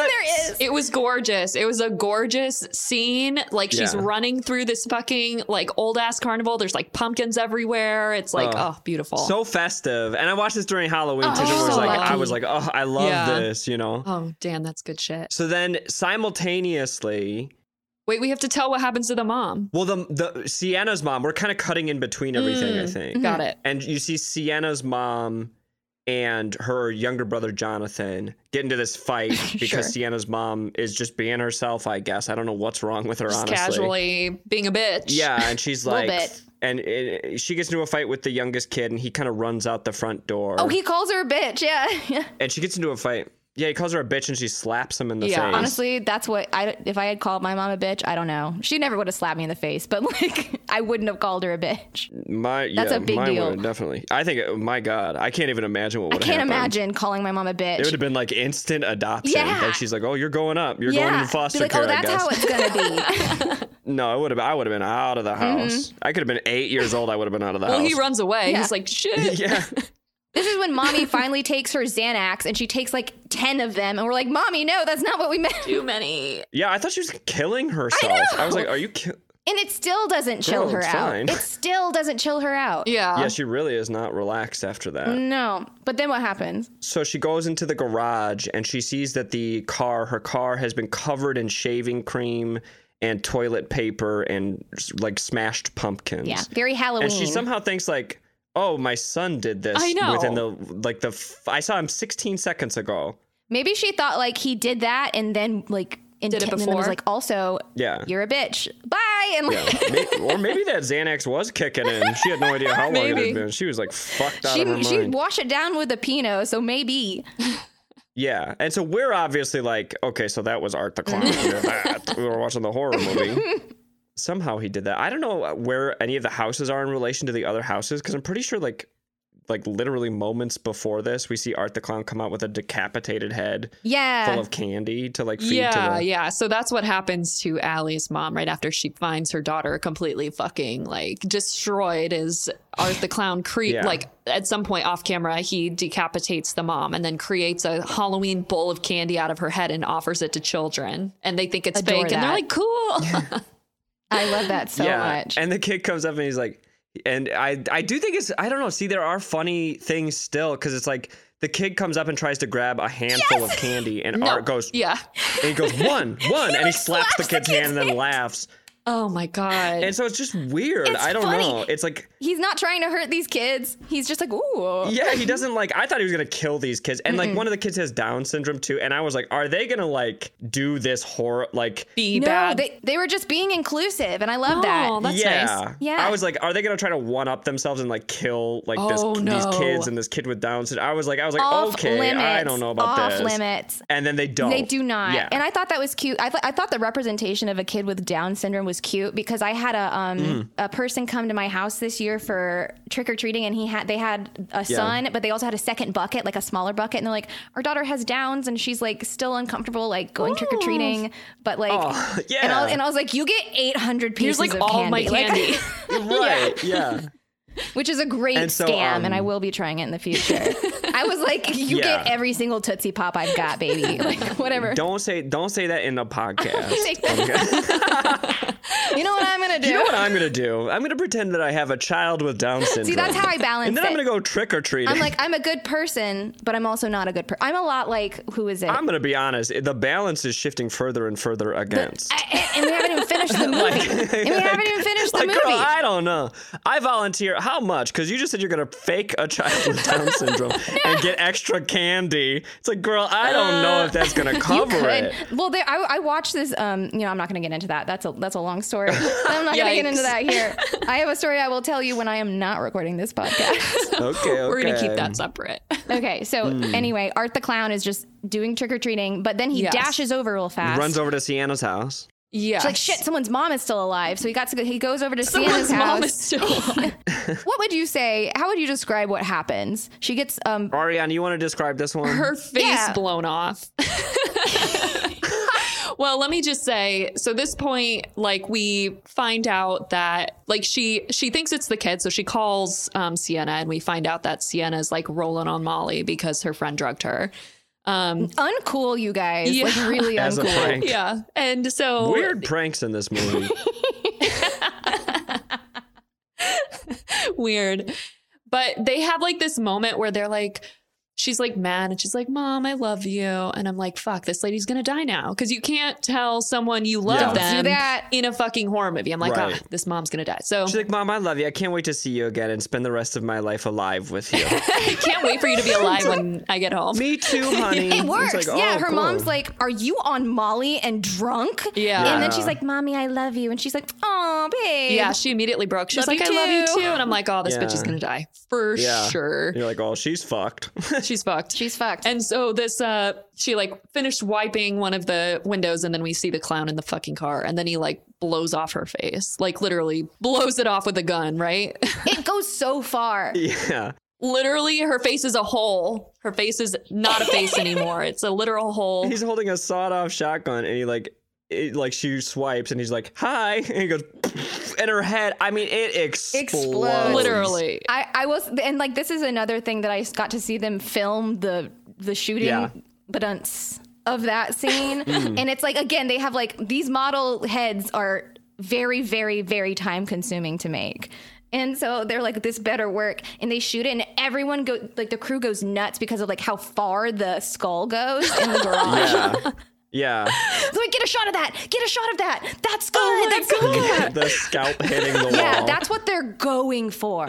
there is. It was gorgeous. It was a gorgeous scene. Like she's Yeah. running through this fucking like old ass carnival. There's like pumpkins everywhere. It's like oh, beautiful. So festive, and I watched this during Halloween Oh, too. so it so was like I lucky. was like, oh, I love Yeah. this, you know. oh, Dan, that's good shit. So then, simultaneously, Wait, we have to tell what happens to the mom. well, the the Sienna's mom. We're kind of cutting in between everything, Mm, I think. Got it. and you see Sienna's mom and her younger brother Jonathan get into this fight because Sienna's mom is just being herself, I guess. I don't know what's wrong with her, Just honestly. casually being a bitch. Yeah, and she's Little like, bit. and it, she gets into a fight with the youngest kid, and he kind of runs out the front door. oh, he calls her a bitch. Yeah. and she gets into a fight. Yeah, he calls her a bitch, and she slaps him in the Yeah. face. Honestly, that's what I if I had called my mom a bitch, I don't know. She never would have slapped me in the face, but like I wouldn't have called her a bitch. my that's yeah, a big mine deal. would've definitely. I think, it- my God, I can't even imagine what I would. can't imagine calling my mom a It would bitch. have been like instant adoption. Yeah. Like she's like, "Oh, you're going up. You're going into foster Be like, care." oh, I that's guess. how it's gonna be. No, I would have. I would have been out of the house. I could have been eight years old. I would have been out of the Mm-hmm. Well, house. he runs away. Yeah. He's like, shit. yeah, this is when mommy finally takes her Xanax and she takes like ten of them, and we're like, mommy, no, that's not what we meant. Too many. yeah. I thought she was killing herself. I, was like, "Are you?" Ki-? And it still doesn't chill Girl, her it's out. fine. It still doesn't chill her out. Yeah. yeah, she really is not relaxed after that. Mm. No, but then what happens? So she goes into the garage and she sees that the car, her car, has been covered in shaving cream and toilet paper and like smashed pumpkins. Yeah, very Halloween. and she somehow thinks like, "Oh, my son did this I know. within the like the f- I saw him 16 seconds ago." Maybe she thought like he did that, and then like in Did it and then was before? like, also, Yeah. you're a bitch. Bye. And like, Yeah, may- or maybe that Xanax was kicking in. She had no idea how long it Maybe. had been. She was like fucked out of her she she mind. wash it down with a Pinot, so maybe. yeah, and so we're obviously like, okay, so that was Art the Clown. We were that. We were watching the horror movie. Somehow he did that. I don't know where any of the houses are in relation to the other houses because I'm pretty sure like. Like literally moments before this, we see Art the Clown come out with a decapitated head Yeah. full of candy to like feed Yeah, to the yeah. So that's what happens to Allie's mom right after she finds her daughter completely fucking like destroyed as Art the Clown creep Yeah. like at some point off camera he decapitates the mom and then creates a Halloween bowl of candy out of her head and offers it to children and they think it's Adore fake and they're that. like cool. I love that so much. And the kid comes up and he's like, and I I do think it's I don't know. See, there are funny things still because it's like the kid comes up and tries to grab a handful of candy, and No. Art goes Yeah. and he goes one one, and he slaps, the kid's hand and then laughs. Oh my god. And so it's just weird. It's I don't funny. know. It's like He's not trying to hurt these kids. He's just like, ooh. yeah, he doesn't like. I thought he was gonna kill these kids, and like one of the kids has Down syndrome too, and I was like, are they gonna like do this horror like? Be no, bad. they they were just being inclusive, and I love that. Oh, that's yeah. nice. Yeah. I was like, are they gonna try to one up themselves and like kill like this, Oh, these no. kids and this kid with Down syndrome? I was like, I was like, off okay, limits. I don't know about off this. limits. And then they don't. They do not. Yeah. And I thought that was cute. I, th- I thought the representation of a kid with Down syndrome was cute because I had a um Mm. a person come to my house this year for trick or treating, and he had they had a son, but they also had a second bucket, like a smaller bucket, and they're like, our daughter has Downs, and she's like still uncomfortable, like going trick or treating, but like. Oh, And I, yeah. was, and I was like, you get 800 pieces Here's like of all candy, my like- candy. right. Yeah. which is a great And so, scam, um, and I will be trying it in the future. I was like, you Yeah. get every single Tootsie Pop I've got, baby. Like, whatever. Don't say don't say that in the podcast. You know what I'm gonna do? You know what I'm gonna do? I'm gonna pretend that I have a child with Down syndrome. See, that's how I balance And then I'm it. gonna go trick or treating. I'm like, I'm a good person, but I'm also not a good person. I'm a lot like, who is it? I'm gonna be honest. The balance is shifting further and further against. I- and- and we haven't even finished the movie. and we haven't even finished the like, movie. girl, I don't know. I volunteer. How much? Because you just said you're gonna fake a child with Down syndrome and get extra candy. It's like, girl, I don't know if that's Uh, gonna cover Could. it. Well, there, I, I watched this. Um, you know, I'm not going to get into that. That's a that's a long story. I'm not going to get into Yikes. that here. I have a story I will tell you when I am not recording this podcast. Okay, okay. We're gonna keep that separate. Okay, so Hmm. anyway, Art the clown is just doing trick or treating, but then he Yes. dashes over real fast. Runs over to Sienna's house. yeah. She's like, shit, someone's mom is still alive. So he got to go, he goes over to Sienna's Someone's house. mom is still alive. what would you say? How would you describe what happens? She gets um Ariane, you want to describe this one? her face Yeah. blown off. well, let me just say, so this point, like we find out that like she she thinks it's the kid, so she calls um Sienna and we find out that Sienna's like rolling on Molly because her friend drugged her. Um uncool, you guys. Like Yeah. really As a uncool. prank. yeah. And so Weird pranks in this movie. weird. But they have like this moment where they're like, she's like mad and she's like, Mom, I love you. And I'm like, fuck, this lady's gonna die now. Cause you can't tell someone you love Yeah. Don't do them that. in a fucking horror movie. I'm like, Right. ah, this mom's gonna die. So She's like, Mom, I love you. I can't wait to see you again and spend the rest of my life alive with you. I can't wait for you to be alive when I get home. Me too, honey. It works. yeah, her mom's like. oh, like, "Are you on Molly and drunk?" Yeah. and then Yeah. she's like, "Mommy, I love you," and she's like, "Oh, babe." Yeah, she immediately broke. She's Love like, I you love too. you too. And I'm like, oh, this bitch is Yeah. gonna die. For Yeah. sure. You're like, oh, she's fucked. She's fucked. she's fucked. And so this uh she like finished wiping one of the windows and then we see the clown in the fucking car and then he like blows off her face. Like literally blows it off with a gun, right? it goes so far. yeah. literally her face is a hole. Her face is not a face anymore. It's a literal hole. He's holding a sawed-off shotgun, and he like, it, like she swipes, and he's like, "Hi," and he goes, and her head. I mean, it explodes. Explodes. literally. I, I was and like this is another thing that I s- got to see them film the the shooting Yeah. Hmm. badunts of that scene and it's like again they have like these model heads are very very very time consuming to make and so they're like this better work and they shoot it and everyone go like the crew goes nuts because of like how far the skull goes in the garage Yeah. Yeah. so like get a shot of that get a shot of that that's good Oh my that's so God. good the scalp hitting the yeah wall. that's what they're going for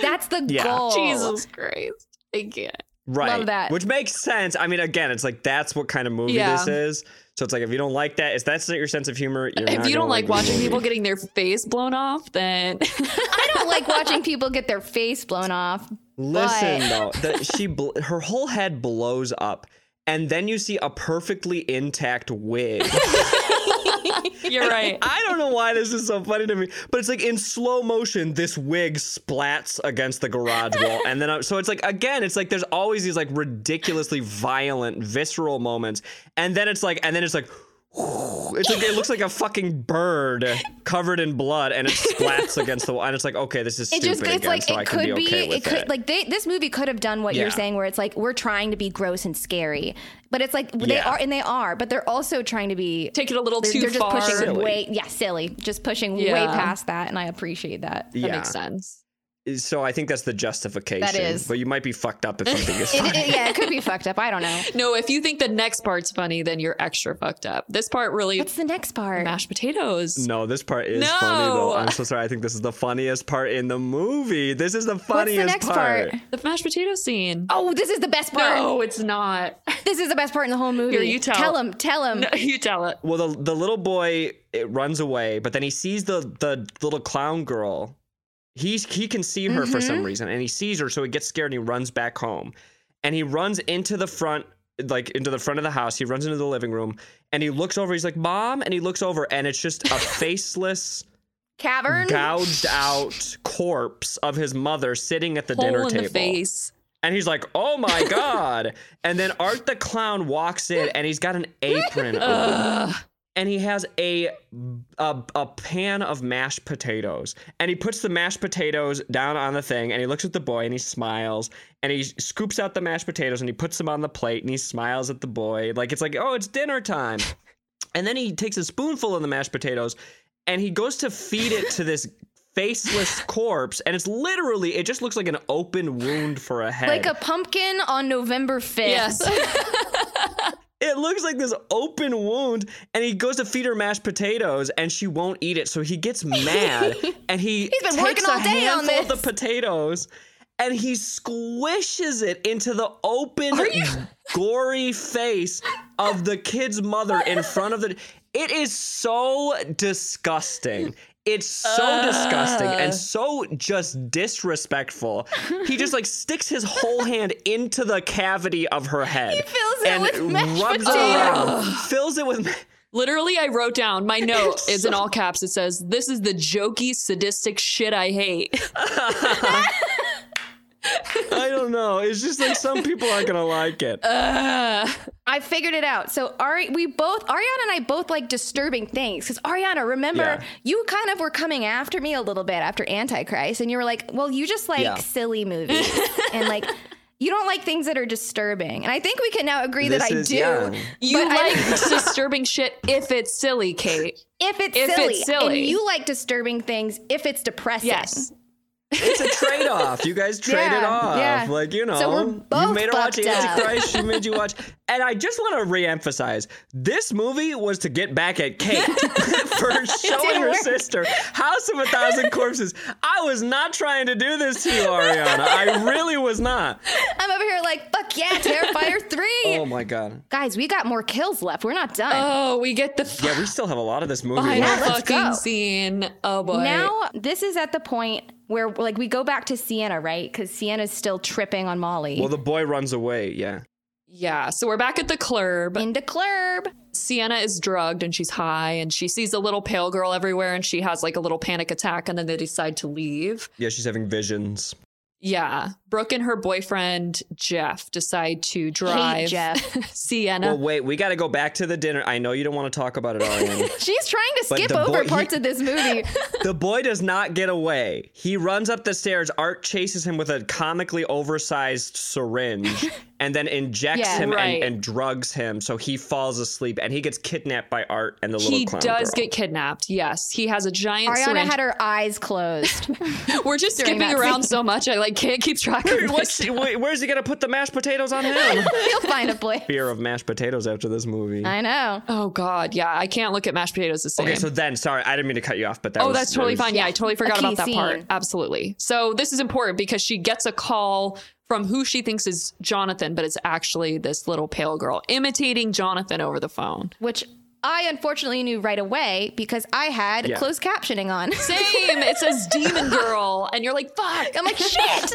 that's the Yeah. goal Jesus Christ. I can't. right. love that. Which makes sense. I mean, again, it's like that's what kind of movie Yeah. this is. So it's like if you don't like that, if that's not your sense of humor, you're If not you gonna don't like the watching movie. people getting their face blown off, then I don't like watching people get their face blown off. Listen though, the, she bl- her whole head blows up, and then you see a perfectly intact wig. you're right. I don't know why this is so funny to me, but it's like in slow motion, this wig splats against the garage wall, and then I, so it's like again, it's like there's always these like ridiculously violent, visceral moments, and then it's like, and then it's like. It's like it looks like a fucking bird covered in blood, and it splats against the wall. And it's like, okay, this is It stupid just it's again, like so I it can could be, be, okay it with could it. like they, this movie could have done what you're Yeah. saying where it's like we're trying to be gross and scary. But it's like they Yeah. are and they are, but they're also trying to be Take it a little they're, too they're just far. pushing Silly. way yeah, silly. Just pushing way Yeah. past that and I appreciate that. That yeah. makes sense. So I think that's the justification. That is. But you might be fucked up if you think it's It- funny. it- yeah, it could be fucked up. I don't know. No, if you think the next part's funny, then you're extra fucked up. This part really What's the next part? mashed potatoes. No, this part is funny though. No. I'm so sorry. I think this is the funniest part in the movie. This is the funniest What's the next part? The mashed potato scene. Oh, this is the best part. No, it's not. This is the best part in the whole movie. Here, you tell. Tell him. Tell him. No, you tell it. Well, the the little boy it runs away, but then he sees the the little clown girl. He's he can see her for some reason, and he sees her, so he gets scared and he runs back home. And he runs into the front, like into the front of the house. He runs into the living room, and he looks over. He's like, "Mom," and he looks over, and it's just a faceless, Cavern. gouged out corpse of his mother sitting at the dinner Hole in table. the face. And he's like, "Oh my god!" and then Art the clown walks in, and he's got an apron, on, and he has a, a a pan of mashed potatoes, and he puts the mashed potatoes down on the thing, and he looks at the boy, and he smiles, and he scoops out the mashed potatoes, and he puts them on the plate, and he smiles at the boy, like it's like, "Oh, it's dinner time." And then he takes a spoonful of the mashed potatoes and he goes to feed it to this faceless corpse. And it's literally, it just looks like an open wound for a head. Like a pumpkin on November 5th. Yes. it looks like this open wound. And he goes to feed her mashed potatoes and she won't eat it. So he gets mad and he been takes working all a day on handful of the this. potatoes and he squishes it into the open, gory face of the kid's mother in front of the. It is so disgusting. It's so disgusting and so just disrespectful. He just like sticks his whole hand into the cavity of her head. He fills it with mashed rubs it around, fills it with. ma- Literally, I wrote down my note is in all caps. It says, This is the jokey, sadistic shit I hate. I don't know. It's just like some people aren't gonna like it. Uh, I figured it out. So Ari, we both Ariana and I both like disturbing things because Ariana, remember Yeah. you kind of were coming after me a little bit after Antichrist, and you were like, "Well, you just like Yeah. silly movies and like you don't like things that are disturbing." And I think we can now agree that This I is- do. yeah. You But I- like disturbing shit if it's silly, Kate. if it's If it's silly, silly. and you like disturbing things if it's depressing. Yes. It's a trade off. You guys trade it Yeah, off. yeah. Like, you know, So we're you both made her watch fucked up. Antichrist. She made you watch. And I just want to reemphasize this movie was to get back at Kate for showing didn't her work. sister House of a Thousand Corpses. I was not trying to do this to you, Ariana. I really was not. I'm over here like, "Fuck yeah, Terrifier 3. Oh my God. Guys, we got more kills left. We're not done. Oh, we get the f- Yeah, we still have a lot of this movie. final Yeah, left. let's fucking go. scene. Oh, boy. Now this is at the point where like we go back to Sienna, right? Because Sienna's still tripping on Molly Well, the boy runs away. Yeah. yeah. So we're back at the club. into Club. Sienna is drugged and she's high and she sees a little pale girl everywhere and she has like a little panic attack and then they decide to leave. Yeah, she's having visions. Yeah. Brooke and her boyfriend Jeff decide to Hate drive Jeff. Sienna. Well, wait, we got to go back to the dinner. I know you don't want to talk about it, Ariana. She's trying to But skip the over boy- parts of this movie. The boy does not get away. He runs up the stairs. Art chases him with a comically oversized syringe and then injects Yeah. him Right. and, and drugs him. So he falls asleep and he gets kidnapped by Art and the little he clown. does girl. get kidnapped. Yes, he has a giant Ariana syringe. had her eyes closed. We're just during skipping that around scene. so much. I like can't keep track of this. Dude, what's, wait, where's he going to put the mashed potatoes on him? You'll find a place. Fear of mashed potatoes after this movie. I know. Oh God, yeah, I can't look at mashed potatoes the same. Okay, so then, sorry, I didn't mean to cut you off, but that oh, was. that's totally that was- fine. Yeah, I totally A forgot about key that part. scene. Absolutely. So this is important because she gets a call from who she thinks is Jonathan, but it's actually this little pale girl imitating Jonathan over the phone. Which I unfortunately knew right away because I had Yeah. closed captioning on. Same. it says demon girl, and you're like, fuck. I'm like, shit.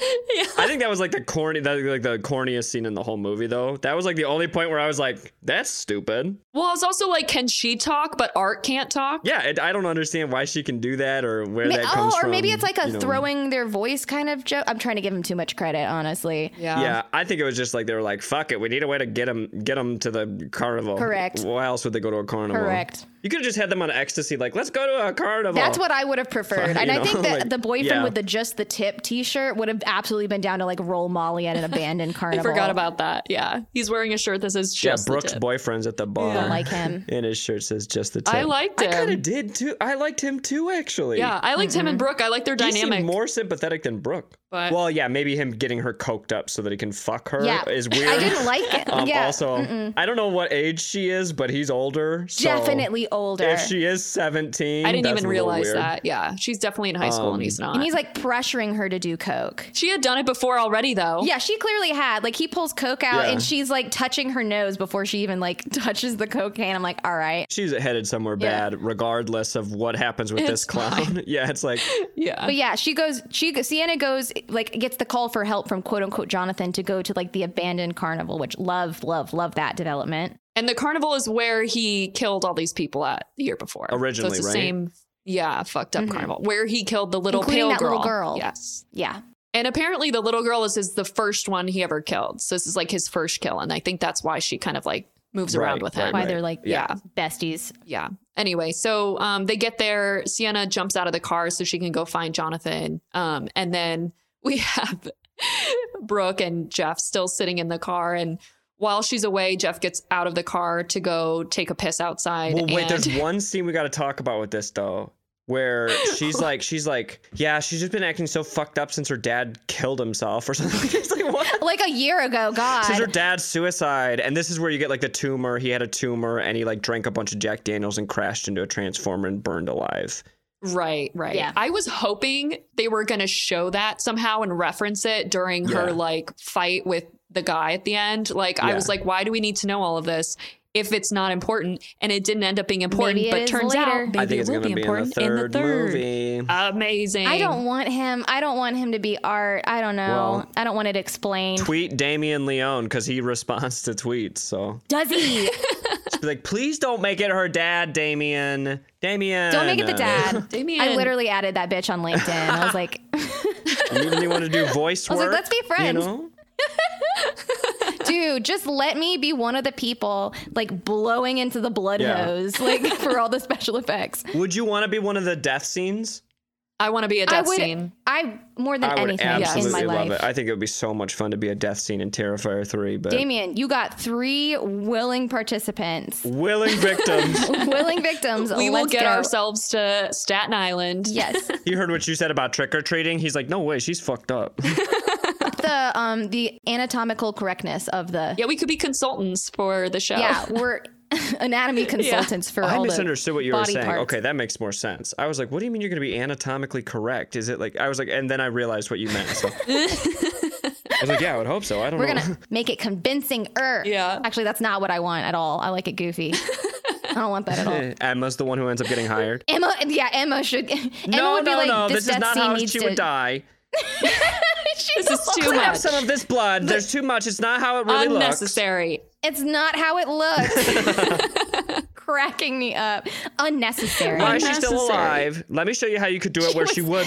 I think that was like the corny, that, like the corniest scene in the whole movie, though. That was like the only point where I was like, "That's stupid." Well, it's also like, can she talk, but Art can't talk? Yeah, it, I don't understand why she can do that or where Ma- that comes oh, or from. maybe it's like a you know. throwing their voice kind of joke. I'm trying to give him too much credit, honestly. Yeah, I think it was just like they were like, "Fuck it, we need a way to get them, get them to the carnival." Correct. Why else would they go to a carnival? Correct. You could have just had them on ecstasy, like, let's go to a carnival. That's what I would have preferred. Fine, and you I think know, that like, the boyfriend yeah. with the just the tip t shirt would have absolutely been down to like roll Molly at an abandoned I carnival. forgot about that. Yeah. He's wearing a shirt that says Yeah, just the Brooks' tip. boyfriend's at the bar. Don't like him. And his shirt says just the tip. I liked I kind him. of did too. I liked him too, actually. Yeah, I liked him and Mm-hmm. Brooke. I like their He seemed dynamic. more sympathetic than Brooke. But- well, yeah, maybe him getting her coked up so that he can fuck her Yeah. is weird. I didn't like it. Um, yeah. Also, I don't know what age she is, but he's older. so definitely older. If she is 17, I didn't that's even a little realize weird. Um, that. Yeah, she's definitely in high school and he's not. and he's like pressuring her to do coke. she had done it before already, though. Yeah, she clearly had. Like he pulls coke out Oh. Yeah. and she's like touching her nose before she even like touches the coke can. I'm like, all right. She's headed somewhere Yeah. bad, regardless of what happens with It's this clown. yeah, it's like, yeah. But yeah, she goes. She Sienna goes like gets the call for help from quote unquote Jonathan to go to like the abandoned carnival, which love, love, love that development. And the carnival is where he killed all these people at the year before. Originally, so it's the right? Same, yeah, fucked up carnival where he killed the little Mm-hmm. Including pale that girl. little girl. Yes. Yeah, And apparently, the little girl is his, the first one he ever killed. So this is like his first kill, and I think that's why she kind of like moves Right, around with him. why Right. they're like Yeah. besties. Yeah. Anyway, so um, they get there. Sienna jumps out of the car so she can go find Jonathan. Um, and then we have Brooke and Jeff still sitting in the car. And while she's away, Jeff gets out of the car to go take a piss outside. well, and wait, there's one scene we got to talk about with this, though. Where she's like, she's like, yeah, she's just been acting so fucked up since her dad killed himself or something. it's like, what? Like a year ago, God. Since her dad's suicide, and this is where you get like the tumor. He had a tumor, and he like drank a bunch of Jack Daniels and crashed into a transformer and burned alive. right, right. Yeah. I was hoping they were going to show that somehow and reference it during her Yeah. like fight with the guy at the end. Like, I Yeah. was like, why do we need to know all of this? If it's not important, and it didn't end up being important, Maybe it but is turns later. I out maybe I think it it's will gonna be be, in, the important third movie. Amazing. I don't want him. I don't want him to be art. I don't know. Well, I don't want it explained. Tweet Damien Leone because he responds to tweets. So Does he? she's like, please don't make it her dad, Damien. Damien. Don't make it the dad. Damien. I literally added that bitch on LinkedIn. I was like, You really want to do voice was work? like, "Let's be friends." You know? dude, just let me be one of the people like blowing into the blood Yeah. hose, like for all the special effects. Would you want to be one of the death scenes? I want to be a I death would, scene. I more than I would anything absolutely in my love life. it. I think it would be so much fun to be a death scene in Terrifier 3, but Damien, you got three willing participants, willing victims. willing victims. We will Let's get go. ourselves to Staten Island. Yes, he heard what you said about trick or treating. He's like, no way, she's fucked up. the um the anatomical correctness of the Yeah, we could be consultants for the show. yeah, we're anatomy consultants for Oh, I all the misunderstood what you were body saying. parts. Okay, that makes more sense. I was like, what do you mean you're going to be anatomically correct? Is it like, I was like, and then I realized what you meant. So. I was like, yeah, I would hope so. I don't We're know. gonna make it convincing. Er, Yeah. Actually, that's not what I want at all. I like it goofy. I don't want that at all. Eh, Emma's the one who ends up getting hired. Emma, yeah, Emma should. Emma no, would be no, like, no. This, This, is death not scene how needs she to would die. She's This is all- too Have much. some of this blood. There's too much. It's not how it really looks. Unnecessary. It's not how it looks. Cracking me up. Unnecessary. Why is she still Unnecessary. alive? Let me show you how you could do it where she would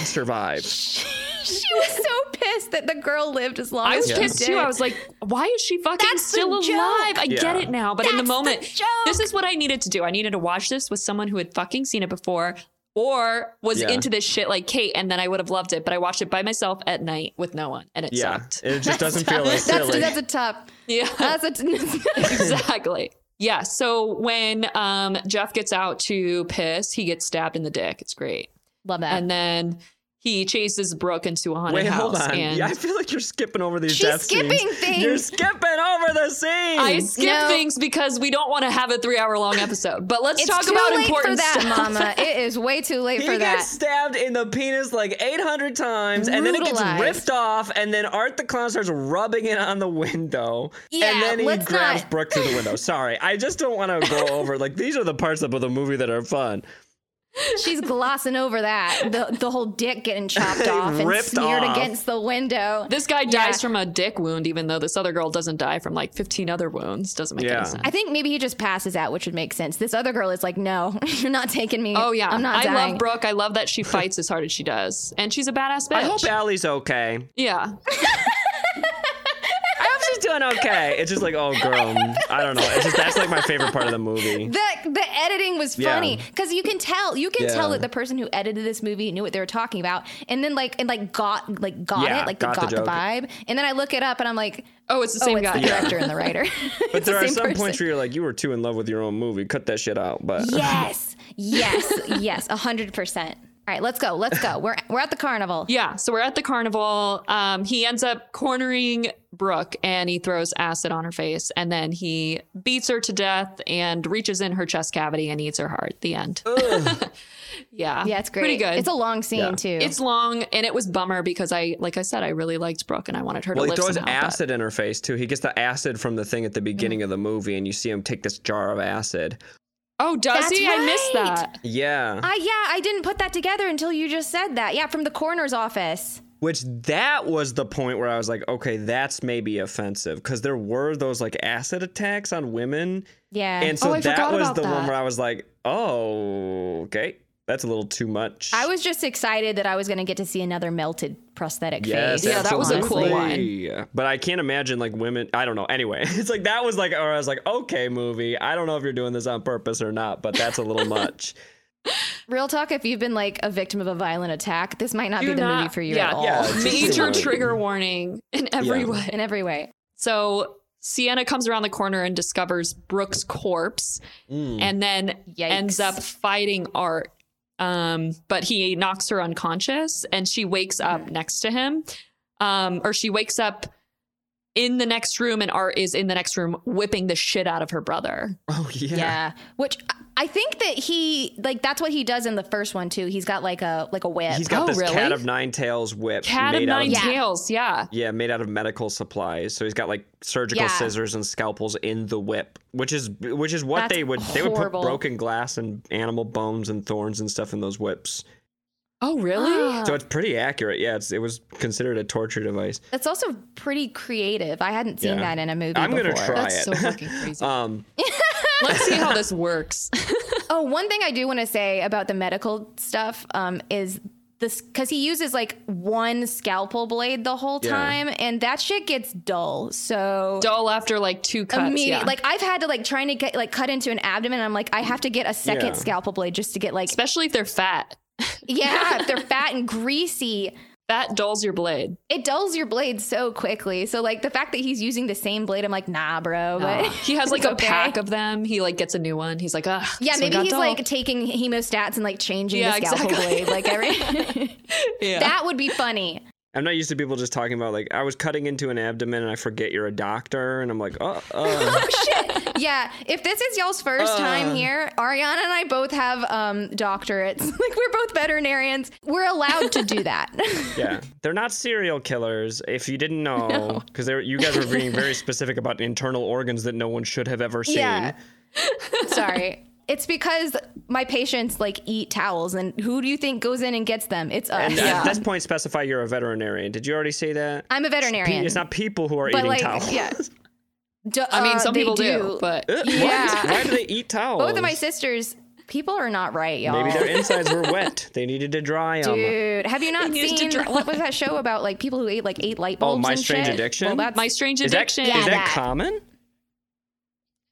survive. she was so pissed that the girl lived as long I as was she pissed did. too. I was like, why is she fucking That's the still joke. alive? I get Yeah. it now. But in the That's the moment, joke. this is what I needed to do. I needed to watch this with someone who had fucking seen it before or was Yeah. into this shit like Kate, and then I would have loved it. But I watched it by myself at night with no one, and it Yeah, sucked. it just doesn't feel as that's, silly. that's a tough. yeah. That's a. exactly. Yeah. So when um, Jeff gets out to piss, he gets stabbed in the dick. It's great. Love that. And then he chases Brooke into a haunted Wait, house. hold on. And Yeah, I feel like you're skipping over these. She's death scenes. skipping things. You're skipping over the scenes. I skip No. things because we don't want to have a three hour long episode. But let's it's talk too about late important for that, stuff. Mama. It is way too late he for gets that. stabbed in the penis like 800 times, and then it gets Brutalized. ripped off, and then Art the clown starts rubbing it on the window, Yeah, and then he let's grabs not- Brooke through the window. Sorry, I just don't want to go over. Like these are the parts of the movie that are fun. She's glossing over that. The the whole dick getting chopped off and Ripped smeared off. against the window. This guy Yeah. dies from a dick wound, even though this other girl doesn't die from like 15 other wounds. Doesn't make Yeah. any sense. I think maybe he just passes out, which would make sense. This other girl is like, "No, you're not taking me. Oh yeah, I'm not I dying." love Brooke. I love that she fights as hard as she does, and she's a badass bitch. I hope Allie's okay. yeah, I hope she's doing okay. It's just like, oh, girl, I don't know. It's just that's like my favorite part of the movie. The the editing was Yeah. funny because you can tell you can Yeah. tell that the person who edited this movie knew what they were talking about, and then like and like got like got Yeah, it like got got, the the, joke. vibe, and then I look it up and I'm like, Oh, it's the oh, same it's guy. the director and the writer. But there are some points where you're like, you were too in love with your own movie. Cut that shit out. But yes, yes, yes, a hundred percent. All right, let's go, let's go. We're we're at the carnival. Yeah, so we're at the carnival. Um, he ends up cornering Brooke and he throws acid on her face and then he beats her to death and reaches in her chest cavity and eats her heart. The end. yeah. Yeah, it's great. Pretty good. It's a long scene Yeah. too. It's long and it was bummer because I, like I said, I really liked Brooke and I wanted her well, to he live throws somehow, but- acid in her face too. He gets the acid from the thing at the beginning Mm-hmm. of the movie, and you see him take this jar of acid. Oh, does That's he? I missed right. that. Yeah. I yeah, I didn't put that together until you just said that. Yeah, from the coroner's office. Which that was the point where I was like, okay, that's maybe offensive because there were those like acid attacks on women, Yeah. Oh, and so Oh, I that forgot was about the one that. where I was like, oh, okay, that's a little too much. I was just excited that I was going to get to see another melted prosthetic Yes, face. Yeah, that was a cool absolutely. one. But I can't imagine like women. I don't know. Anyway, it's like that was like, or I was like, okay, movie. I don't know if you're doing this on purpose or not, but that's a little much. Real talk, if you've been like a victim of a violent attack, this might not Do be the not- movie for you yeah, at all. yeah. Major Just- trigger warning in every Yeah. way. In every way. So Sienna comes around the corner and discovers Brooke's corpse Mm. and then Yikes. ends up fighting Art. Um, but he knocks her unconscious and she wakes up next to him. Um, or she wakes up in the next room and Art is in the next room whipping the shit out of her brother. Oh yeah. Yeah. Which I- I think that he like that's what he does in the first one too. He's got like a like a whip. He's got Oh, this really? cat of nine tails whip. Cat of made out nine Yeah. tails, yeah. Yeah, made out of medical supplies. So he's got like surgical Yeah. scissors and scalpels in the whip, which is which is what That's they would they would put horrible. broken glass and animal bones and thorns and stuff in those whips. Oh, really? So it's pretty accurate. Yeah, it's, it was considered a torture device. That's also pretty creative. I hadn't seen Yeah. that in a movie. I'm gonna before. try That's it. so fucking crazy. Um, Let's see how this works. Oh, one thing I do want to say about the medical stuff um, is this because he uses like one scalpel blade the whole Yeah. time, and that shit gets dull. So Dull after like two cuts. immediately, yeah. like I've had to like trying to get like cut into an abdomen. I'm like, I have to get a second Yeah. scalpel blade just to get like, especially if they're fat. yeah, if they're fat and greasy, Fat dulls your blade. it dulls your blade so quickly. So like the fact that he's using the same blade, I'm like, nah, bro. But Uh, he has like it's a okay. pack of them. He like gets a new one. He's like, ah, Yeah, this one maybe got he's dull." like taking hemostats and like changing Yeah, the scalpel exactly. blade, like every. Yeah. that would be funny. I'm not used to people just talking about like I was cutting into an abdomen and I forget you're a doctor and I'm like, oh, uh. Yeah, if this is y'all's first Uh. time here, Ariana and I both have um, doctorates. like we're both veterinarians. We're allowed to do that. yeah. They're not serial killers. If you didn't know, because were you guys were being very specific about internal organs that no one should have ever seen. Yeah. Sorry. It's because my patients like eat towels and who do you think goes in and gets them? It's us. And Yeah. at this point, specify you're a veterinarian. Did you already say that? I'm a veterinarian. It's not people who are but eating like towels. yeah. Duh, I mean, uh, some they people do, but Yeah. Why do they eat towels? both of my sisters people are not right, y'all. Maybe their insides were wet. They needed to dry them. Dude, have you not They used to seen dry- what was that show about like people who ate like eight light Oh, bulbs? My and Strange shit? Addiction? Well, that's my strange Is that, addiction. Yeah, is that, that. common?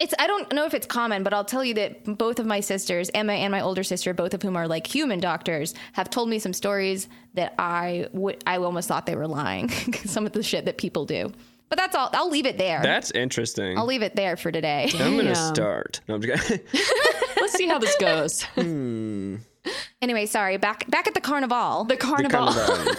It's I don't know if it's common, but I'll tell you that both of my sisters, Emma and my older sister, both of whom are like human doctors, have told me some stories that I would I almost thought they were lying. 'cause some of the shit that people do. But that's all. I'll leave it there. That's interesting. I'll leave it there for today. I'm gonna Damn. start. No, I'm just kidding. Let's see how this goes. anyway, sorry. Back back at the carnival. The carnival. Carnival.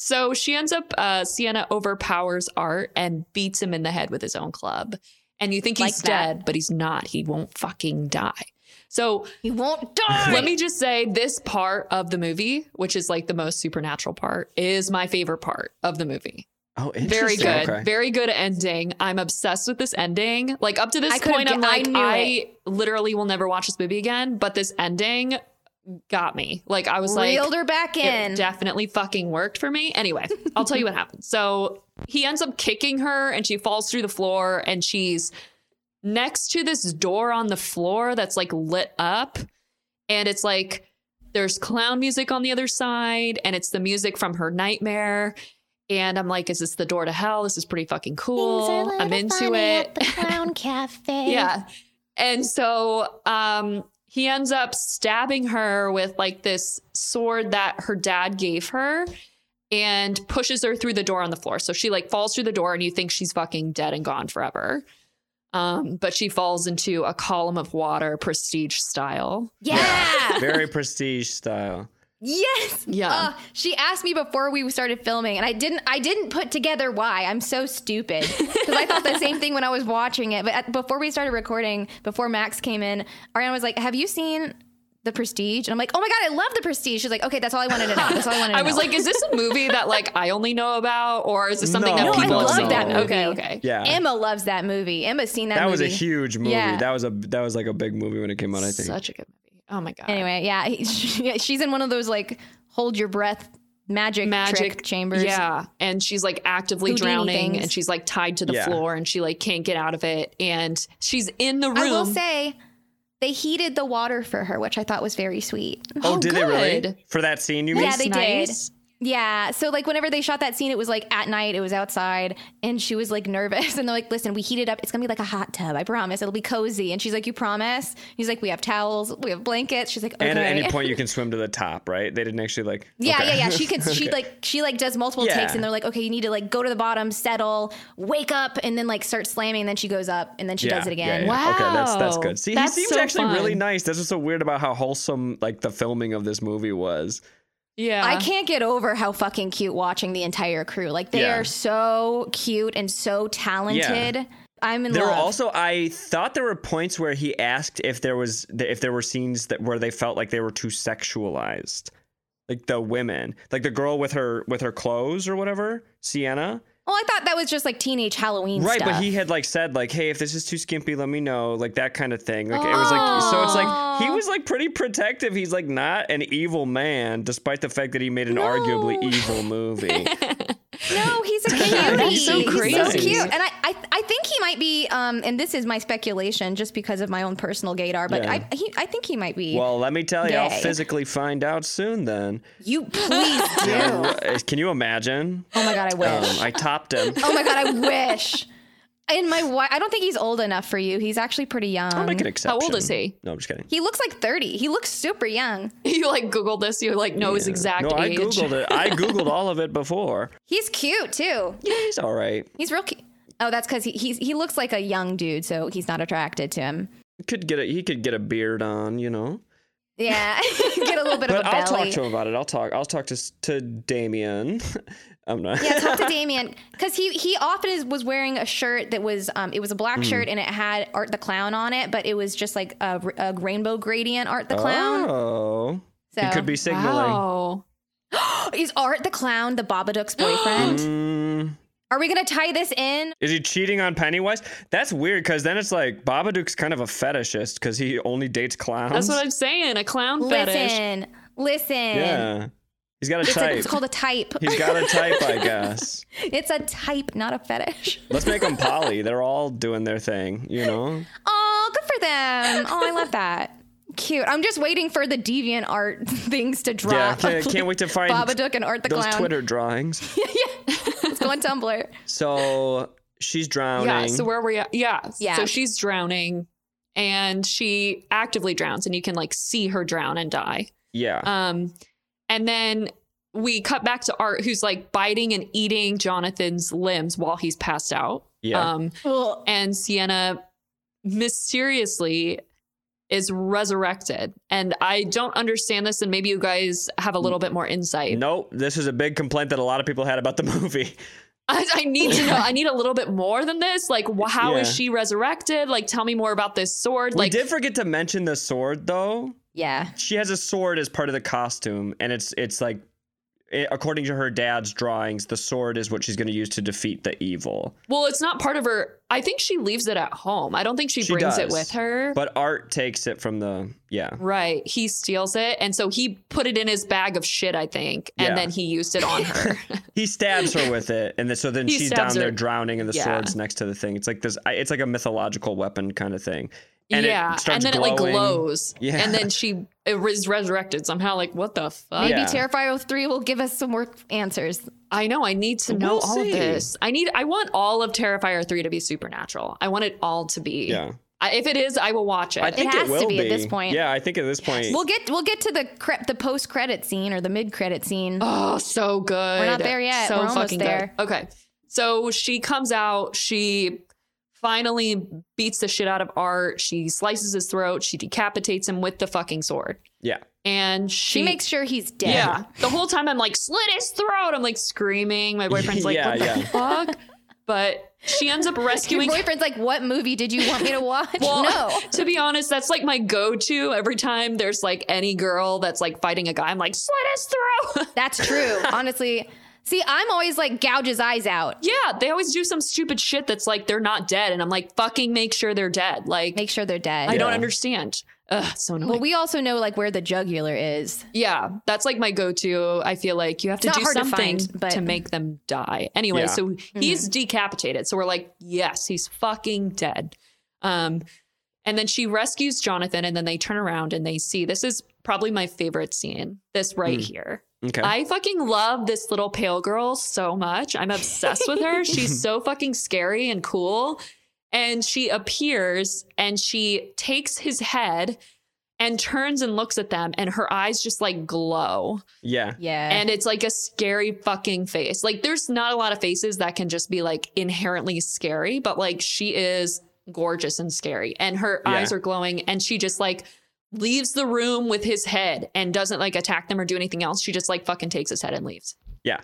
So she ends up, uh, Sienna overpowers Art and beats him in the head with his own club. And you think Like he's that. dead, but he's not. He won't fucking die. So he won't die. Let me just say this part of the movie, which is like the most supernatural part, is my favorite part of the movie. Oh, interesting. Very good. Okay. Very good ending. I'm obsessed with this ending. Like up to this I could've point, I'm gu- I like, knew I, literally will never watch this movie again. But this ending got me. Like I was like Reeled her back in. it definitely fucking worked for me. Anyway, I'll tell you what happened. So he ends up kicking her and she falls through the floor and she's next to this door on the floor that's like lit up. And it's like there's clown music on the other side and it's the music from her nightmare. And I'm like, is this the door to hell? This is pretty fucking Things are a cool. little I'm into funny it. at the clown cafe. Yeah. And so um he ends up stabbing her with like this sword that her dad gave her and pushes her through the door on the floor. So she like falls through the door and you think she's fucking dead and gone forever. Um but she falls into a column of water prestige style. Yeah. Very prestige style. yes. Yeah. Uh, she asked me before we started filming, and I didn't. I didn't put together why. I'm so stupid because I thought the same thing when I was watching it. But at, before we started recording, before Max came in, Ariana was like, "Have you seen the Prestige?" And I'm like, "Oh my god, I love the Prestige." She's like, "Okay, that's all I wanted to know. That's all I wanted." To I was know." like, is this a movie that like I only know about or is this something No. that No, I people have love seen? that movie. Okay, okay. Yeah. Emma loves that movie. Emma's seen that. that was a movie. huge movie. Yeah. That was a that was like a big movie when it came out, I think. Such a good movie. Oh my god. Anyway, yeah, he- she- she's in one of those like hold your breath magic magic trick chambers. Yeah, and she's like actively Houdini drowning, things. and she's like tied to the Yeah. floor, and she like can't get out of it, and she's in the room. I will say they heated the water for her, which I thought was very sweet. Oh, did they good. really? For that scene you mean? Yeah, they nice. did. Yeah. So like whenever they shot that scene, it was like at night, it was outside, and she was like nervous. And they're like, listen, we heat it up. It's gonna be like a hot tub. I promise. It'll be cozy. And she's like, You promise? He's like, We have towels, we have blankets. She's like, Okay. And at any point you can swim to the top, right? They didn't actually like Yeah, okay. yeah, yeah. She could. She like. She like does multiple Yeah. takes, and they're like, "Okay, you need to like go to the bottom, settle, wake up, and then like start slamming." And then she goes up, and then she does it again. yeah. Okay, that's that's Wow. good. See, That's he seems so actually really fun. nice. That's what's so weird about how wholesome like the filming of this movie was. Yeah, I can't get over how fucking cute watching the entire crew. Like they Yeah. are so cute and so talented. I'm in There were love. also I thought there were points where he asked if there was if there were scenes that where they felt like they were too sexualized. Like the women, like the girl with her with her clothes or whatever, Sienna. well, I thought that was just like teenage Halloween Right, stuff. but he had like said like, "Hey, if this is too skimpy, let me know." Like that kind of thing. Like it was like so it's like he Aww. was like pretty protective. He's like not an evil man despite the fact that he made an No. arguably evil movie. No, he's a cutie. Damn, that's so He's so crazy. cute. And I, I, I think he might be, um, and this is my speculation just because of my own personal gaydar, but Yeah. I, he, I think he might be. well, let me tell you, I'll Gay. physically find out soon then. you please do. Uh, Can you imagine? Oh my God, I wish. Um, I topped him. oh my God, I wish. And my wife, I don't think he's old enough for you. He's actually pretty young. I'll make an How exception. old is he? No, I'm just kidding. He looks like 30. He looks super young. You like Googled this. You like know his exact No, I age. googled it. I googled all of it before. He's cute too. Yeah, he's all right. He's real cute. Oh, that's because he, he's, he looks like a young dude, so he's not attracted to him. Could get a he could get a beard on, you know. Yeah. Get a little bit of But a I'll belly. talk to him about it. I'll talk. I'll talk to s- to Damien. I'm not. yeah, talk to Damien because he he often is, was wearing a shirt that was um it was a Mm. black shirt and it had Art the Clown on it, but it was just like a, r- a rainbow gradient Art the Clown. Oh, so he could be signaling. Wow. is Art the Clown the Babadook's boyfriend? Mm, Are we gonna tie this in? is he cheating on Pennywise? That's weird because then it's like Babadook's kind of a fetishist because he only dates clowns. That's what I'm saying. A clown fetish. Listen, listen. yeah, he's got a It's, a- type. it's called a type. he's got a type, I guess. it's a type, not a fetish. Let's make them poly. They're all doing their thing, you know. Oh, good for them. Oh, I love that. Cute. I'm just waiting for the deviant art things to Yeah, drop. can't, can't wait to find Babadook and Art the those Clown. Twitter drawings. Let's go on Tumblr. So she's drowning. Yeah. So where were you? Yeah. Yeah. So she's drowning, and she actively drowns, and you can like see her drown and die. yeah. Um, and then we cut back to Art, who's like biting and eating Jonathan's limbs while he's passed out. Yeah. Um, Ugh. and Sienna mysteriously is resurrected. And I don't understand this, and maybe you guys have a little bit more insight. Nope, this is a big complaint that a lot of people had about the movie. I, I need to know. I need a little bit more than this. Like, wh- how is Yeah. she resurrected? Like, tell me more about this sword. Like, we did forget to mention the sword though. Yeah. She has a sword as part of the costume, and it's it's like, i according to her dad's drawings, the sword is what she's going to use to defeat the evil. well, it's not part of her. I think she leaves it at home. I don't think she, She brings it does. with her. But Art takes it from the yeah. Right. He steals it. And so he put it in his bag of shit, I think. And Yeah. then he used it on her. He stabs her with it, and then, so then He she's down stabs there her. drowning, and the Yeah. sword's next to the thing. It's like this. I- It's like a mythological weapon kind of thing. And it yeah, and starts then it like glowing. glows, Yeah. and then she is resurrected somehow. Like, what the fuck? Maybe Yeah. Terrifier 3 will give us some more answers. I know. I need to know We'll all see. of this. I need. I want all of Terrifier three to be supernatural. I want it all to be. Yeah. I, if it is, I will watch it. I think has to will be at this point. Yeah, I think at this point. We'll get we'll get to the cre- the post credit scene or the mid credit scene. oh, so good. We're not there yet. So We're almost fucking there. good. Okay. So she comes out. She finally beats the shit out of Art. She slices his throat. She decapitates him with the fucking sword. yeah. And she, she makes sure he's dead. Yeah. The whole time I'm like, slit his throat. I'm like screaming. My boyfriend's like, Yeah, what yeah. the fuck? But she ends up Your rescuing boyfriend's like, "What movie did you want me to watch?" Well, no. to be honest, that's like my go-to every time there's like any girl that's like fighting a guy. I'm like, slit his throat. That's true. Honestly, see, I'm always like gouge his eyes out. yeah, they always do some stupid shit that's like they're not dead, and I'm like, fucking make sure they're dead. Like, Make sure they're dead. I don't Yeah. understand. Ugh, so annoying. Well, we also know like where the jugular is. yeah, that's like my go-to. I feel like you have to It's not do hard to something to, find, but- Mm-hmm. make them die. Anyway, Yeah. so he's decapitated. So we're like, yes, he's fucking dead. Um, and then she rescues Jonathan, and then they turn around and they see this is probably my favorite scene. This right Hmm. here. Okay. I fucking love this little pale girl so much. I'm obsessed with her. She's so fucking scary and cool. And she appears and she takes his head and turns and looks at them, and her eyes just like glow. yeah. Yeah. And it's like a scary fucking face. Like, there's not a lot of faces that can just be like inherently scary, but like she is gorgeous and scary. And her Yeah. eyes are glowing, and she just like leaves the room with his head and doesn't like attack them or do anything else. She just like fucking takes his head and leaves. Yeah.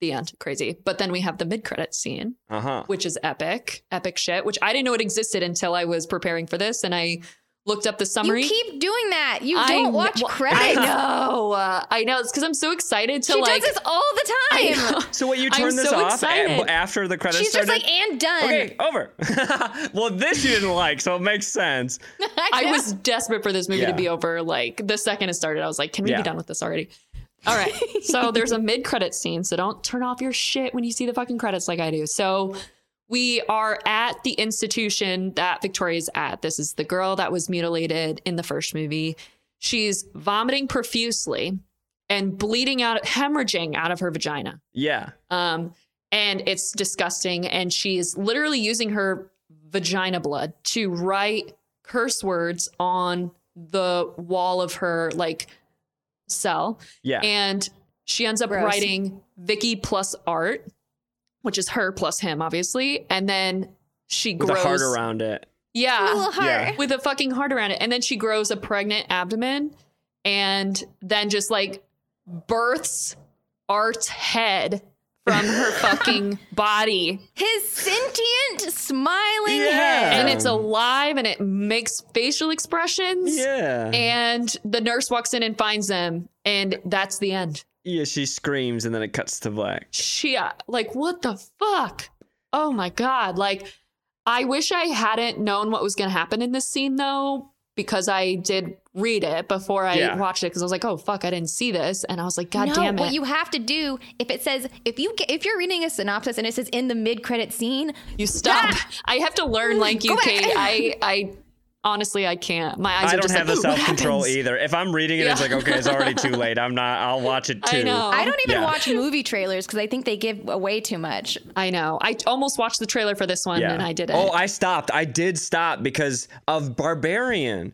The end. Crazy. But then we have the mid credit scene, Uh huh. which is epic, epic shit, which I didn't know it existed until I was preparing for this and I looked up the summary. you keep doing that. You I don't kn- watch well, I credits. know. Uh, I know. It's because I'm so excited to She like. does this all the I time. know. So what you I'm turn this so off a- excited. after the credits She's just started? like, "And done." okay, over. well, this you didn't like, so it makes sense. I was desperate for this movie Yeah. to be over. Like the second it started, I was like, "Can we Yeah. be done with this already?" All right. so there's a mid-credit scene, so don't turn off your shit when you see the fucking credits, like I do. So we are at the institution that Victoria's at. This is the girl that was mutilated in the first movie. She's vomiting profusely and bleeding out, hemorrhaging out of her vagina. Yeah. Um, and it's disgusting. And she's literally using her vagina blood to write curse words on the wall of her like cell. Yeah. And she ends up Gross. writing Vicky plus art, which is her plus him, obviously. And then she With grows a heart around it. Yeah Little heart. with a fucking heart around it. And then she grows a pregnant abdomen and then just like births Art's head from her fucking body. His sentient, smiling Yeah. head. And it's Um. alive and it makes facial expressions. Yeah. And the nurse walks in and finds them. And that's the end. yeah, she screams and then it cuts to black. she uh, like what the fuck oh my god like i wish i hadn't known what was going to happen in this scene though because i did read it before i Yeah. watched it because i was like oh fuck i didn't see this and i was like god no, damn what it you have to do if it says if you get, if you're reading a synopsis and it says in the mid credit scene, you stop i have to learn like you Go back. kate i i honestly i can't my eyes I are don't just have like, the "Ooh, e- what self control happens?" either. If I'm reading it, it's Yeah. like, okay, it's already too late. I'm not, I'll watch it too. i know I don't even Yeah. watch movie trailers because I think they give away too much. i know i almost watched the trailer for this one and i didn't Oh, I stopped. I did stop because of Barbarian.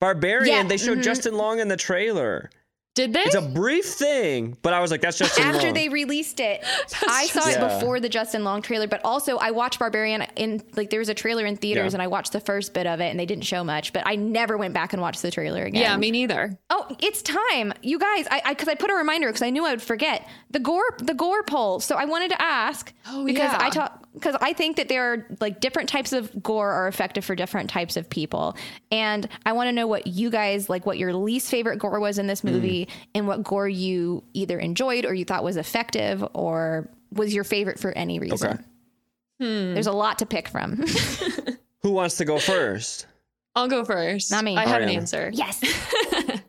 Barbarian, Yeah, they showed mm-hmm. Justin Long in the trailer. did they It's a brief thing, but I was like, that's Justin After Long. they released it, I saw it Yeah. before the Justin Long trailer, but also I watched Barbarian in like there was a trailer in theaters Yeah. and I watched the first bit of it and they didn't show much, but I never went back and watched the trailer again. yeah me neither Oh, it's time, you guys! I because I, put a reminder because I knew I would forget the gore the gore poll. So I wanted to ask Oh, because yeah. I talk because I think that there are like different types of gore are effective for different types of people, and I want to know what you guys like, what your least favorite gore was in this movie, and what gore you either enjoyed or you thought was effective or was your favorite for any reason. Okay. There's a lot to pick from. Who wants to go first? i'll go first Not me. i have an Ariana. answer yes,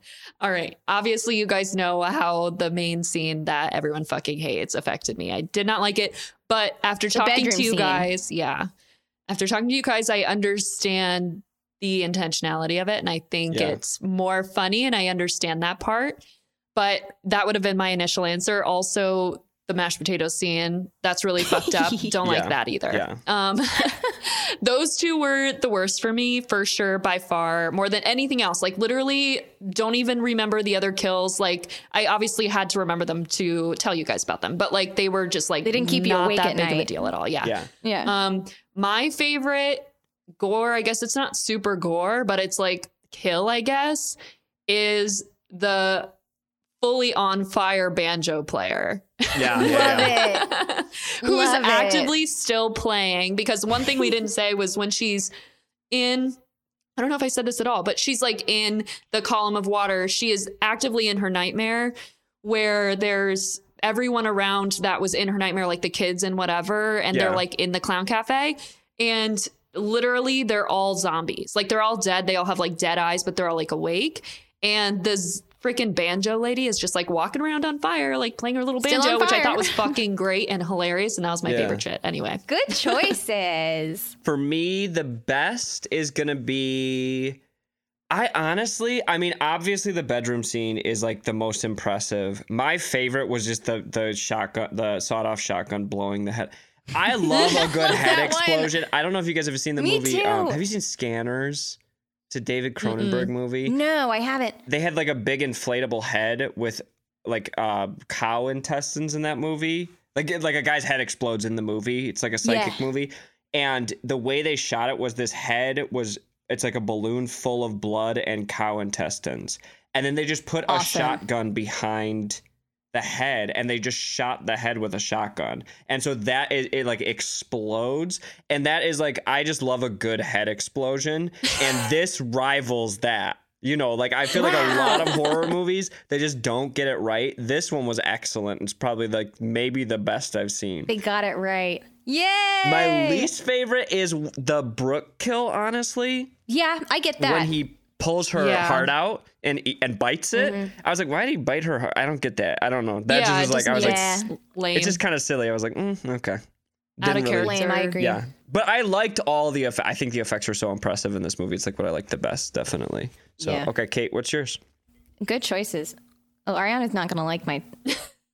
All right. Obviously, you guys know how the main scene that everyone fucking hates affected me. I did not like it, but after talking bedroom to you scene. guys, yeah, after talking to you guys, I understand the intentionality of it. And I think Yeah. it's more funny and I understand that part. But that would have been my initial answer. Also, the mashed potato scene, that's really fucked up. Don't like Yeah. that either. Yeah. Um, those two were the worst for me, for sure, by far, more than anything else. Like, literally, don't even remember the other kills. Like, I obviously had to remember them to tell you guys about them, but like, they were just like, They didn't keep you not awake that at big of a night. deal at all. Yeah. Yeah. Yeah. Um, my favorite gore, I guess it's not super gore, but it's like kill, I guess, is the fully on fire banjo player Yeah. Love yeah. it. who's Love it. actively still playing because one thing we didn't say was when she's in I don't know if I said this at all, but she's like in the column of water. She is actively in her nightmare where there's everyone around that was in her nightmare, like the kids and whatever, and Yeah. they're like in the clown cafe. And literally, they're all zombies. Like they're all dead. They all have like dead eyes, but they're all like awake. And this freaking banjo lady is just like walking around on fire, like playing her little Still banjo, on which I fire. thought was fucking great and hilarious. And that was my Yeah. favorite shit. Anyway. Good choices. For me, the best is gonna be. I honestly, I mean, obviously the bedroom scene is like the most impressive. My favorite was just the the shotgun, the sawed-off shotgun blowing the head. I love a good head That one. explosion. I don't know if you guys have seen the Me movie. Um, too. have you seen Scanners? It's a David Cronenberg movie. no, I haven't. They had like a big inflatable head with like uh, cow intestines in that movie. Like it- like a guy's head explodes in the movie. It's like a psychic Yeah. movie. And the way they shot it was this head was it's like a balloon full of blood and cow intestines. And then they just put a Awesome. shotgun behind the head and they just shot the head with a shotgun. And so that is it like explodes and that is like I just love a good head explosion and this rivals that. You know, like I feel like a lot of horror movies they just don't get it right. This one was excellent. It's probably like maybe the best I've seen. They got it right. Yay! My least favorite is the Brooke kill, honestly. Yeah, I get that. When he pulls her Yeah. Mm-hmm. heart out and e- and bites it. I was like, why did he bite her heart? I don't get that. I don't know. That yeah, just was like, it I was doesn't like, Yeah. make sense. lame. it's just kind of silly. I was like, mm, okay. out Didn't of really- character. Lame, I agree. Yeah. But I liked all the effects. I think the effects were so impressive in this movie. It's like what I like the best, definitely. So, Yeah. okay, Kate, what's yours? Good choices. Oh, Ariana's not gonna like my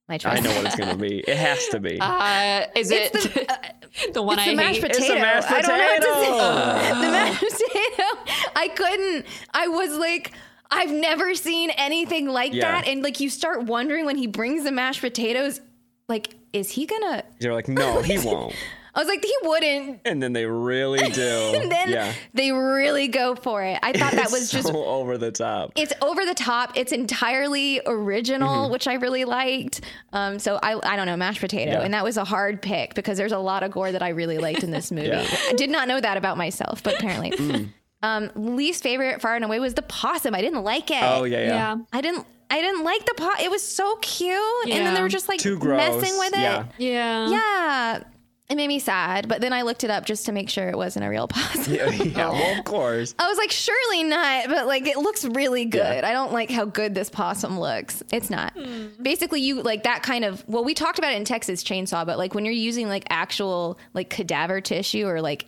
my choice. I know what it's going to be. It has to be. Uh, is it It's the, one It's I the mashed hate? potato. mashed I don't know what to potato. say. Uh. the mashed potato. I couldn't. I was like, I've never seen anything like Yeah. that. And like, you start wondering when he brings the mashed potatoes, like, is he gonna? You're like, no, he won't. I was like, he wouldn't. And then they really do. And then yeah. they really go for it. I thought that was so just over the top. it's over the top. It's entirely Mm-hmm. original, which I really liked. Um, so I, I don't know, mashed potato, Yeah. and that was a hard pick because there's a lot of gore that I really liked in this movie. Yeah. Mm. I did not know that about myself, but apparently, um, least favorite far and away was the possum. I didn't like it. oh, yeah, yeah. Yeah. I didn't. I didn't like the pot. It was so cute, and then Yeah. they were just like Too gross. messing with it. Yeah. Yeah. Yeah. it made me sad. But then I looked it up just to make sure it wasn't a real possum. yeah, yeah, well, of course. I was like, surely not, but like it looks really good. Yeah. I don't like how good this possum looks. It's not. Basically, you like that kind of well, we talked about it in Texas Chainsaw, but like when you're using like actual like cadaver tissue or like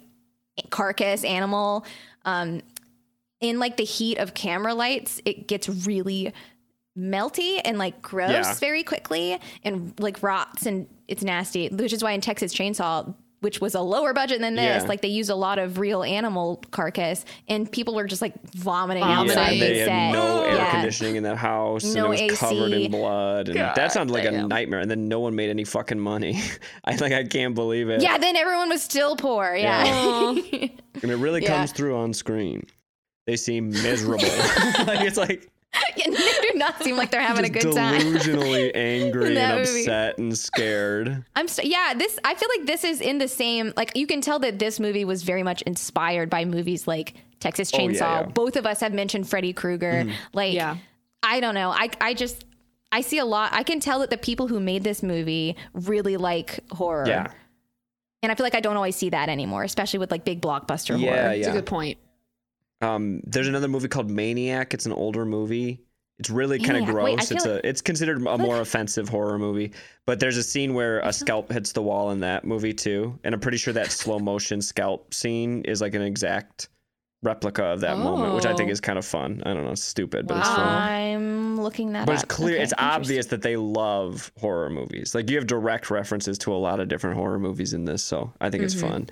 carcass animal, um, in like the heat of camera lights, it gets really melty and like gross Yeah. very quickly and like rots and it's nasty, which is why in Texas Chainsaw, which was a lower budget than this, Yeah. like they use a lot of real animal carcaus and people were just like vomiting Yeah, outside Vomiting. the they set. had no air Yeah. conditioning in that house, No and it was AC. covered in blood, and that God sounded like a damn. nightmare. And then no one made any fucking money. I like I can't believe it. Yeah, then everyone was still poor. Yeah. Aw. Yeah. and it really Yeah. comes through on screen. They seem miserable. like it's like and they do not seem like they're having a just good time. delusionally angry That and would be- upset and scared. I'm st- yeah, this I feel like this is in the same like you can tell that this movie was very much inspired by movies like Texas Oh, yeah, Chainsaw. yeah. Mm. Both of us have mentioned Freddy Krueger. Like Yeah. I don't know. I I just I see a lot. I can tell that the people who made this movie really like horror. Yeah. And I feel like I don't always see that anymore, especially with like big blockbuster Yeah, horror. It's a yeah. good point. Um, there's another movie called Maniac. It's an older movie. It's really kind of Maniac. Wait, I gross. feel it's like- a it's considered a more offensive horror movie. But there's a scene where a scalp hits the wall in that movie too, and I'm pretty sure that slow motion scalp scene is like an exact replica of that moment, which I think Oh. is kind of fun. I don't know, it's stupid, but it's fun. I'm looking that But up. it's clear, Okay, it's interesting. obvious that they love horror movies. Like you have direct references to a lot of different horror movies in this, so I think Mm-hmm. it's fun.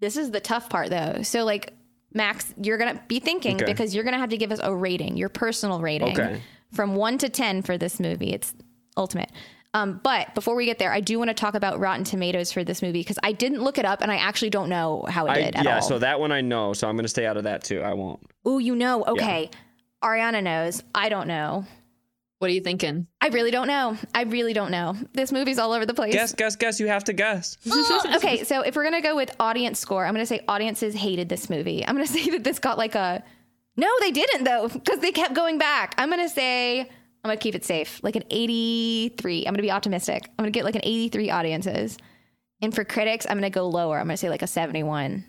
This is the tough part, though. So, like, Max, you're going to be thinking Okay. because you're going to have to give us a rating, your personal rating Okay. from one to 10 for this movie. It's ultimate. Um, but before we get there, I do want to talk about Rotten Tomatoes for this movie because I didn't look it up and I actually don't know how it I, did at yeah, all. so that one I know, so I'm gonna stay out of that too. I won't. Ooh, you know. Okay. Ariana knows. I don't know. What are you thinking? I really don't know. I really don't know. This movie's all over the place. Guess, guess, guess. You have to guess. okay, so if we're gonna go with audience score, I'm gonna say audiences hated this movie. I'm gonna say that this got like a no, they didn't though, because they kept going back. I'm gonna say I'm gonna keep it safe, like an 83. I'm gonna be optimistic. I'm gonna get like an 83 audiences, and for critics, I'm gonna go lower. I'm gonna say like a 71.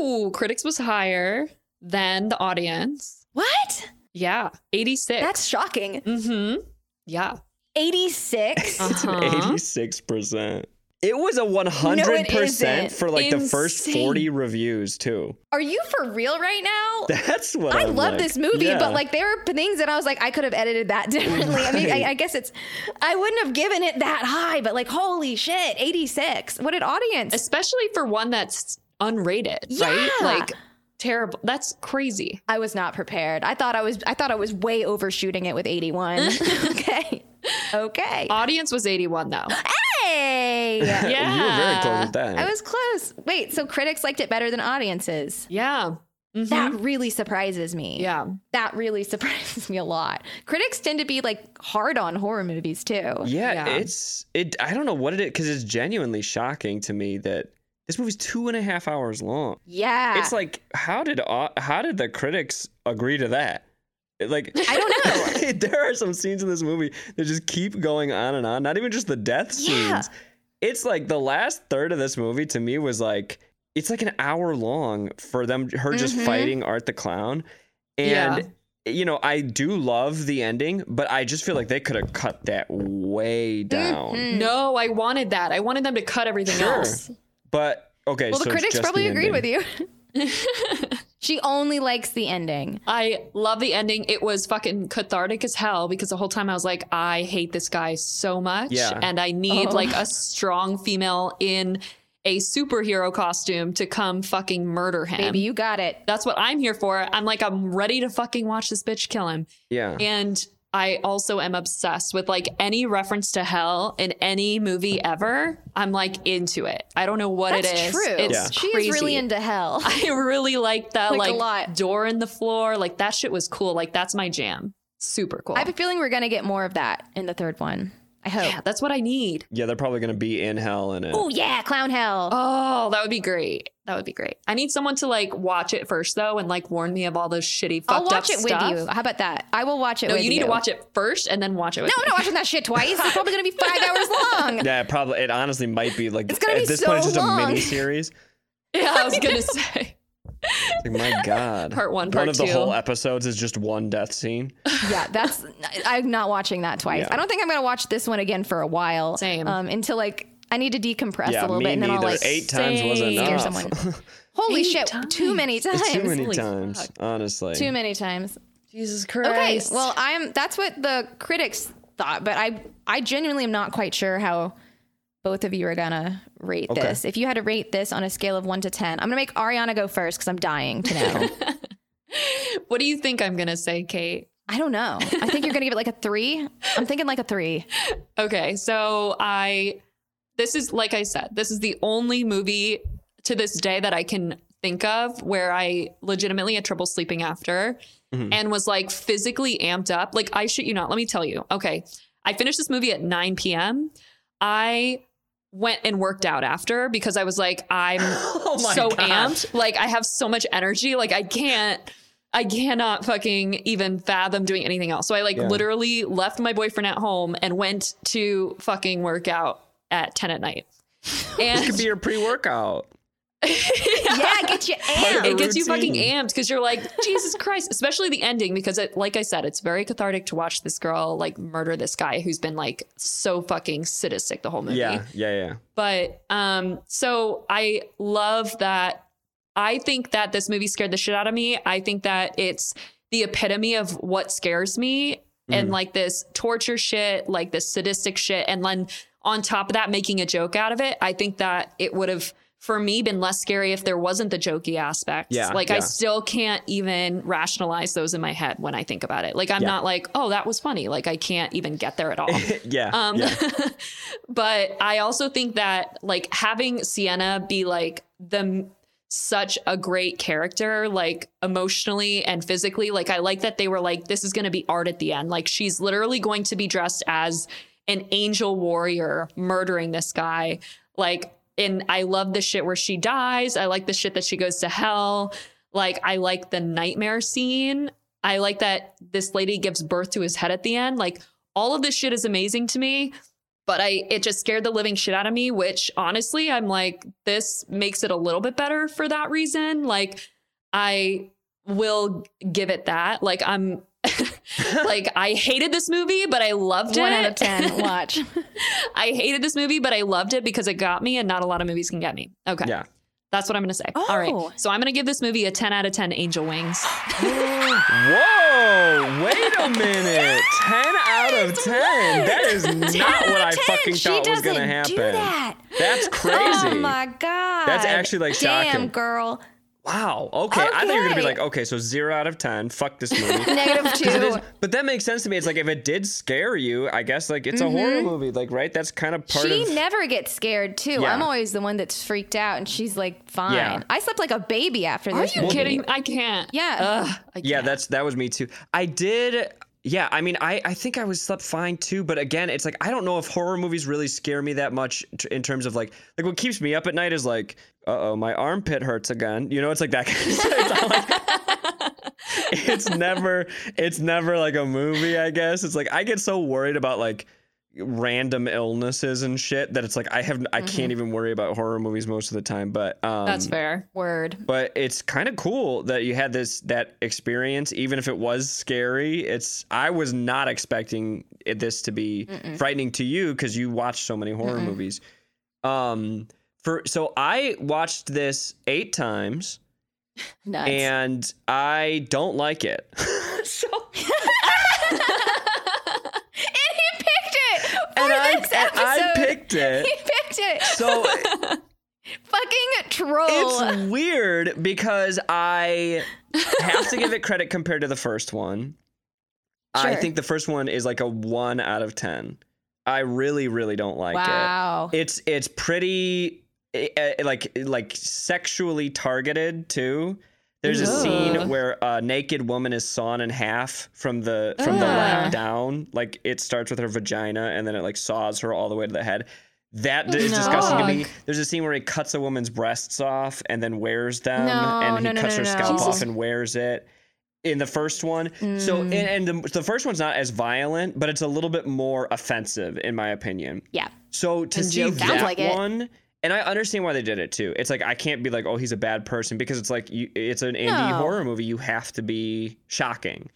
Ooh, critics was higher than the audience. What? Yeah, 86. That's shocking. mm-hmm. Yeah. 86. It's an Uh-huh. 86%. It was a 100% isn't. for like the first Insane. 40 reviews, too. Are you for real right now? That's what I I'm love like, this movie, yeah. but like there are things that I was like, I could have edited that differently. I mean, Right. I, I guess it's, I wouldn't have given it that high, but like, holy shit, 86. What an audience. Especially for one that's unrated, right? Yeah. Like terrible. That's crazy. I was not prepared. I thought I was, I thought I was way overshooting it with 81. okay. Okay. Audience was 81 though. Hey. Yeah. You were very close with that. I was close. Wait, so critics liked it better than audiences. Yeah. Mhm. That really surprises me. Yeah. That really surprises me a lot. Critics tend to be like hard on horror movies too. yeah, Yeah. it's it. I don't know what it is because it's genuinely shocking to me that this movie's two and a half hours long. Yeah. It's like how did au- how did the critics agree to that? It, Like I don't know. there are some scenes in this movie that just keep going on and on. Not even just the death Yeah. scenes. It's like the last third of this movie to me was like it's like an hour long for them her just Mhm. fighting Art the clown. And you know, I do love the ending, but I just feel like they could have cut that way down. Mhm. No, I wanted that. I wanted them to cut everything Mm. Sure. else. But okay, Well, so the it's critics just probably the agreed ending. with you. she only likes the ending. I love the ending. It was fucking cathartic as hell because the whole time I was like, I hate this guy so much. Yeah. And I need Oh. like a strong female in a superhero costume to come fucking murder him. Baby, you got it. That's what I'm here for. I'm like, I'm ready to fucking watch this bitch kill him. Yeah. And I also am obsessed with like any reference to hell in any movie ever. I'm like into it. I don't know what That's it is. true. It's Yeah. She crazy. is really into hell. I really liked that Like, like, a lot. door in the floor. Like that shit was cool. Like that's my jam. Super cool. I have a feeling we're going to get more of that in the third one. I hope. yeah, that's what I need. Yeah, they're probably gonna be in hell and it. Oh, yeah, clown hell. Oh, that would be great. That would be great. I need someone to like watch it first though and like warn me of all those shitty fucked I'll up watch it stuff. with you. How about that? I will watch it No, with you. you need to watch it first and then watch it with No, I'm not watching that shit twice. It's probably going to be five hours long. Yeah, it probably. It honestly might be like It's gonna at be this so point, it's just a long. mini series. me. Yeah, I was gonna say. It's Like my God, Part one, one part of the two. whole episodes is just one death scene. yeah, that's I'm not watching that twice. Yeah. I don't think I'm gonna watch this one again for a while. Same. Um, until like I need to decompress yeah, a little me bit, and then neither. I'll like Eight times was save enough. scare someone. Holy Eight shit! Too many times. It's too many Holy times, fuck. honestly. Too many times. Jesus Okay. Christ. Well, I'm. That's what the critics thought, but I I genuinely am not quite sure how both of you are gonna rate Okay. this. If you had to rate this on a scale of one to ten, I'm gonna make Ariana go first because I'm dying to know. what do you think I'm gonna say, Kate? I don't know. I think you're gonna give it like a three. I'm thinking like a three. Okay, so I this is like I said, this is the only movie to this day that I can think of where I legitimately had trouble sleeping after Mhm. and was like physically amped up. Like I shit you not, let me tell you. Okay. I finished this movie at 9 p.m. I went and worked out after because I was like, I'm oh so amped. Like I have so much energy. Like I can't. I cannot fucking even fathom doing anything else. So I like Yeah. literally left my boyfriend at home and went to fucking work out at 10 at night. This could And be your pre-workout. Yeah, get you amped. it gets you fucking routine. amped because you're like, Jesus Christ, especially the ending because it, like I said, it's very cathartic to watch this girl like murder this guy who's been like so fucking sadistic the whole movie. Yeah, yeah, yeah. But um, so I love that I think that this movie scared the shit out of me. I think that it's the epitome of what scares me and Mm. like this torture shit, like this sadistic shit. And then on top of that, making a joke out of it. I think that it would have, for me, been less scary if there wasn't the jokey aspect. Yeah, Like I yeah. still can't even rationalize those in my head when I think about it. Like I'm Yeah. not like, oh, that was funny. Like I can't even get there at all. yeah. Um, yeah. but I also think that like having Sienna be like the such a great character, like emotionally and physically. Like I like that they were like, this is going to be art at the end. Like she's literally going to be dressed as an angel warrior murdering this guy. Like, and I love the shit where she dies. I like the shit that she goes to hell. Like I like the nightmare scene. I like that this lady gives birth to his head at the end. Like all of this shit is amazing to me, but I it just scared the living shit out of me, which honestly, I'm like this makes it a little bit better for that reason. Like I will give it that. Like I'm like I hated this movie, but I loved One it. out of ten. Watch. I hated this movie, but I loved it because it got me and not a lot of movies can get me. Okay. Yeah. That's what I'm going to say. All Oh. right. So I'm going to give this movie a 10 out of 10 angel wings. Whoa! Wait a minute. Ten out of ten. That is not what I fucking She thought was doesn't gonna happen. do that. That's crazy. Oh my god. That's actually, like, Damn, shocking. girl. Wow. Okay. I thought you were gonna be Okay. like, okay, so zero out of ten. Fuck this movie. Negative two. It is- but that makes sense to me. It's like if it did scare you, I guess like it's a horror movie, like right? That's kind of part she of. never gets scared too. Yeah. I'm always the one that's freaked out, and she's like, "Fine." Yeah. I slept like a baby after Are this. you movie. kidding? I can't. Yeah. Ugh, I yeah, can't. that's that was me too. I did. Yeah, I mean, I I think I was slept fine too, but again, it's like I don't know if horror movies really scare me that much t- in terms of like like what keeps me up at night is like, uh oh, my armpit hurts again. You know, it's like that. Kind of stuff. It's not like- it's never it's never like a movie. I guess it's like I get so worried about like random illnesses and shit that it's like I have I can't even worry about horror movies most of the time. But um, Mm-hmm. That's fair. Word. but it's kind of cool that you had this that experience even if it was scary it's i was not expecting it, this to be frightening to you because you watch so many horror movies um for so i watched this eight times Nuts. and i don't like it So and he picked it for and I, this and episode. I picked it He picked it. so Fucking troll. it's weird because I have to give it credit compared to the first one. I Sure. think the first one is like a one out of ten. I really, really don't like wow. it. It's it's pretty eh, eh, like like sexually targeted too. There's a Ugh. scene where a naked woman is sawn in half from the from the Ugh. leg down. Like it starts with her vagina and then it like saws her all the way to the head. That is No. disgusting to me. Fuck. There's a scene where he cuts a woman's breasts off and then wears them, No, and he no, no, cuts no, her no, no. scalp Jesus. off and wears it. In the first one, so Mm. and, and the, the first one's not as violent, but it's a little bit more offensive, in my opinion. yeah. So to And see joking. Sounds that like it. one, and I understand why they did it too. It's like I can't be like, oh, he's a bad person because it's like you, it's an indie No. horror movie. You have to be shocking.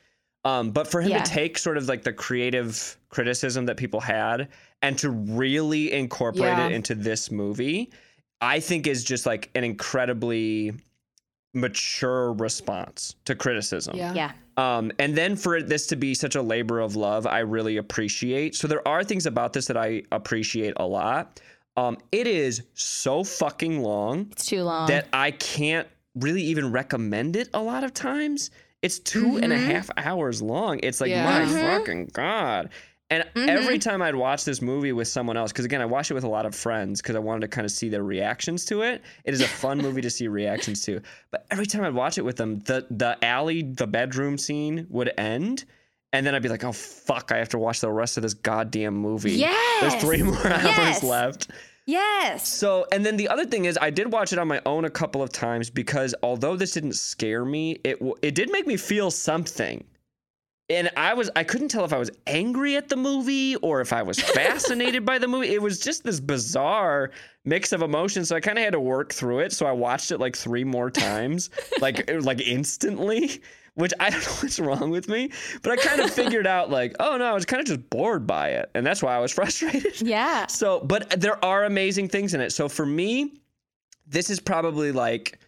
Um, but for him Yeah. to take sort of like the creative criticism that people had and to really incorporate Yeah. it into this movie, I think is just like an incredibly mature response to criticism. yeah. Yeah. Um, and then for it- this to be such a labor of love, I really appreciate. So there are things about this that I appreciate a lot. Um, it is so fucking long It's too long. that I can't really even recommend it a lot of times. It's two and a half Mm-hmm. hours long. It's like, Yeah. my Mhm. fucking God. And Mhm. every time I'd watch this movie with someone else, because again, I watched it with a lot of friends because I wanted to kind of see their reactions to it. It is a fun movie to see reactions to. But every time I'd watch it with them, the the alley, the bedroom scene would end. And then I'd be like, oh, fuck, I have to watch the rest of this goddamn movie. There's Yes! three more hours Yes! left. yes. So, and then the other thing is, I did watch it on my own a couple of times because although this didn't scare me, it w- it did make me feel something, and I was I couldn't tell if I was angry at the movie or if I was fascinated by the movie. It was just this bizarre mix of emotions. So I kind of had to work through it. So I watched it like three more times, like er, like instantly. Which I don't know what's wrong with me, but I kind of figured out like, oh no, I was kind of just bored by it, and that's why I was frustrated. Yeah. So, but there are amazing things in it. So for me, this is probably like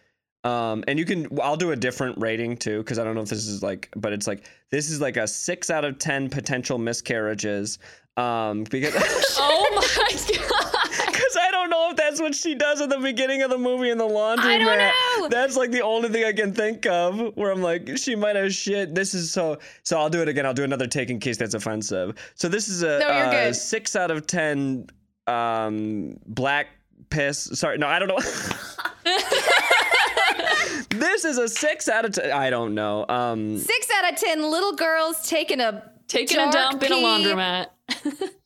Um, and you can, I'll do a different rating too, because I don't know if this is like, but it's like, this is like a six out of 10 potential miscarriages. Um, because, Oh my god. because I don't know if that's what she does at the beginning of the movie in the laundry. I don't know. That's like the only thing I can think of where I'm like, she might have shit. This is so, so I'll do it again. I'll do another take in case that's offensive. So this is a, No, you're uh, good. six out of 10, um, black piss. Sorry. No, I don't know. This is a six out of ten. I don't know. Um, Six out of ten little girls taking a Taking dark a dump in a pee laundromat.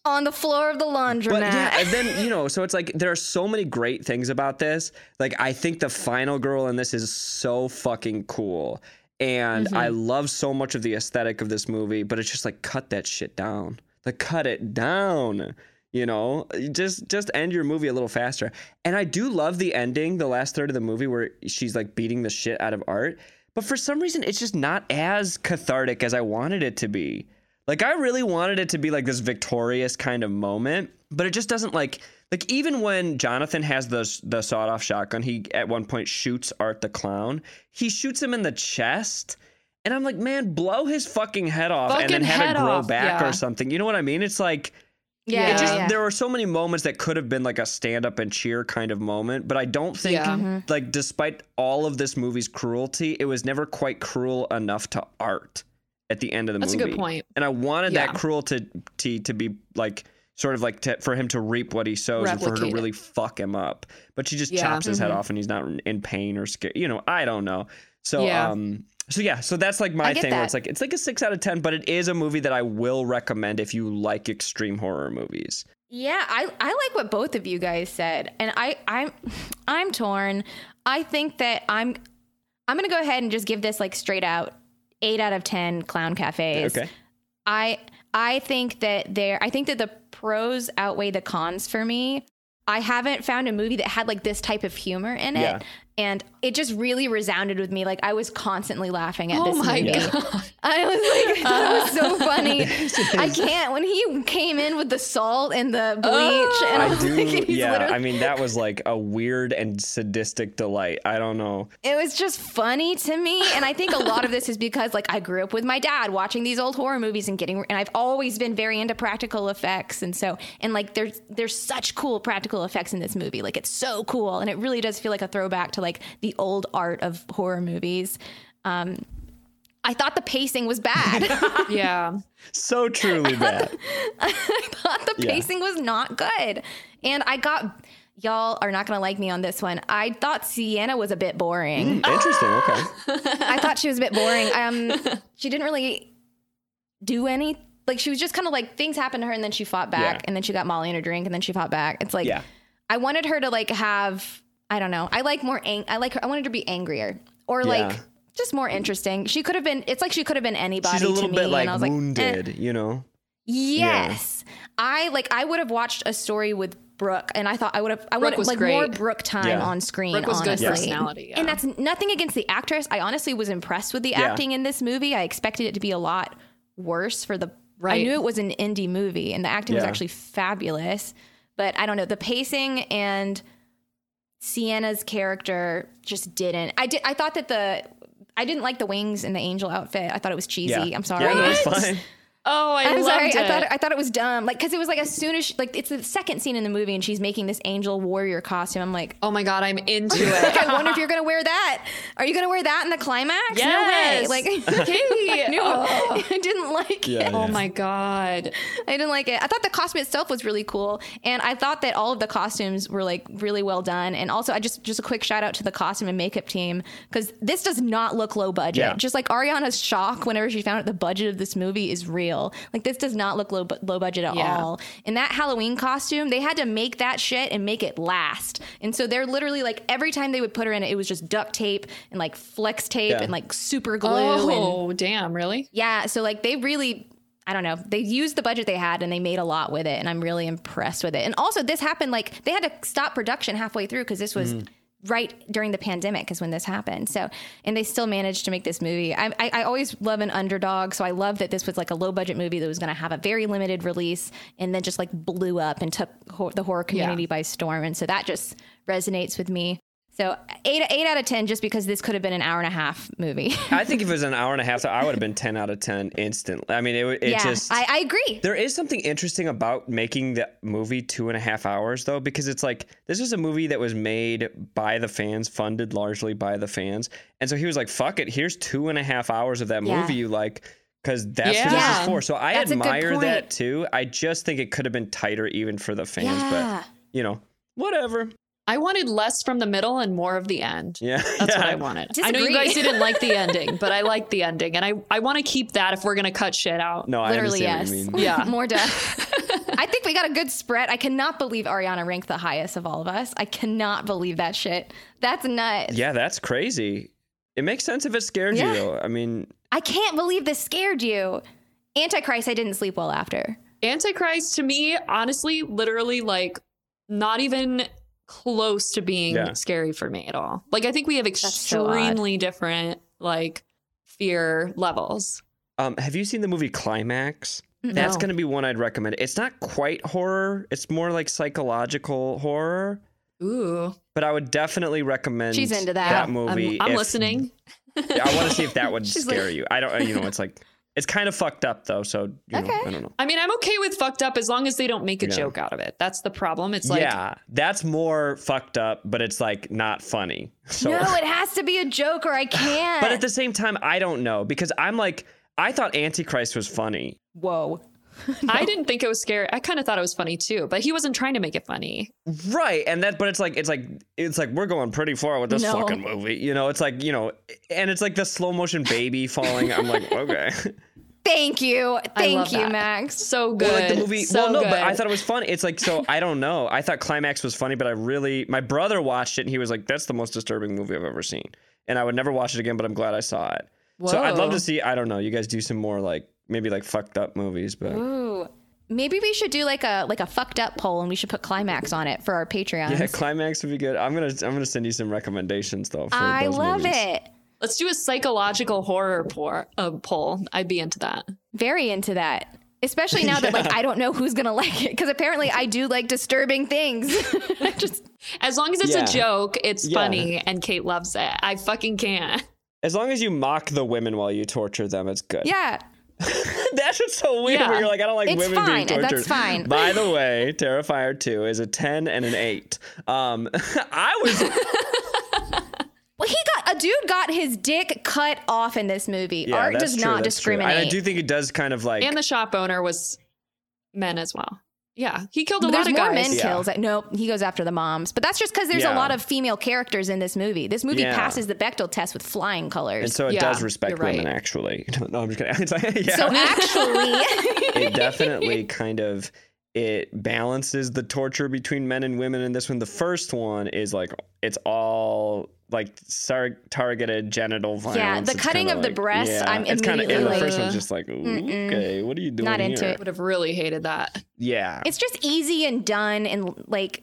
on the floor of the laundromat. but yeah, and then you know, so it's like there are so many great things about this. Like I think the final girl in this is so fucking cool, and I love so much of the aesthetic of this movie. But it's just like cut that shit down. Like cut it down. You know, just just end your movie a little faster. And I do love the ending, the last third of the movie where she's like beating the shit out of Art. But for some reason, it's just not as cathartic as I wanted it to be. Like I really wanted it to be like this victorious kind of moment, but it just doesn't like like even when Jonathan has the the sawed off shotgun, he at one point shoots Art the clown. He shoots him in the chest, and I'm like, man, blow his fucking head off Fucking and then have head it grow off, back yeah. or something. You know what I mean? It's like yeah, it just yeah. there were so many moments that could have been like a stand up and cheer kind of moment, but I don't think Yeah. Mm-hmm. like despite all of this movie's cruelty, it was never quite cruel enough to Art at the end of the That's a movie good point. and I wanted Yeah. that cruelty to be like sort of like to, for him to reap what he sows and for her Replicate to it. really fuck him up. But she just Yeah. chops his head Mm-hmm. off and he's not in pain or scared. You know, I don't know. So Yeah. um so yeah, so that's like I my get thing where it's that. like it's like a 6 out of 10, but it is a movie that I will recommend if you like extreme horror movies. Yeah, I, I like what both of you guys said. And I, I'm I'm torn. I think that I'm I'm gonna go ahead and just give this like straight out eight out of ten clown cafes. Okay. I I think that there I think that the pros outweigh the cons for me. I haven't found a movie that had like this type of humor in it. Yeah. And it just really resounded with me. Like I was constantly laughing at Oh this my movie. god. I was like, I thought it was so Uh-huh. funny. I can't. When he came in with the salt and the bleach, and I Oh. I was do, like, he's yeah. literally, I mean, that was like a weird and sadistic delight. I don't know. it was just funny to me. And I think a lot of this is because, like, I grew up with my dad watching these old horror movies and getting, and I've always been very into practical effects. And so, and like, there's there's such cool practical effects in this movie. Like, it's so cool, and it really does feel like a throwback to like the old art of horror movies. Um, I thought the pacing was bad. Yeah. So truly bad. thought the Yeah. pacing was not good. And I got y'all are not going to like me on this one. I thought Sienna was a bit boring. Hmm, Interesting. Okay. I thought she was a bit boring. Um she didn't really do any like she was just kind of like things happened to her and then she fought back Yeah. and then she got Molly in her drink and then she fought back. It's like Yeah. I wanted her to like have I don't know. I like more ang- I like her I wanted her to be angrier or like Yeah. just more interesting. She could have been it's like she could have been anybody She's a little to me bit like and I was like eh. wounded, you know. Yes. I like I would have watched a story with Brooke and I thought I would have I would Brooke was like great. more Brooke time Yeah. on screen Brooke was good honestly. personality, yeah. And that's nothing against the actress. I honestly was impressed with the Yeah. acting in this movie. I expected it to be a lot worse for the I Right. knew it was an indie movie and the acting was Yeah. actually fabulous, but I don't know, the pacing and Sienna's character just didn't. I did I thought that the I didn't like the wings and the angel outfit. I thought it was cheesy. I'm sorry. Yeah, that's fine. Oh, I I'm loved sorry. it. I thought I thought it was dumb. Like, because it was like as soon as she, like it's the second scene in the movie, and she's making this angel warrior costume. I'm like, "Oh, oh my god, I'm into like, it. I wonder if you're gonna wear that. Are you gonna wear that in the climax? Yes. No way. Like, Katie. no, Oh. I didn't like Yeah, it. Oh yeah. my god. I didn't like it. I thought the costume itself was really cool, and I thought that all of the costumes were like really well done. And also, I just just a quick shout out to the costume and makeup team because this does not look low budget. Yeah. Just like Ariana's shock whenever she found out the budget of this movie is real. Like this does not look low bu- low budget at Yeah. all. And that Halloween costume, they had to make that shit and make it last. And so they're literally like every time they would put her in it, it was just duct tape and like flex tape Yeah. and like super glue and Oh damn, really? yeah, so like they really I don't know. They used the budget they had and they made a lot with it and I'm really impressed with it. And also this happened like they had to stop production halfway through cuz this Mm. was right during the pandemic is when this happened. So and they still managed to make this movie. I I, I always love an underdog, so I love that this was like a low budget movie that was going to have a very limited release and then just like blew up and took hor- the horror community by storm and so that just resonates with me. So eight eight out of ten, just because this could have been an hour and a half movie. I think if it was an hour and a half, I would have been ten out of ten instantly. I mean, it, it yeah, just I, I agree. There is something interesting about making the movie two and a half hours, though, because it's like this is a movie that was made by the fans, funded largely by the fans. And so he was like, fuck it, here's two and a half hours of that Yeah. movie you like, because that's what this Yeah. is for. So I That's a good admire point. that too. I just think it could have been tighter even for the fans, yeah. but you know, whatever. I wanted less from the middle and more of the end. Yeah. That's what Yeah. I wanted. I know you Disagree. guys didn't like the ending, but I like the ending, and I I want to keep that if we're gonna cut shit out. No, I Literally, understand yes. what you mean. Yeah. More death. I think we got a good spread. I cannot believe Ariana ranked the highest of all of us. I cannot believe that shit. That's nuts. Yeah, that's crazy. It makes sense if it scared Yeah. you, though. I mean, I can't believe this scared you. Antichrist, I didn't sleep well after. Antichrist to me, honestly, literally like not even close to being Yeah. scary for me at all. Like I think we have so odd. extremely different like fear levels. Um, have you seen the movie Climax? That's No. going to be one I'd recommend. It's not quite horror; it's more like psychological horror. Ooh. But I would definitely recommend She's into that. that I'm, movie. I'm if- listening. I want to see if that would She's scare like- you. I don't. You know, it's like it's kind of fucked up though. So you know, Okay. I don't know. I mean, I'm okay with fucked up as long as they don't make a Yeah. joke out of it. That's the problem. It's like yeah, that's more fucked up, but it's like not funny. So No, it has to be a joke or I can't. But at the same time, I don't know because I'm like I thought Antichrist was funny. Whoa. I didn't think it was scary. I kind of thought it was funny too, but he wasn't trying to make it funny. Right, and that, but it's like it's like it's like we're going pretty far with this No. fucking movie, you know. It's like you know, and it's like the slow motion baby falling. I'm like, okay, Thank you. Thank love you, that. Max. So good. Well, like the movie. So well, no, good. but I thought it was funny. It's like so I don't know. I thought climax was funny, but I really my brother watched it and he was like, that's the most disturbing movie I've ever seen, and I would never watch it again. But I'm glad I saw it. So I'd love Whoa. to see. I don't know. You guys do some more like maybe like fucked up movies, but Ooh. Maybe we should do like a like a fucked up poll and we should put climax on it for our Patreon. yeah, climax would be good. I'm gonna I'm gonna send you some recommendations though. For I those love movies. it. Let's do a psychological horror por- uh, poll. I'd be into that. Very into that. Especially now that like I don't know who's gonna like it because apparently I do like disturbing things. I just As long as it's Yeah. a joke, it's Yeah. funny, and Kate loves it. I fucking can't. As long as you mock the women while you torture them, it's good. yeah. That's just so weird. Yeah. Where you're like, I don't like It's women being fine. tortured. That's fine. By the way, Terrifier 2 is a 10 and an 8. Um, I was. Well, he got a dude got his dick cut off in this movie. Yeah, Art that's does true, not that's true. And discriminate. I do think it does kind of like. And the shop owner was men as well. Yeah, he killed a there's lot of more guys. men Yeah. kills. Nope, he goes after the moms, but that's just because there's a Yeah. lot of female characters in this movie. This movie Yeah. passes the Bechtel test with flying colors. and so it Yeah, does respect you're right. women, actually. No, no, I'm just kidding. It's like, yeah. So actually, it definitely kind of. It balances the torture between men and women in this one. The first one is like it's all like sar- targeted genital violence. the It's cutting kinda of the like- breasts, yeah, I'm it's kinda- immediately and like, the first one's "Ugh, just like okay, what are you doing? Not into here?" it. Would have really hated that. Yeah, it's just easy and done and like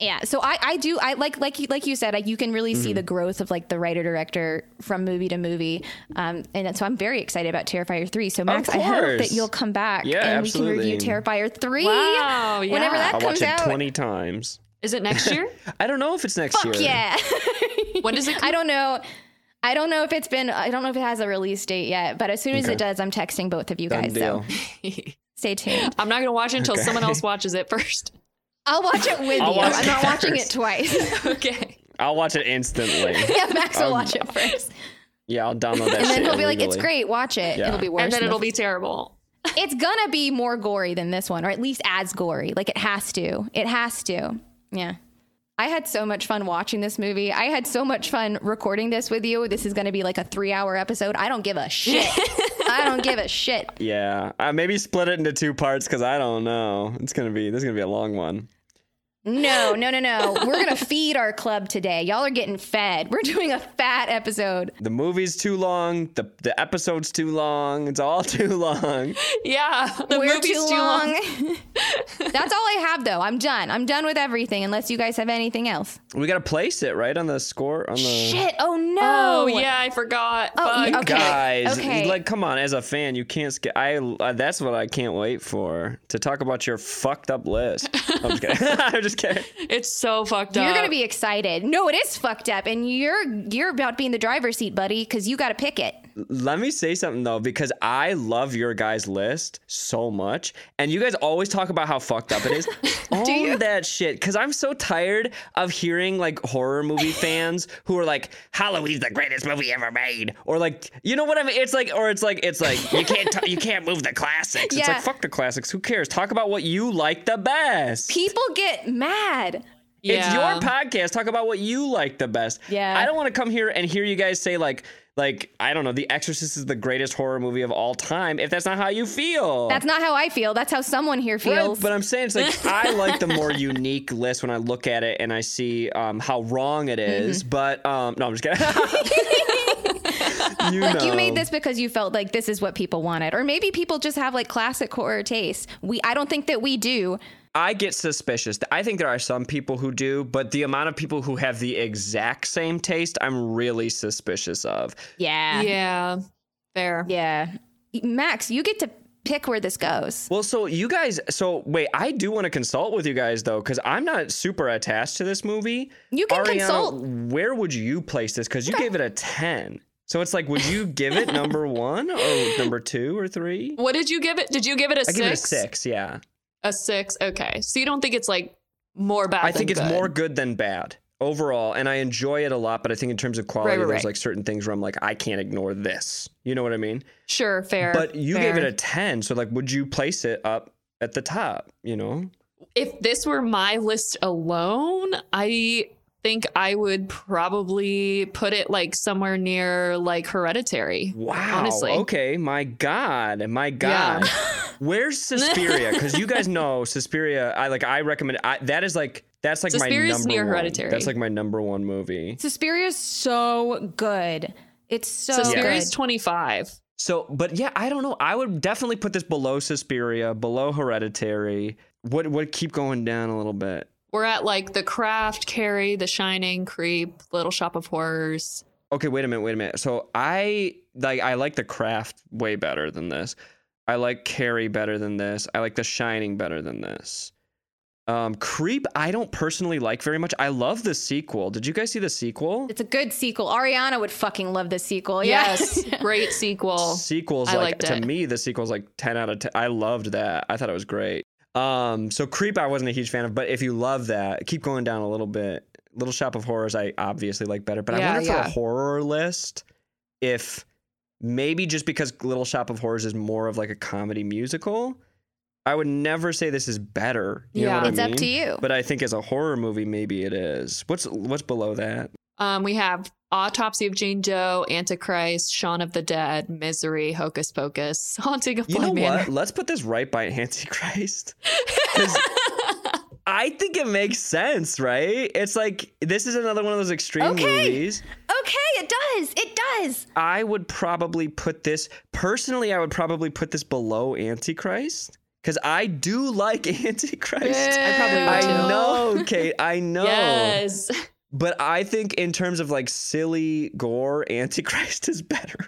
yeah so i i do i like like you like you said like you can really Mm-hmm. see the growth of like the writer director from movie to movie um and so i'm very excited about terrifier 3 so max i hope that course. you'll come back Yeah, and we absolutely. can review terrifier 3 Wow, whenever yeah. that I comes watched it out 20 times. Is it next year? I don't know if it's next fuck year. yeah when does it come i don't know I don't know if it's been. I don't know if it has a release date yet, but as soon as Okay. it does, I'm texting both of you Done guys. deal. So stay tuned. I'm not going to watch it until Okay. someone else watches it first. I'll watch it with I'll you. watch I'm it not watching it first. twice. okay. I'll watch it instantly. yeah, Max Um, will watch it first. yeah, I'll download that and shit. then he'll be like, "It's illegally. great, watch it. Yeah. It'll be worse." and then than it'll the- be terrible. It's gonna be more gory than this one, or at least as gory. Like it has to. It has to. Yeah. I had so much fun watching this movie. I had so much fun recording this with you. This is gonna be like a three-hour episode. I don't give a shit. I don't give a shit. Yeah, uh, maybe split it into two parts because I don't know. It's gonna be this is gonna be a long one. No, no, no, no. We're gonna feed our club today. Y'all are getting fed. We're doing a fat episode. The movie's too long. The the episode's too long. It's all too long. Yeah. The We're movie's too long. That's all I have, though. I'm done. I'm done with everything, unless you guys have anything else. We gotta place it right on the score on the. Shit. Oh no. Uh. Oh, yeah. I forgot. Oh, Fuck. yeah, okay. Guys, Okay. like, come on! As a fan, you can't. Sk- I, I. That's what I can't wait for to talk about your fucked up list. I'm just kidding. I'm just kidding. It's so fucked up. You're gonna be excited. No, it is fucked up, and you're you're about to be in the driver's seat, buddy, because you got to pick it. Let me say something though, because I love your guys' list so much, and you guys always talk about how fucked up it is. Own that shit, because I'm so tired of hearing like horror movie fans who are like, "Halloween's the greatest movie ever made," or like, you know what I mean? It's like, or it's like, it's like you can't t- you can't move the classics. It's Yeah. like fuck the classics. Who cares? Talk about what you like the best. People get mad. It's your podcast. Talk about what you like the best. Yeah. I don't want to come here and hear you guys say like like I don't know, The Exorcist is the greatest horror movie of all time. If that's not how you feel. That's not how I feel. That's how someone here Right, feels. but I'm saying it's like I like the more unique list when I look at it and I see um, how wrong it Mm-hmm. is, But um, no, I'm just kidding. you like you know. made this because you felt like this is what people wanted, or maybe people just have like classic horror taste. We I don't think that we do. I get suspicious. I think there are some people who do, but the amount of people who have the exact same taste, I'm really suspicious of. Yeah, yeah. Yeah. Fair. Max, you get to pick where this goes. Well, so you guys, so wait, I do want to consult with you guys though, because I'm not super attached to this movie. You can Ariana, consult. Where would you place this? Because you gave it a 10. So it's like, would you give it number one or number two or three? What did you give it? Did you give it a I six? give it a six, yeah. A six. Okay. So you don't think it's like more bad? I think it's than good. more good than bad overall. And I enjoy it a lot, but I think in terms of quality, right, there's right. like certain things where I'm like, I can't ignore this. You know what I mean? Sure. Fair. But you fair. gave it a 10. So, like, would you place it up at the top? You know? if this were my list alone, I think I would probably put it like somewhere near like hereditary. Wow. Honestly. Okay. My God. My God. Where's Suspiria? Because you guys know Suspiria. I like. I recommend. I, that is like. That's like my Suspiria's number near one. Hereditary. That's like my number one movie. Suspiria's so good. It's so So good. Sperry's 25. So, but yeah, I don't know. I would definitely put this below Suspiria, below Hereditary. What would keep going down a little bit? We're at like The Craft, Carrie, The Shining, Creep, Little Shop of Horrors. Okay, wait a minute, wait a minute. So I like I like the craft way better than this. I like Carrie better than this. I like The Shining better than this. Um, Creep, I don't personally like very much. I love the sequel. Did you guys see the sequel? It's a good sequel. Ariana would fucking love this Oh, sequel. Yes. Great sequel. Sequels I like liked to it. me, the sequel's like ten out of ten. I loved that. I thought it was great. Um, so Creep, I wasn't a huge fan of, but if you love that, keep going down a little bit. Little Shop of Horrors, I obviously like better, but I Yeah, wonder for yeah. a horror list if maybe just because Little Shop of Horrors is more of like a comedy musical, I would never say this is better. You know Yeah. what I It's up to mean? you. But I think as a horror movie, maybe it is. What's what's below that? Um, we have Autopsy of Jane Doe, Antichrist, Shaun of the Dead, Misery, Hocus Pocus, Haunting of You Bly know Manor. what? Let's put this right by Antichrist. 'Cause I think it makes sense, right? It's like this is another one of those extreme Okay. movies. Okay, it does. It does. I would probably put this personally. I would probably put this below Antichrist because I do like Antichrist. I probably would I too. know, Kate. I know. Yes. But I think in terms of like silly gore, Antichrist is better.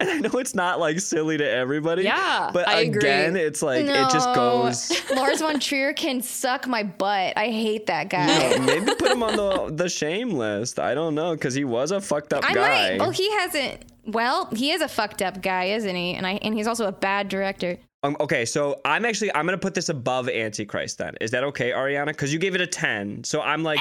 And I know it's not like silly to everybody. Yeah, But I agree. again, it's like it just No. goes. Lars von Trier can suck my butt. I hate that guy. No, maybe put him on the the shame list. I don't know because he was a fucked up I guy. might. Well, he hasn't. Well, he is a fucked up guy, isn't he? And I and he's also a bad director. Um, okay, so I'm actually I'm gonna put this above Antichrist. Then is that okay, Ariana? Because you gave it a ten, so I'm like,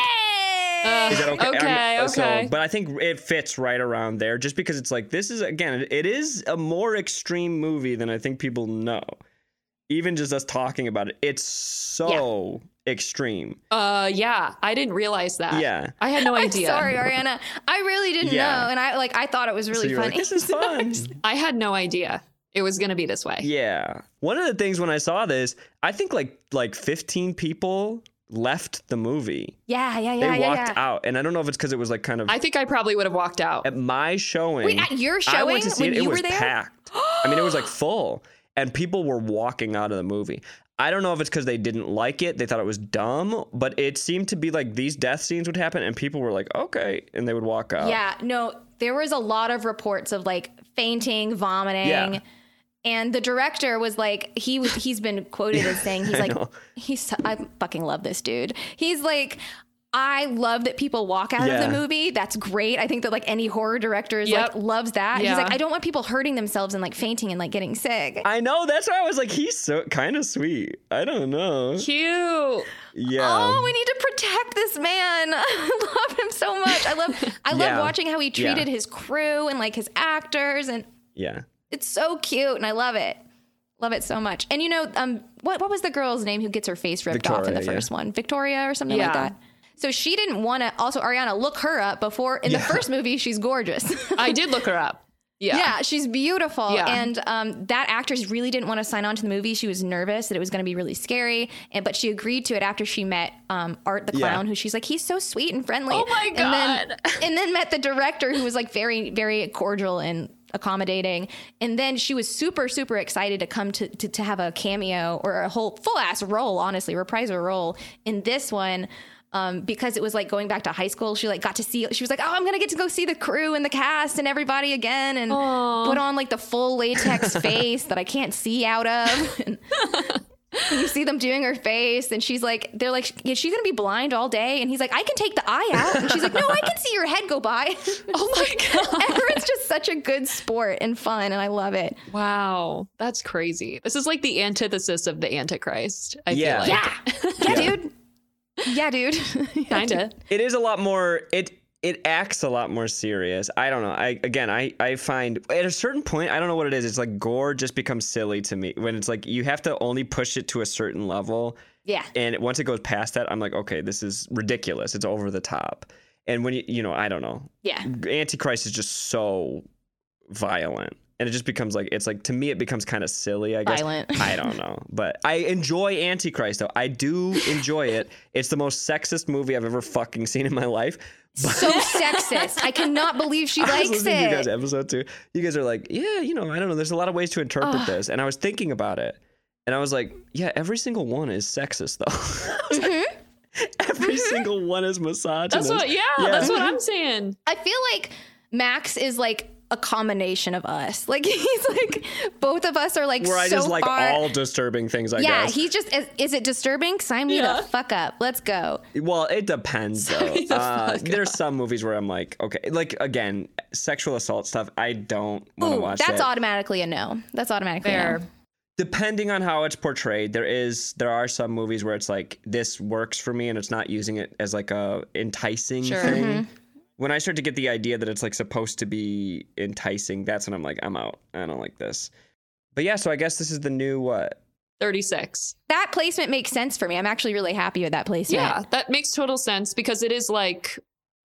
Uh, is that okay? I'm- Okay. uh, so- okay. but I think it fits right around there, just because it's like this is again, it is a more extreme movie than I think people know. Even just us talking about it, it's so extreme. Uh, yeah, I didn't realize Uh, that. Yeah. I had no idea. Sorry, Ariana. I really didn't Yeah. know, and I like I thought it was so really you're funny. like, this is fun. I had no idea it was gonna be this way. Yeah. One of the things when I saw this, I think like like 15 people left the movie. yeah, yeah, They yeah, yeah. walked yeah. out, and I don't know if it's because it was like kind of I think I probably would have walked out. at my showing. Wait, at your I showing went to see when it. you it was were there? packed. I mean, it was like full, and people were walking out of the movie. I don't know if it's because they didn't like it, they thought it was dumb, but it seemed to be like these death scenes would happen, and people were like, "Okay," and they would walk out. Yeah, no, there was a lot of reports of like fainting, vomiting. Yeah. And the director was like, he was, he's been quoted as saying, he's I like, know. he's, I fucking love this dude. He's like, I love that people walk out of Yeah. the movie. That's great. I think that like any horror director is Yep. like loves that. He's Yeah. like, I don't want people hurting themselves and like fainting and like getting sick. I know. That's why I was like, he's so kind of sweet. I don't know. Cute. Yeah. Oh, we need to protect this man. I love him so much. I love I love Yeah. watching how he Yeah. treated his crew and like his actors and yeah. it's so cute and I love it. Love it so much. And you know, um what what was the girl's name who gets her face ripped off in the Victoria, yeah. first one? Victoria or something like Yeah. that. So she didn't want to also Ariana look her up before in the first movie she's gorgeous. I did look her up. Yeah. Yeah, she's beautiful. Yeah. And um, that actress really didn't want to sign on to the movie. She was nervous that it was going to be really scary. And but she agreed to it after she met um, Art the Yeah. clown, who she's like, he's so sweet and friendly. Oh my And then, God. and then met the director, who was like very, very cordial and accommodating. And then she was super, super excited to come to to, to have a cameo or a whole full ass role, honestly, reprise a role in this one. Um, because it was like going back to high school, she like got to see. She was like, "Oh, I'm gonna get to go see the crew and the cast and everybody again, and put on like the full latex face that I can't see out of." And you see them doing her face, and she's like, "They're like, is she gonna be blind all day?" And he's like, "I can take the eye out," and she's like, "No, I can see your head go by." Oh my god. Everyone's just such a good sport and fun, and I love it. Wow, that's crazy. This is like the antithesis of the Antichrist. I Yeah. feel like. Yeah, yeah, dude. Yeah, dude. Yeah, dude. Kinda. It is a lot more. It it acts a lot more serious. I don't know. I again, I I find at a certain point, I don't know what it is. It's like gore just becomes silly to me when it's like you have to only push it to a certain level. Yeah. And once it goes past that, I'm like, okay, this is ridiculous. It's over the top. And when you you know, I don't know. Yeah. Antichrist is just so violent. And it just becomes like it's like to me it becomes kind of silly, I guess. Violent. I don't know. But I enjoy Antichrist though. I do enjoy it. It's the most sexist movie I've ever fucking seen in my life. So sexist. I cannot believe she I was likes listening to you guys it. episode two. You guys are like, yeah, you know, I don't know. There's a lot of ways to interpret this, and I was thinking about it, and I was like, yeah, every single one is sexist though. Mm-hmm. every single one is That's misogynist. what yeah, Yeah. that's what I'm saying. I feel like Max is like a combination of us. Like he's like both of us are like Where I so just like far. all disturbing things. I yeah, guess. he's just is, is it disturbing? Sign me Yeah. the fuck up. Let's go. Well, it depends though. the Uh, fuck there's some movies where I'm like, okay, like again, sexual assault stuff. I don't want to Ooh, watch. that's that. automatically a no. That's automatically a Fair. no. depending on how it's portrayed there is there are some movies where it's like this works for me and it's not using it as like a enticing Sure. Mm-hmm. thing when i start to get the idea that it's like supposed to be enticing that's when i'm like i'm out i don't like this but yeah so i guess this is the new what 36. That placement makes sense for me. I'm actually really happy with that placement. Yeah, that makes total sense because it is like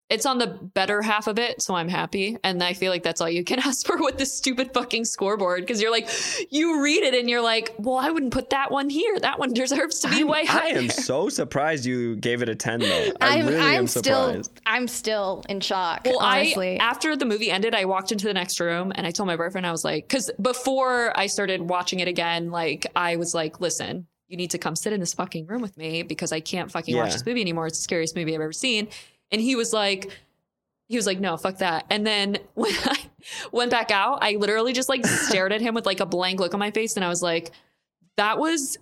it's on the better half of it, so I'm happy. And I feel like that's all you can ask for with this stupid fucking scoreboard because you're like, you read it and you're like, well, I wouldn't put that one here. That one deserves to be way i higher. am so surprised you gave it a 10 though i I'm, really I'm am still surprised I'm still in shock. Well, honestly. I after the movie ended, I walked into the next room and I told my boyfriend I was like, because before I started watching it again, like I was like, listen, you need to come sit in this fucking room with me because I can't fucking watch Yeah. this movie anymore. It's the scariest movie I've ever seen. And he was like, he was like, no, fuck that. And then when I went back out, I literally just like stared at him with like a blank look on my face, and I was like, that was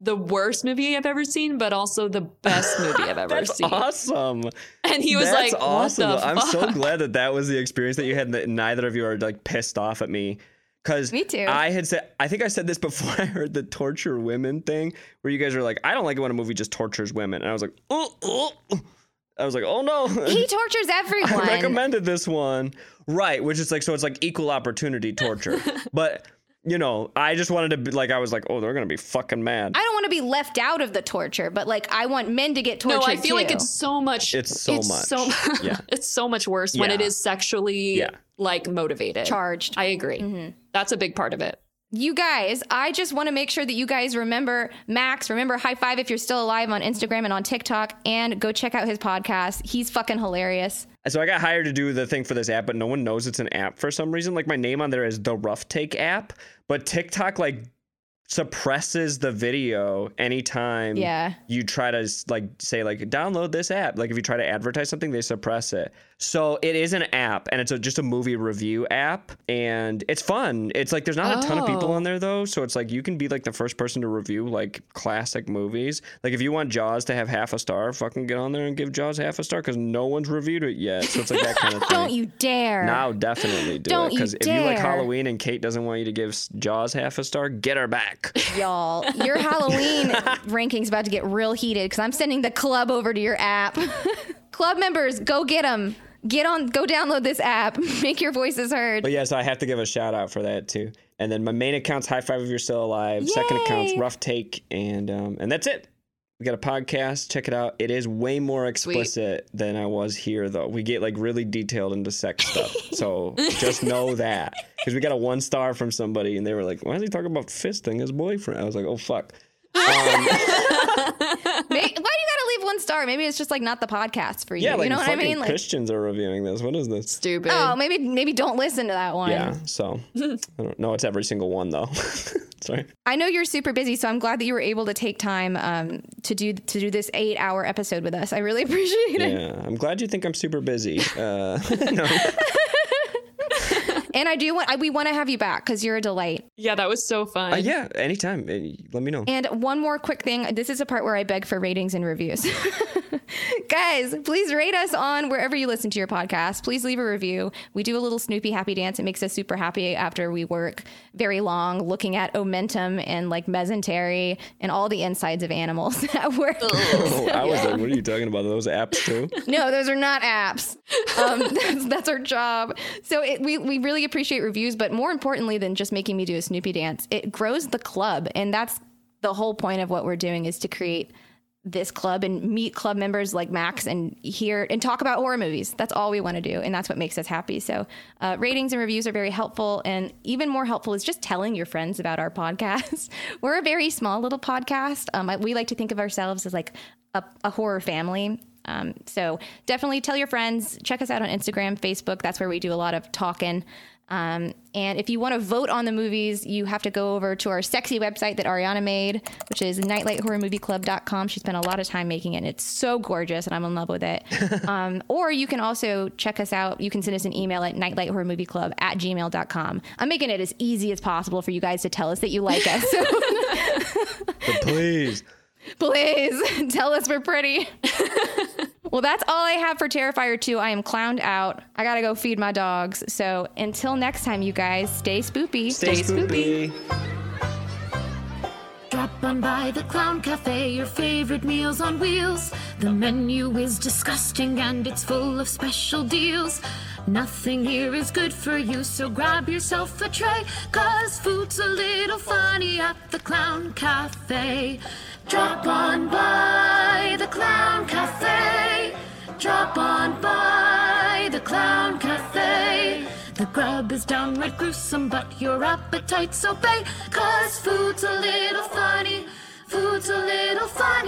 the worst movie I've ever seen, but also the best movie I've ever that's seen. awesome And he was That's like, what awesome. the though. I'm so fuck? glad that that was the experience that you had. And that neither of you are like pissed off at me. Cause Me too. I had said, I think I said this before I heard the torture women thing, where you guys were like, I don't like it when a movie just tortures women, and I was like, oh, oh. I was like, oh no. he tortures everyone. I recommended this one, right? Which is like, so it's like equal opportunity torture. but you know, I just wanted to be like, I was like, oh, they're gonna be fucking mad. I don't want to be left out of the torture, but like I want men to get tortured. No, I feel like too. it's so much. It's so much. So, Yeah. it's so much worse when it Yeah. is sexually Yeah. like motivated. charged. Mm-hmm. I agree. That's a big part of it. you guys, I just want to make sure that you guys remember Max, remember High Five if you're still alive on Instagram and on TikTok, and go check out his podcast. He's fucking hilarious. So I got hired to do the thing for this app, but no one knows it's an app for some reason. Like my name on there is the Rough Take app, but TikTok like suppresses the video anytime Yeah. you try to like say like download this app. Like if you try to advertise something, they suppress it. So it is an app, and it's a, just a movie review app, and it's fun. It's like there's not a ton of people Oh. on there though, so it's like you can be like the first person to review like classic movies. Like if you want Jaws to have half a star, fucking get on there and give Jaws half a star because no one's reviewed it yet. So it's like that kind of thing. Don't you dare. Now definitely do Don't it you because if you like dare. Halloween and Kate doesn't want you to give s- Jaws half a star, get her back. y'all. Your Halloween ranking's about to get real heated because I'm sending the club over to your app. club members, go get them. Get on, go download this app. Make your voices heard. But yeah, so I have to give a shout out for that too. And then my main account's High Five If You're Still Alive. Second account's Yay! Rough Take, and um, and that's it. We got a podcast. Check it out. It is way more explicit than I was here, though. We get like really detailed into sex stuff, so just know that because we got a one star from somebody, and they were like, "Why is he talking about fisting his boyfriend?" I was like, "Oh fuck." Um, May- Why do you gotta leave one star? Maybe it's just like not the podcast for you. yeah, like you know what I fucking mean? Like, Christians are reviewing this. What is this? Stupid. oh, maybe maybe don't listen to that one. Yeah, so I don't know. It's every single one though. Sorry. I know you're super busy, so I'm glad that you were able to take time um, to do to do this eight hour episode with us. I really appreciate it, Yeah, I'm glad you think I'm super busy. Uh, no. and I do want I, we want to have you back because you're a delight. Yeah, that was so fun. Uh, yeah, anytime. Uh, Let me know. And one more quick thing. This is a part where I beg for ratings and reviews. Guys, please rate us on wherever you listen to your podcast. Please leave a review. We do a little Snoopy happy dance. It makes us super happy after we work very long looking at omentum and like mesentery and all the insides of animals at work. Oh, I was like, what are you talking about? Those apps too? No, those are not apps. Um, that's, that's our job. So it, we, we really appreciate reviews, but more importantly than just making me do a Snoopy dance, it grows the club. And that's the whole point of what we're doing is to create this club and meet club members like Max and hear and talk about horror movies. That's all we want to do. And that's what makes us happy. So uh, ratings and reviews are very helpful. And even more helpful is just telling your friends about our podcast. we're a very small little podcast. Um, I, we like to think of ourselves as like a, a horror family. Um, so definitely tell your friends. Check us out on Instagram, Facebook. That's where we do a lot of talking. Um, and if you want to vote on the movies, you have to go over to our sexy website that Ariana made, which is nightlighthorrormovieclub.com. She spent a lot of time making it. and It's so gorgeous, and I'm in love with it. um, or you can also check us out. You can send us an email at nightlighthorrormovieclub at gmail.com. I'm making it as easy as possible for you guys to tell us that you like us. So But please. please tell us we're pretty. well, that's all I have for Terrifier 2. I am clowned out. I got to go feed my dogs. So until next time, you guys, stay spoopy. Stay spoopy. Drop on by the Clown Cafe, your favorite meals on wheels. The menu is disgusting and it's full of special deals. Nothing here is good for you, so grab yourself a tray, cause food's a little funny at the Clown Cafe. Drop on by the Clown Cafe. Drop on by the Clown Cafe. The grub is downright gruesome, but your appetites obey. Cause food's a little funny. Food's a little funny.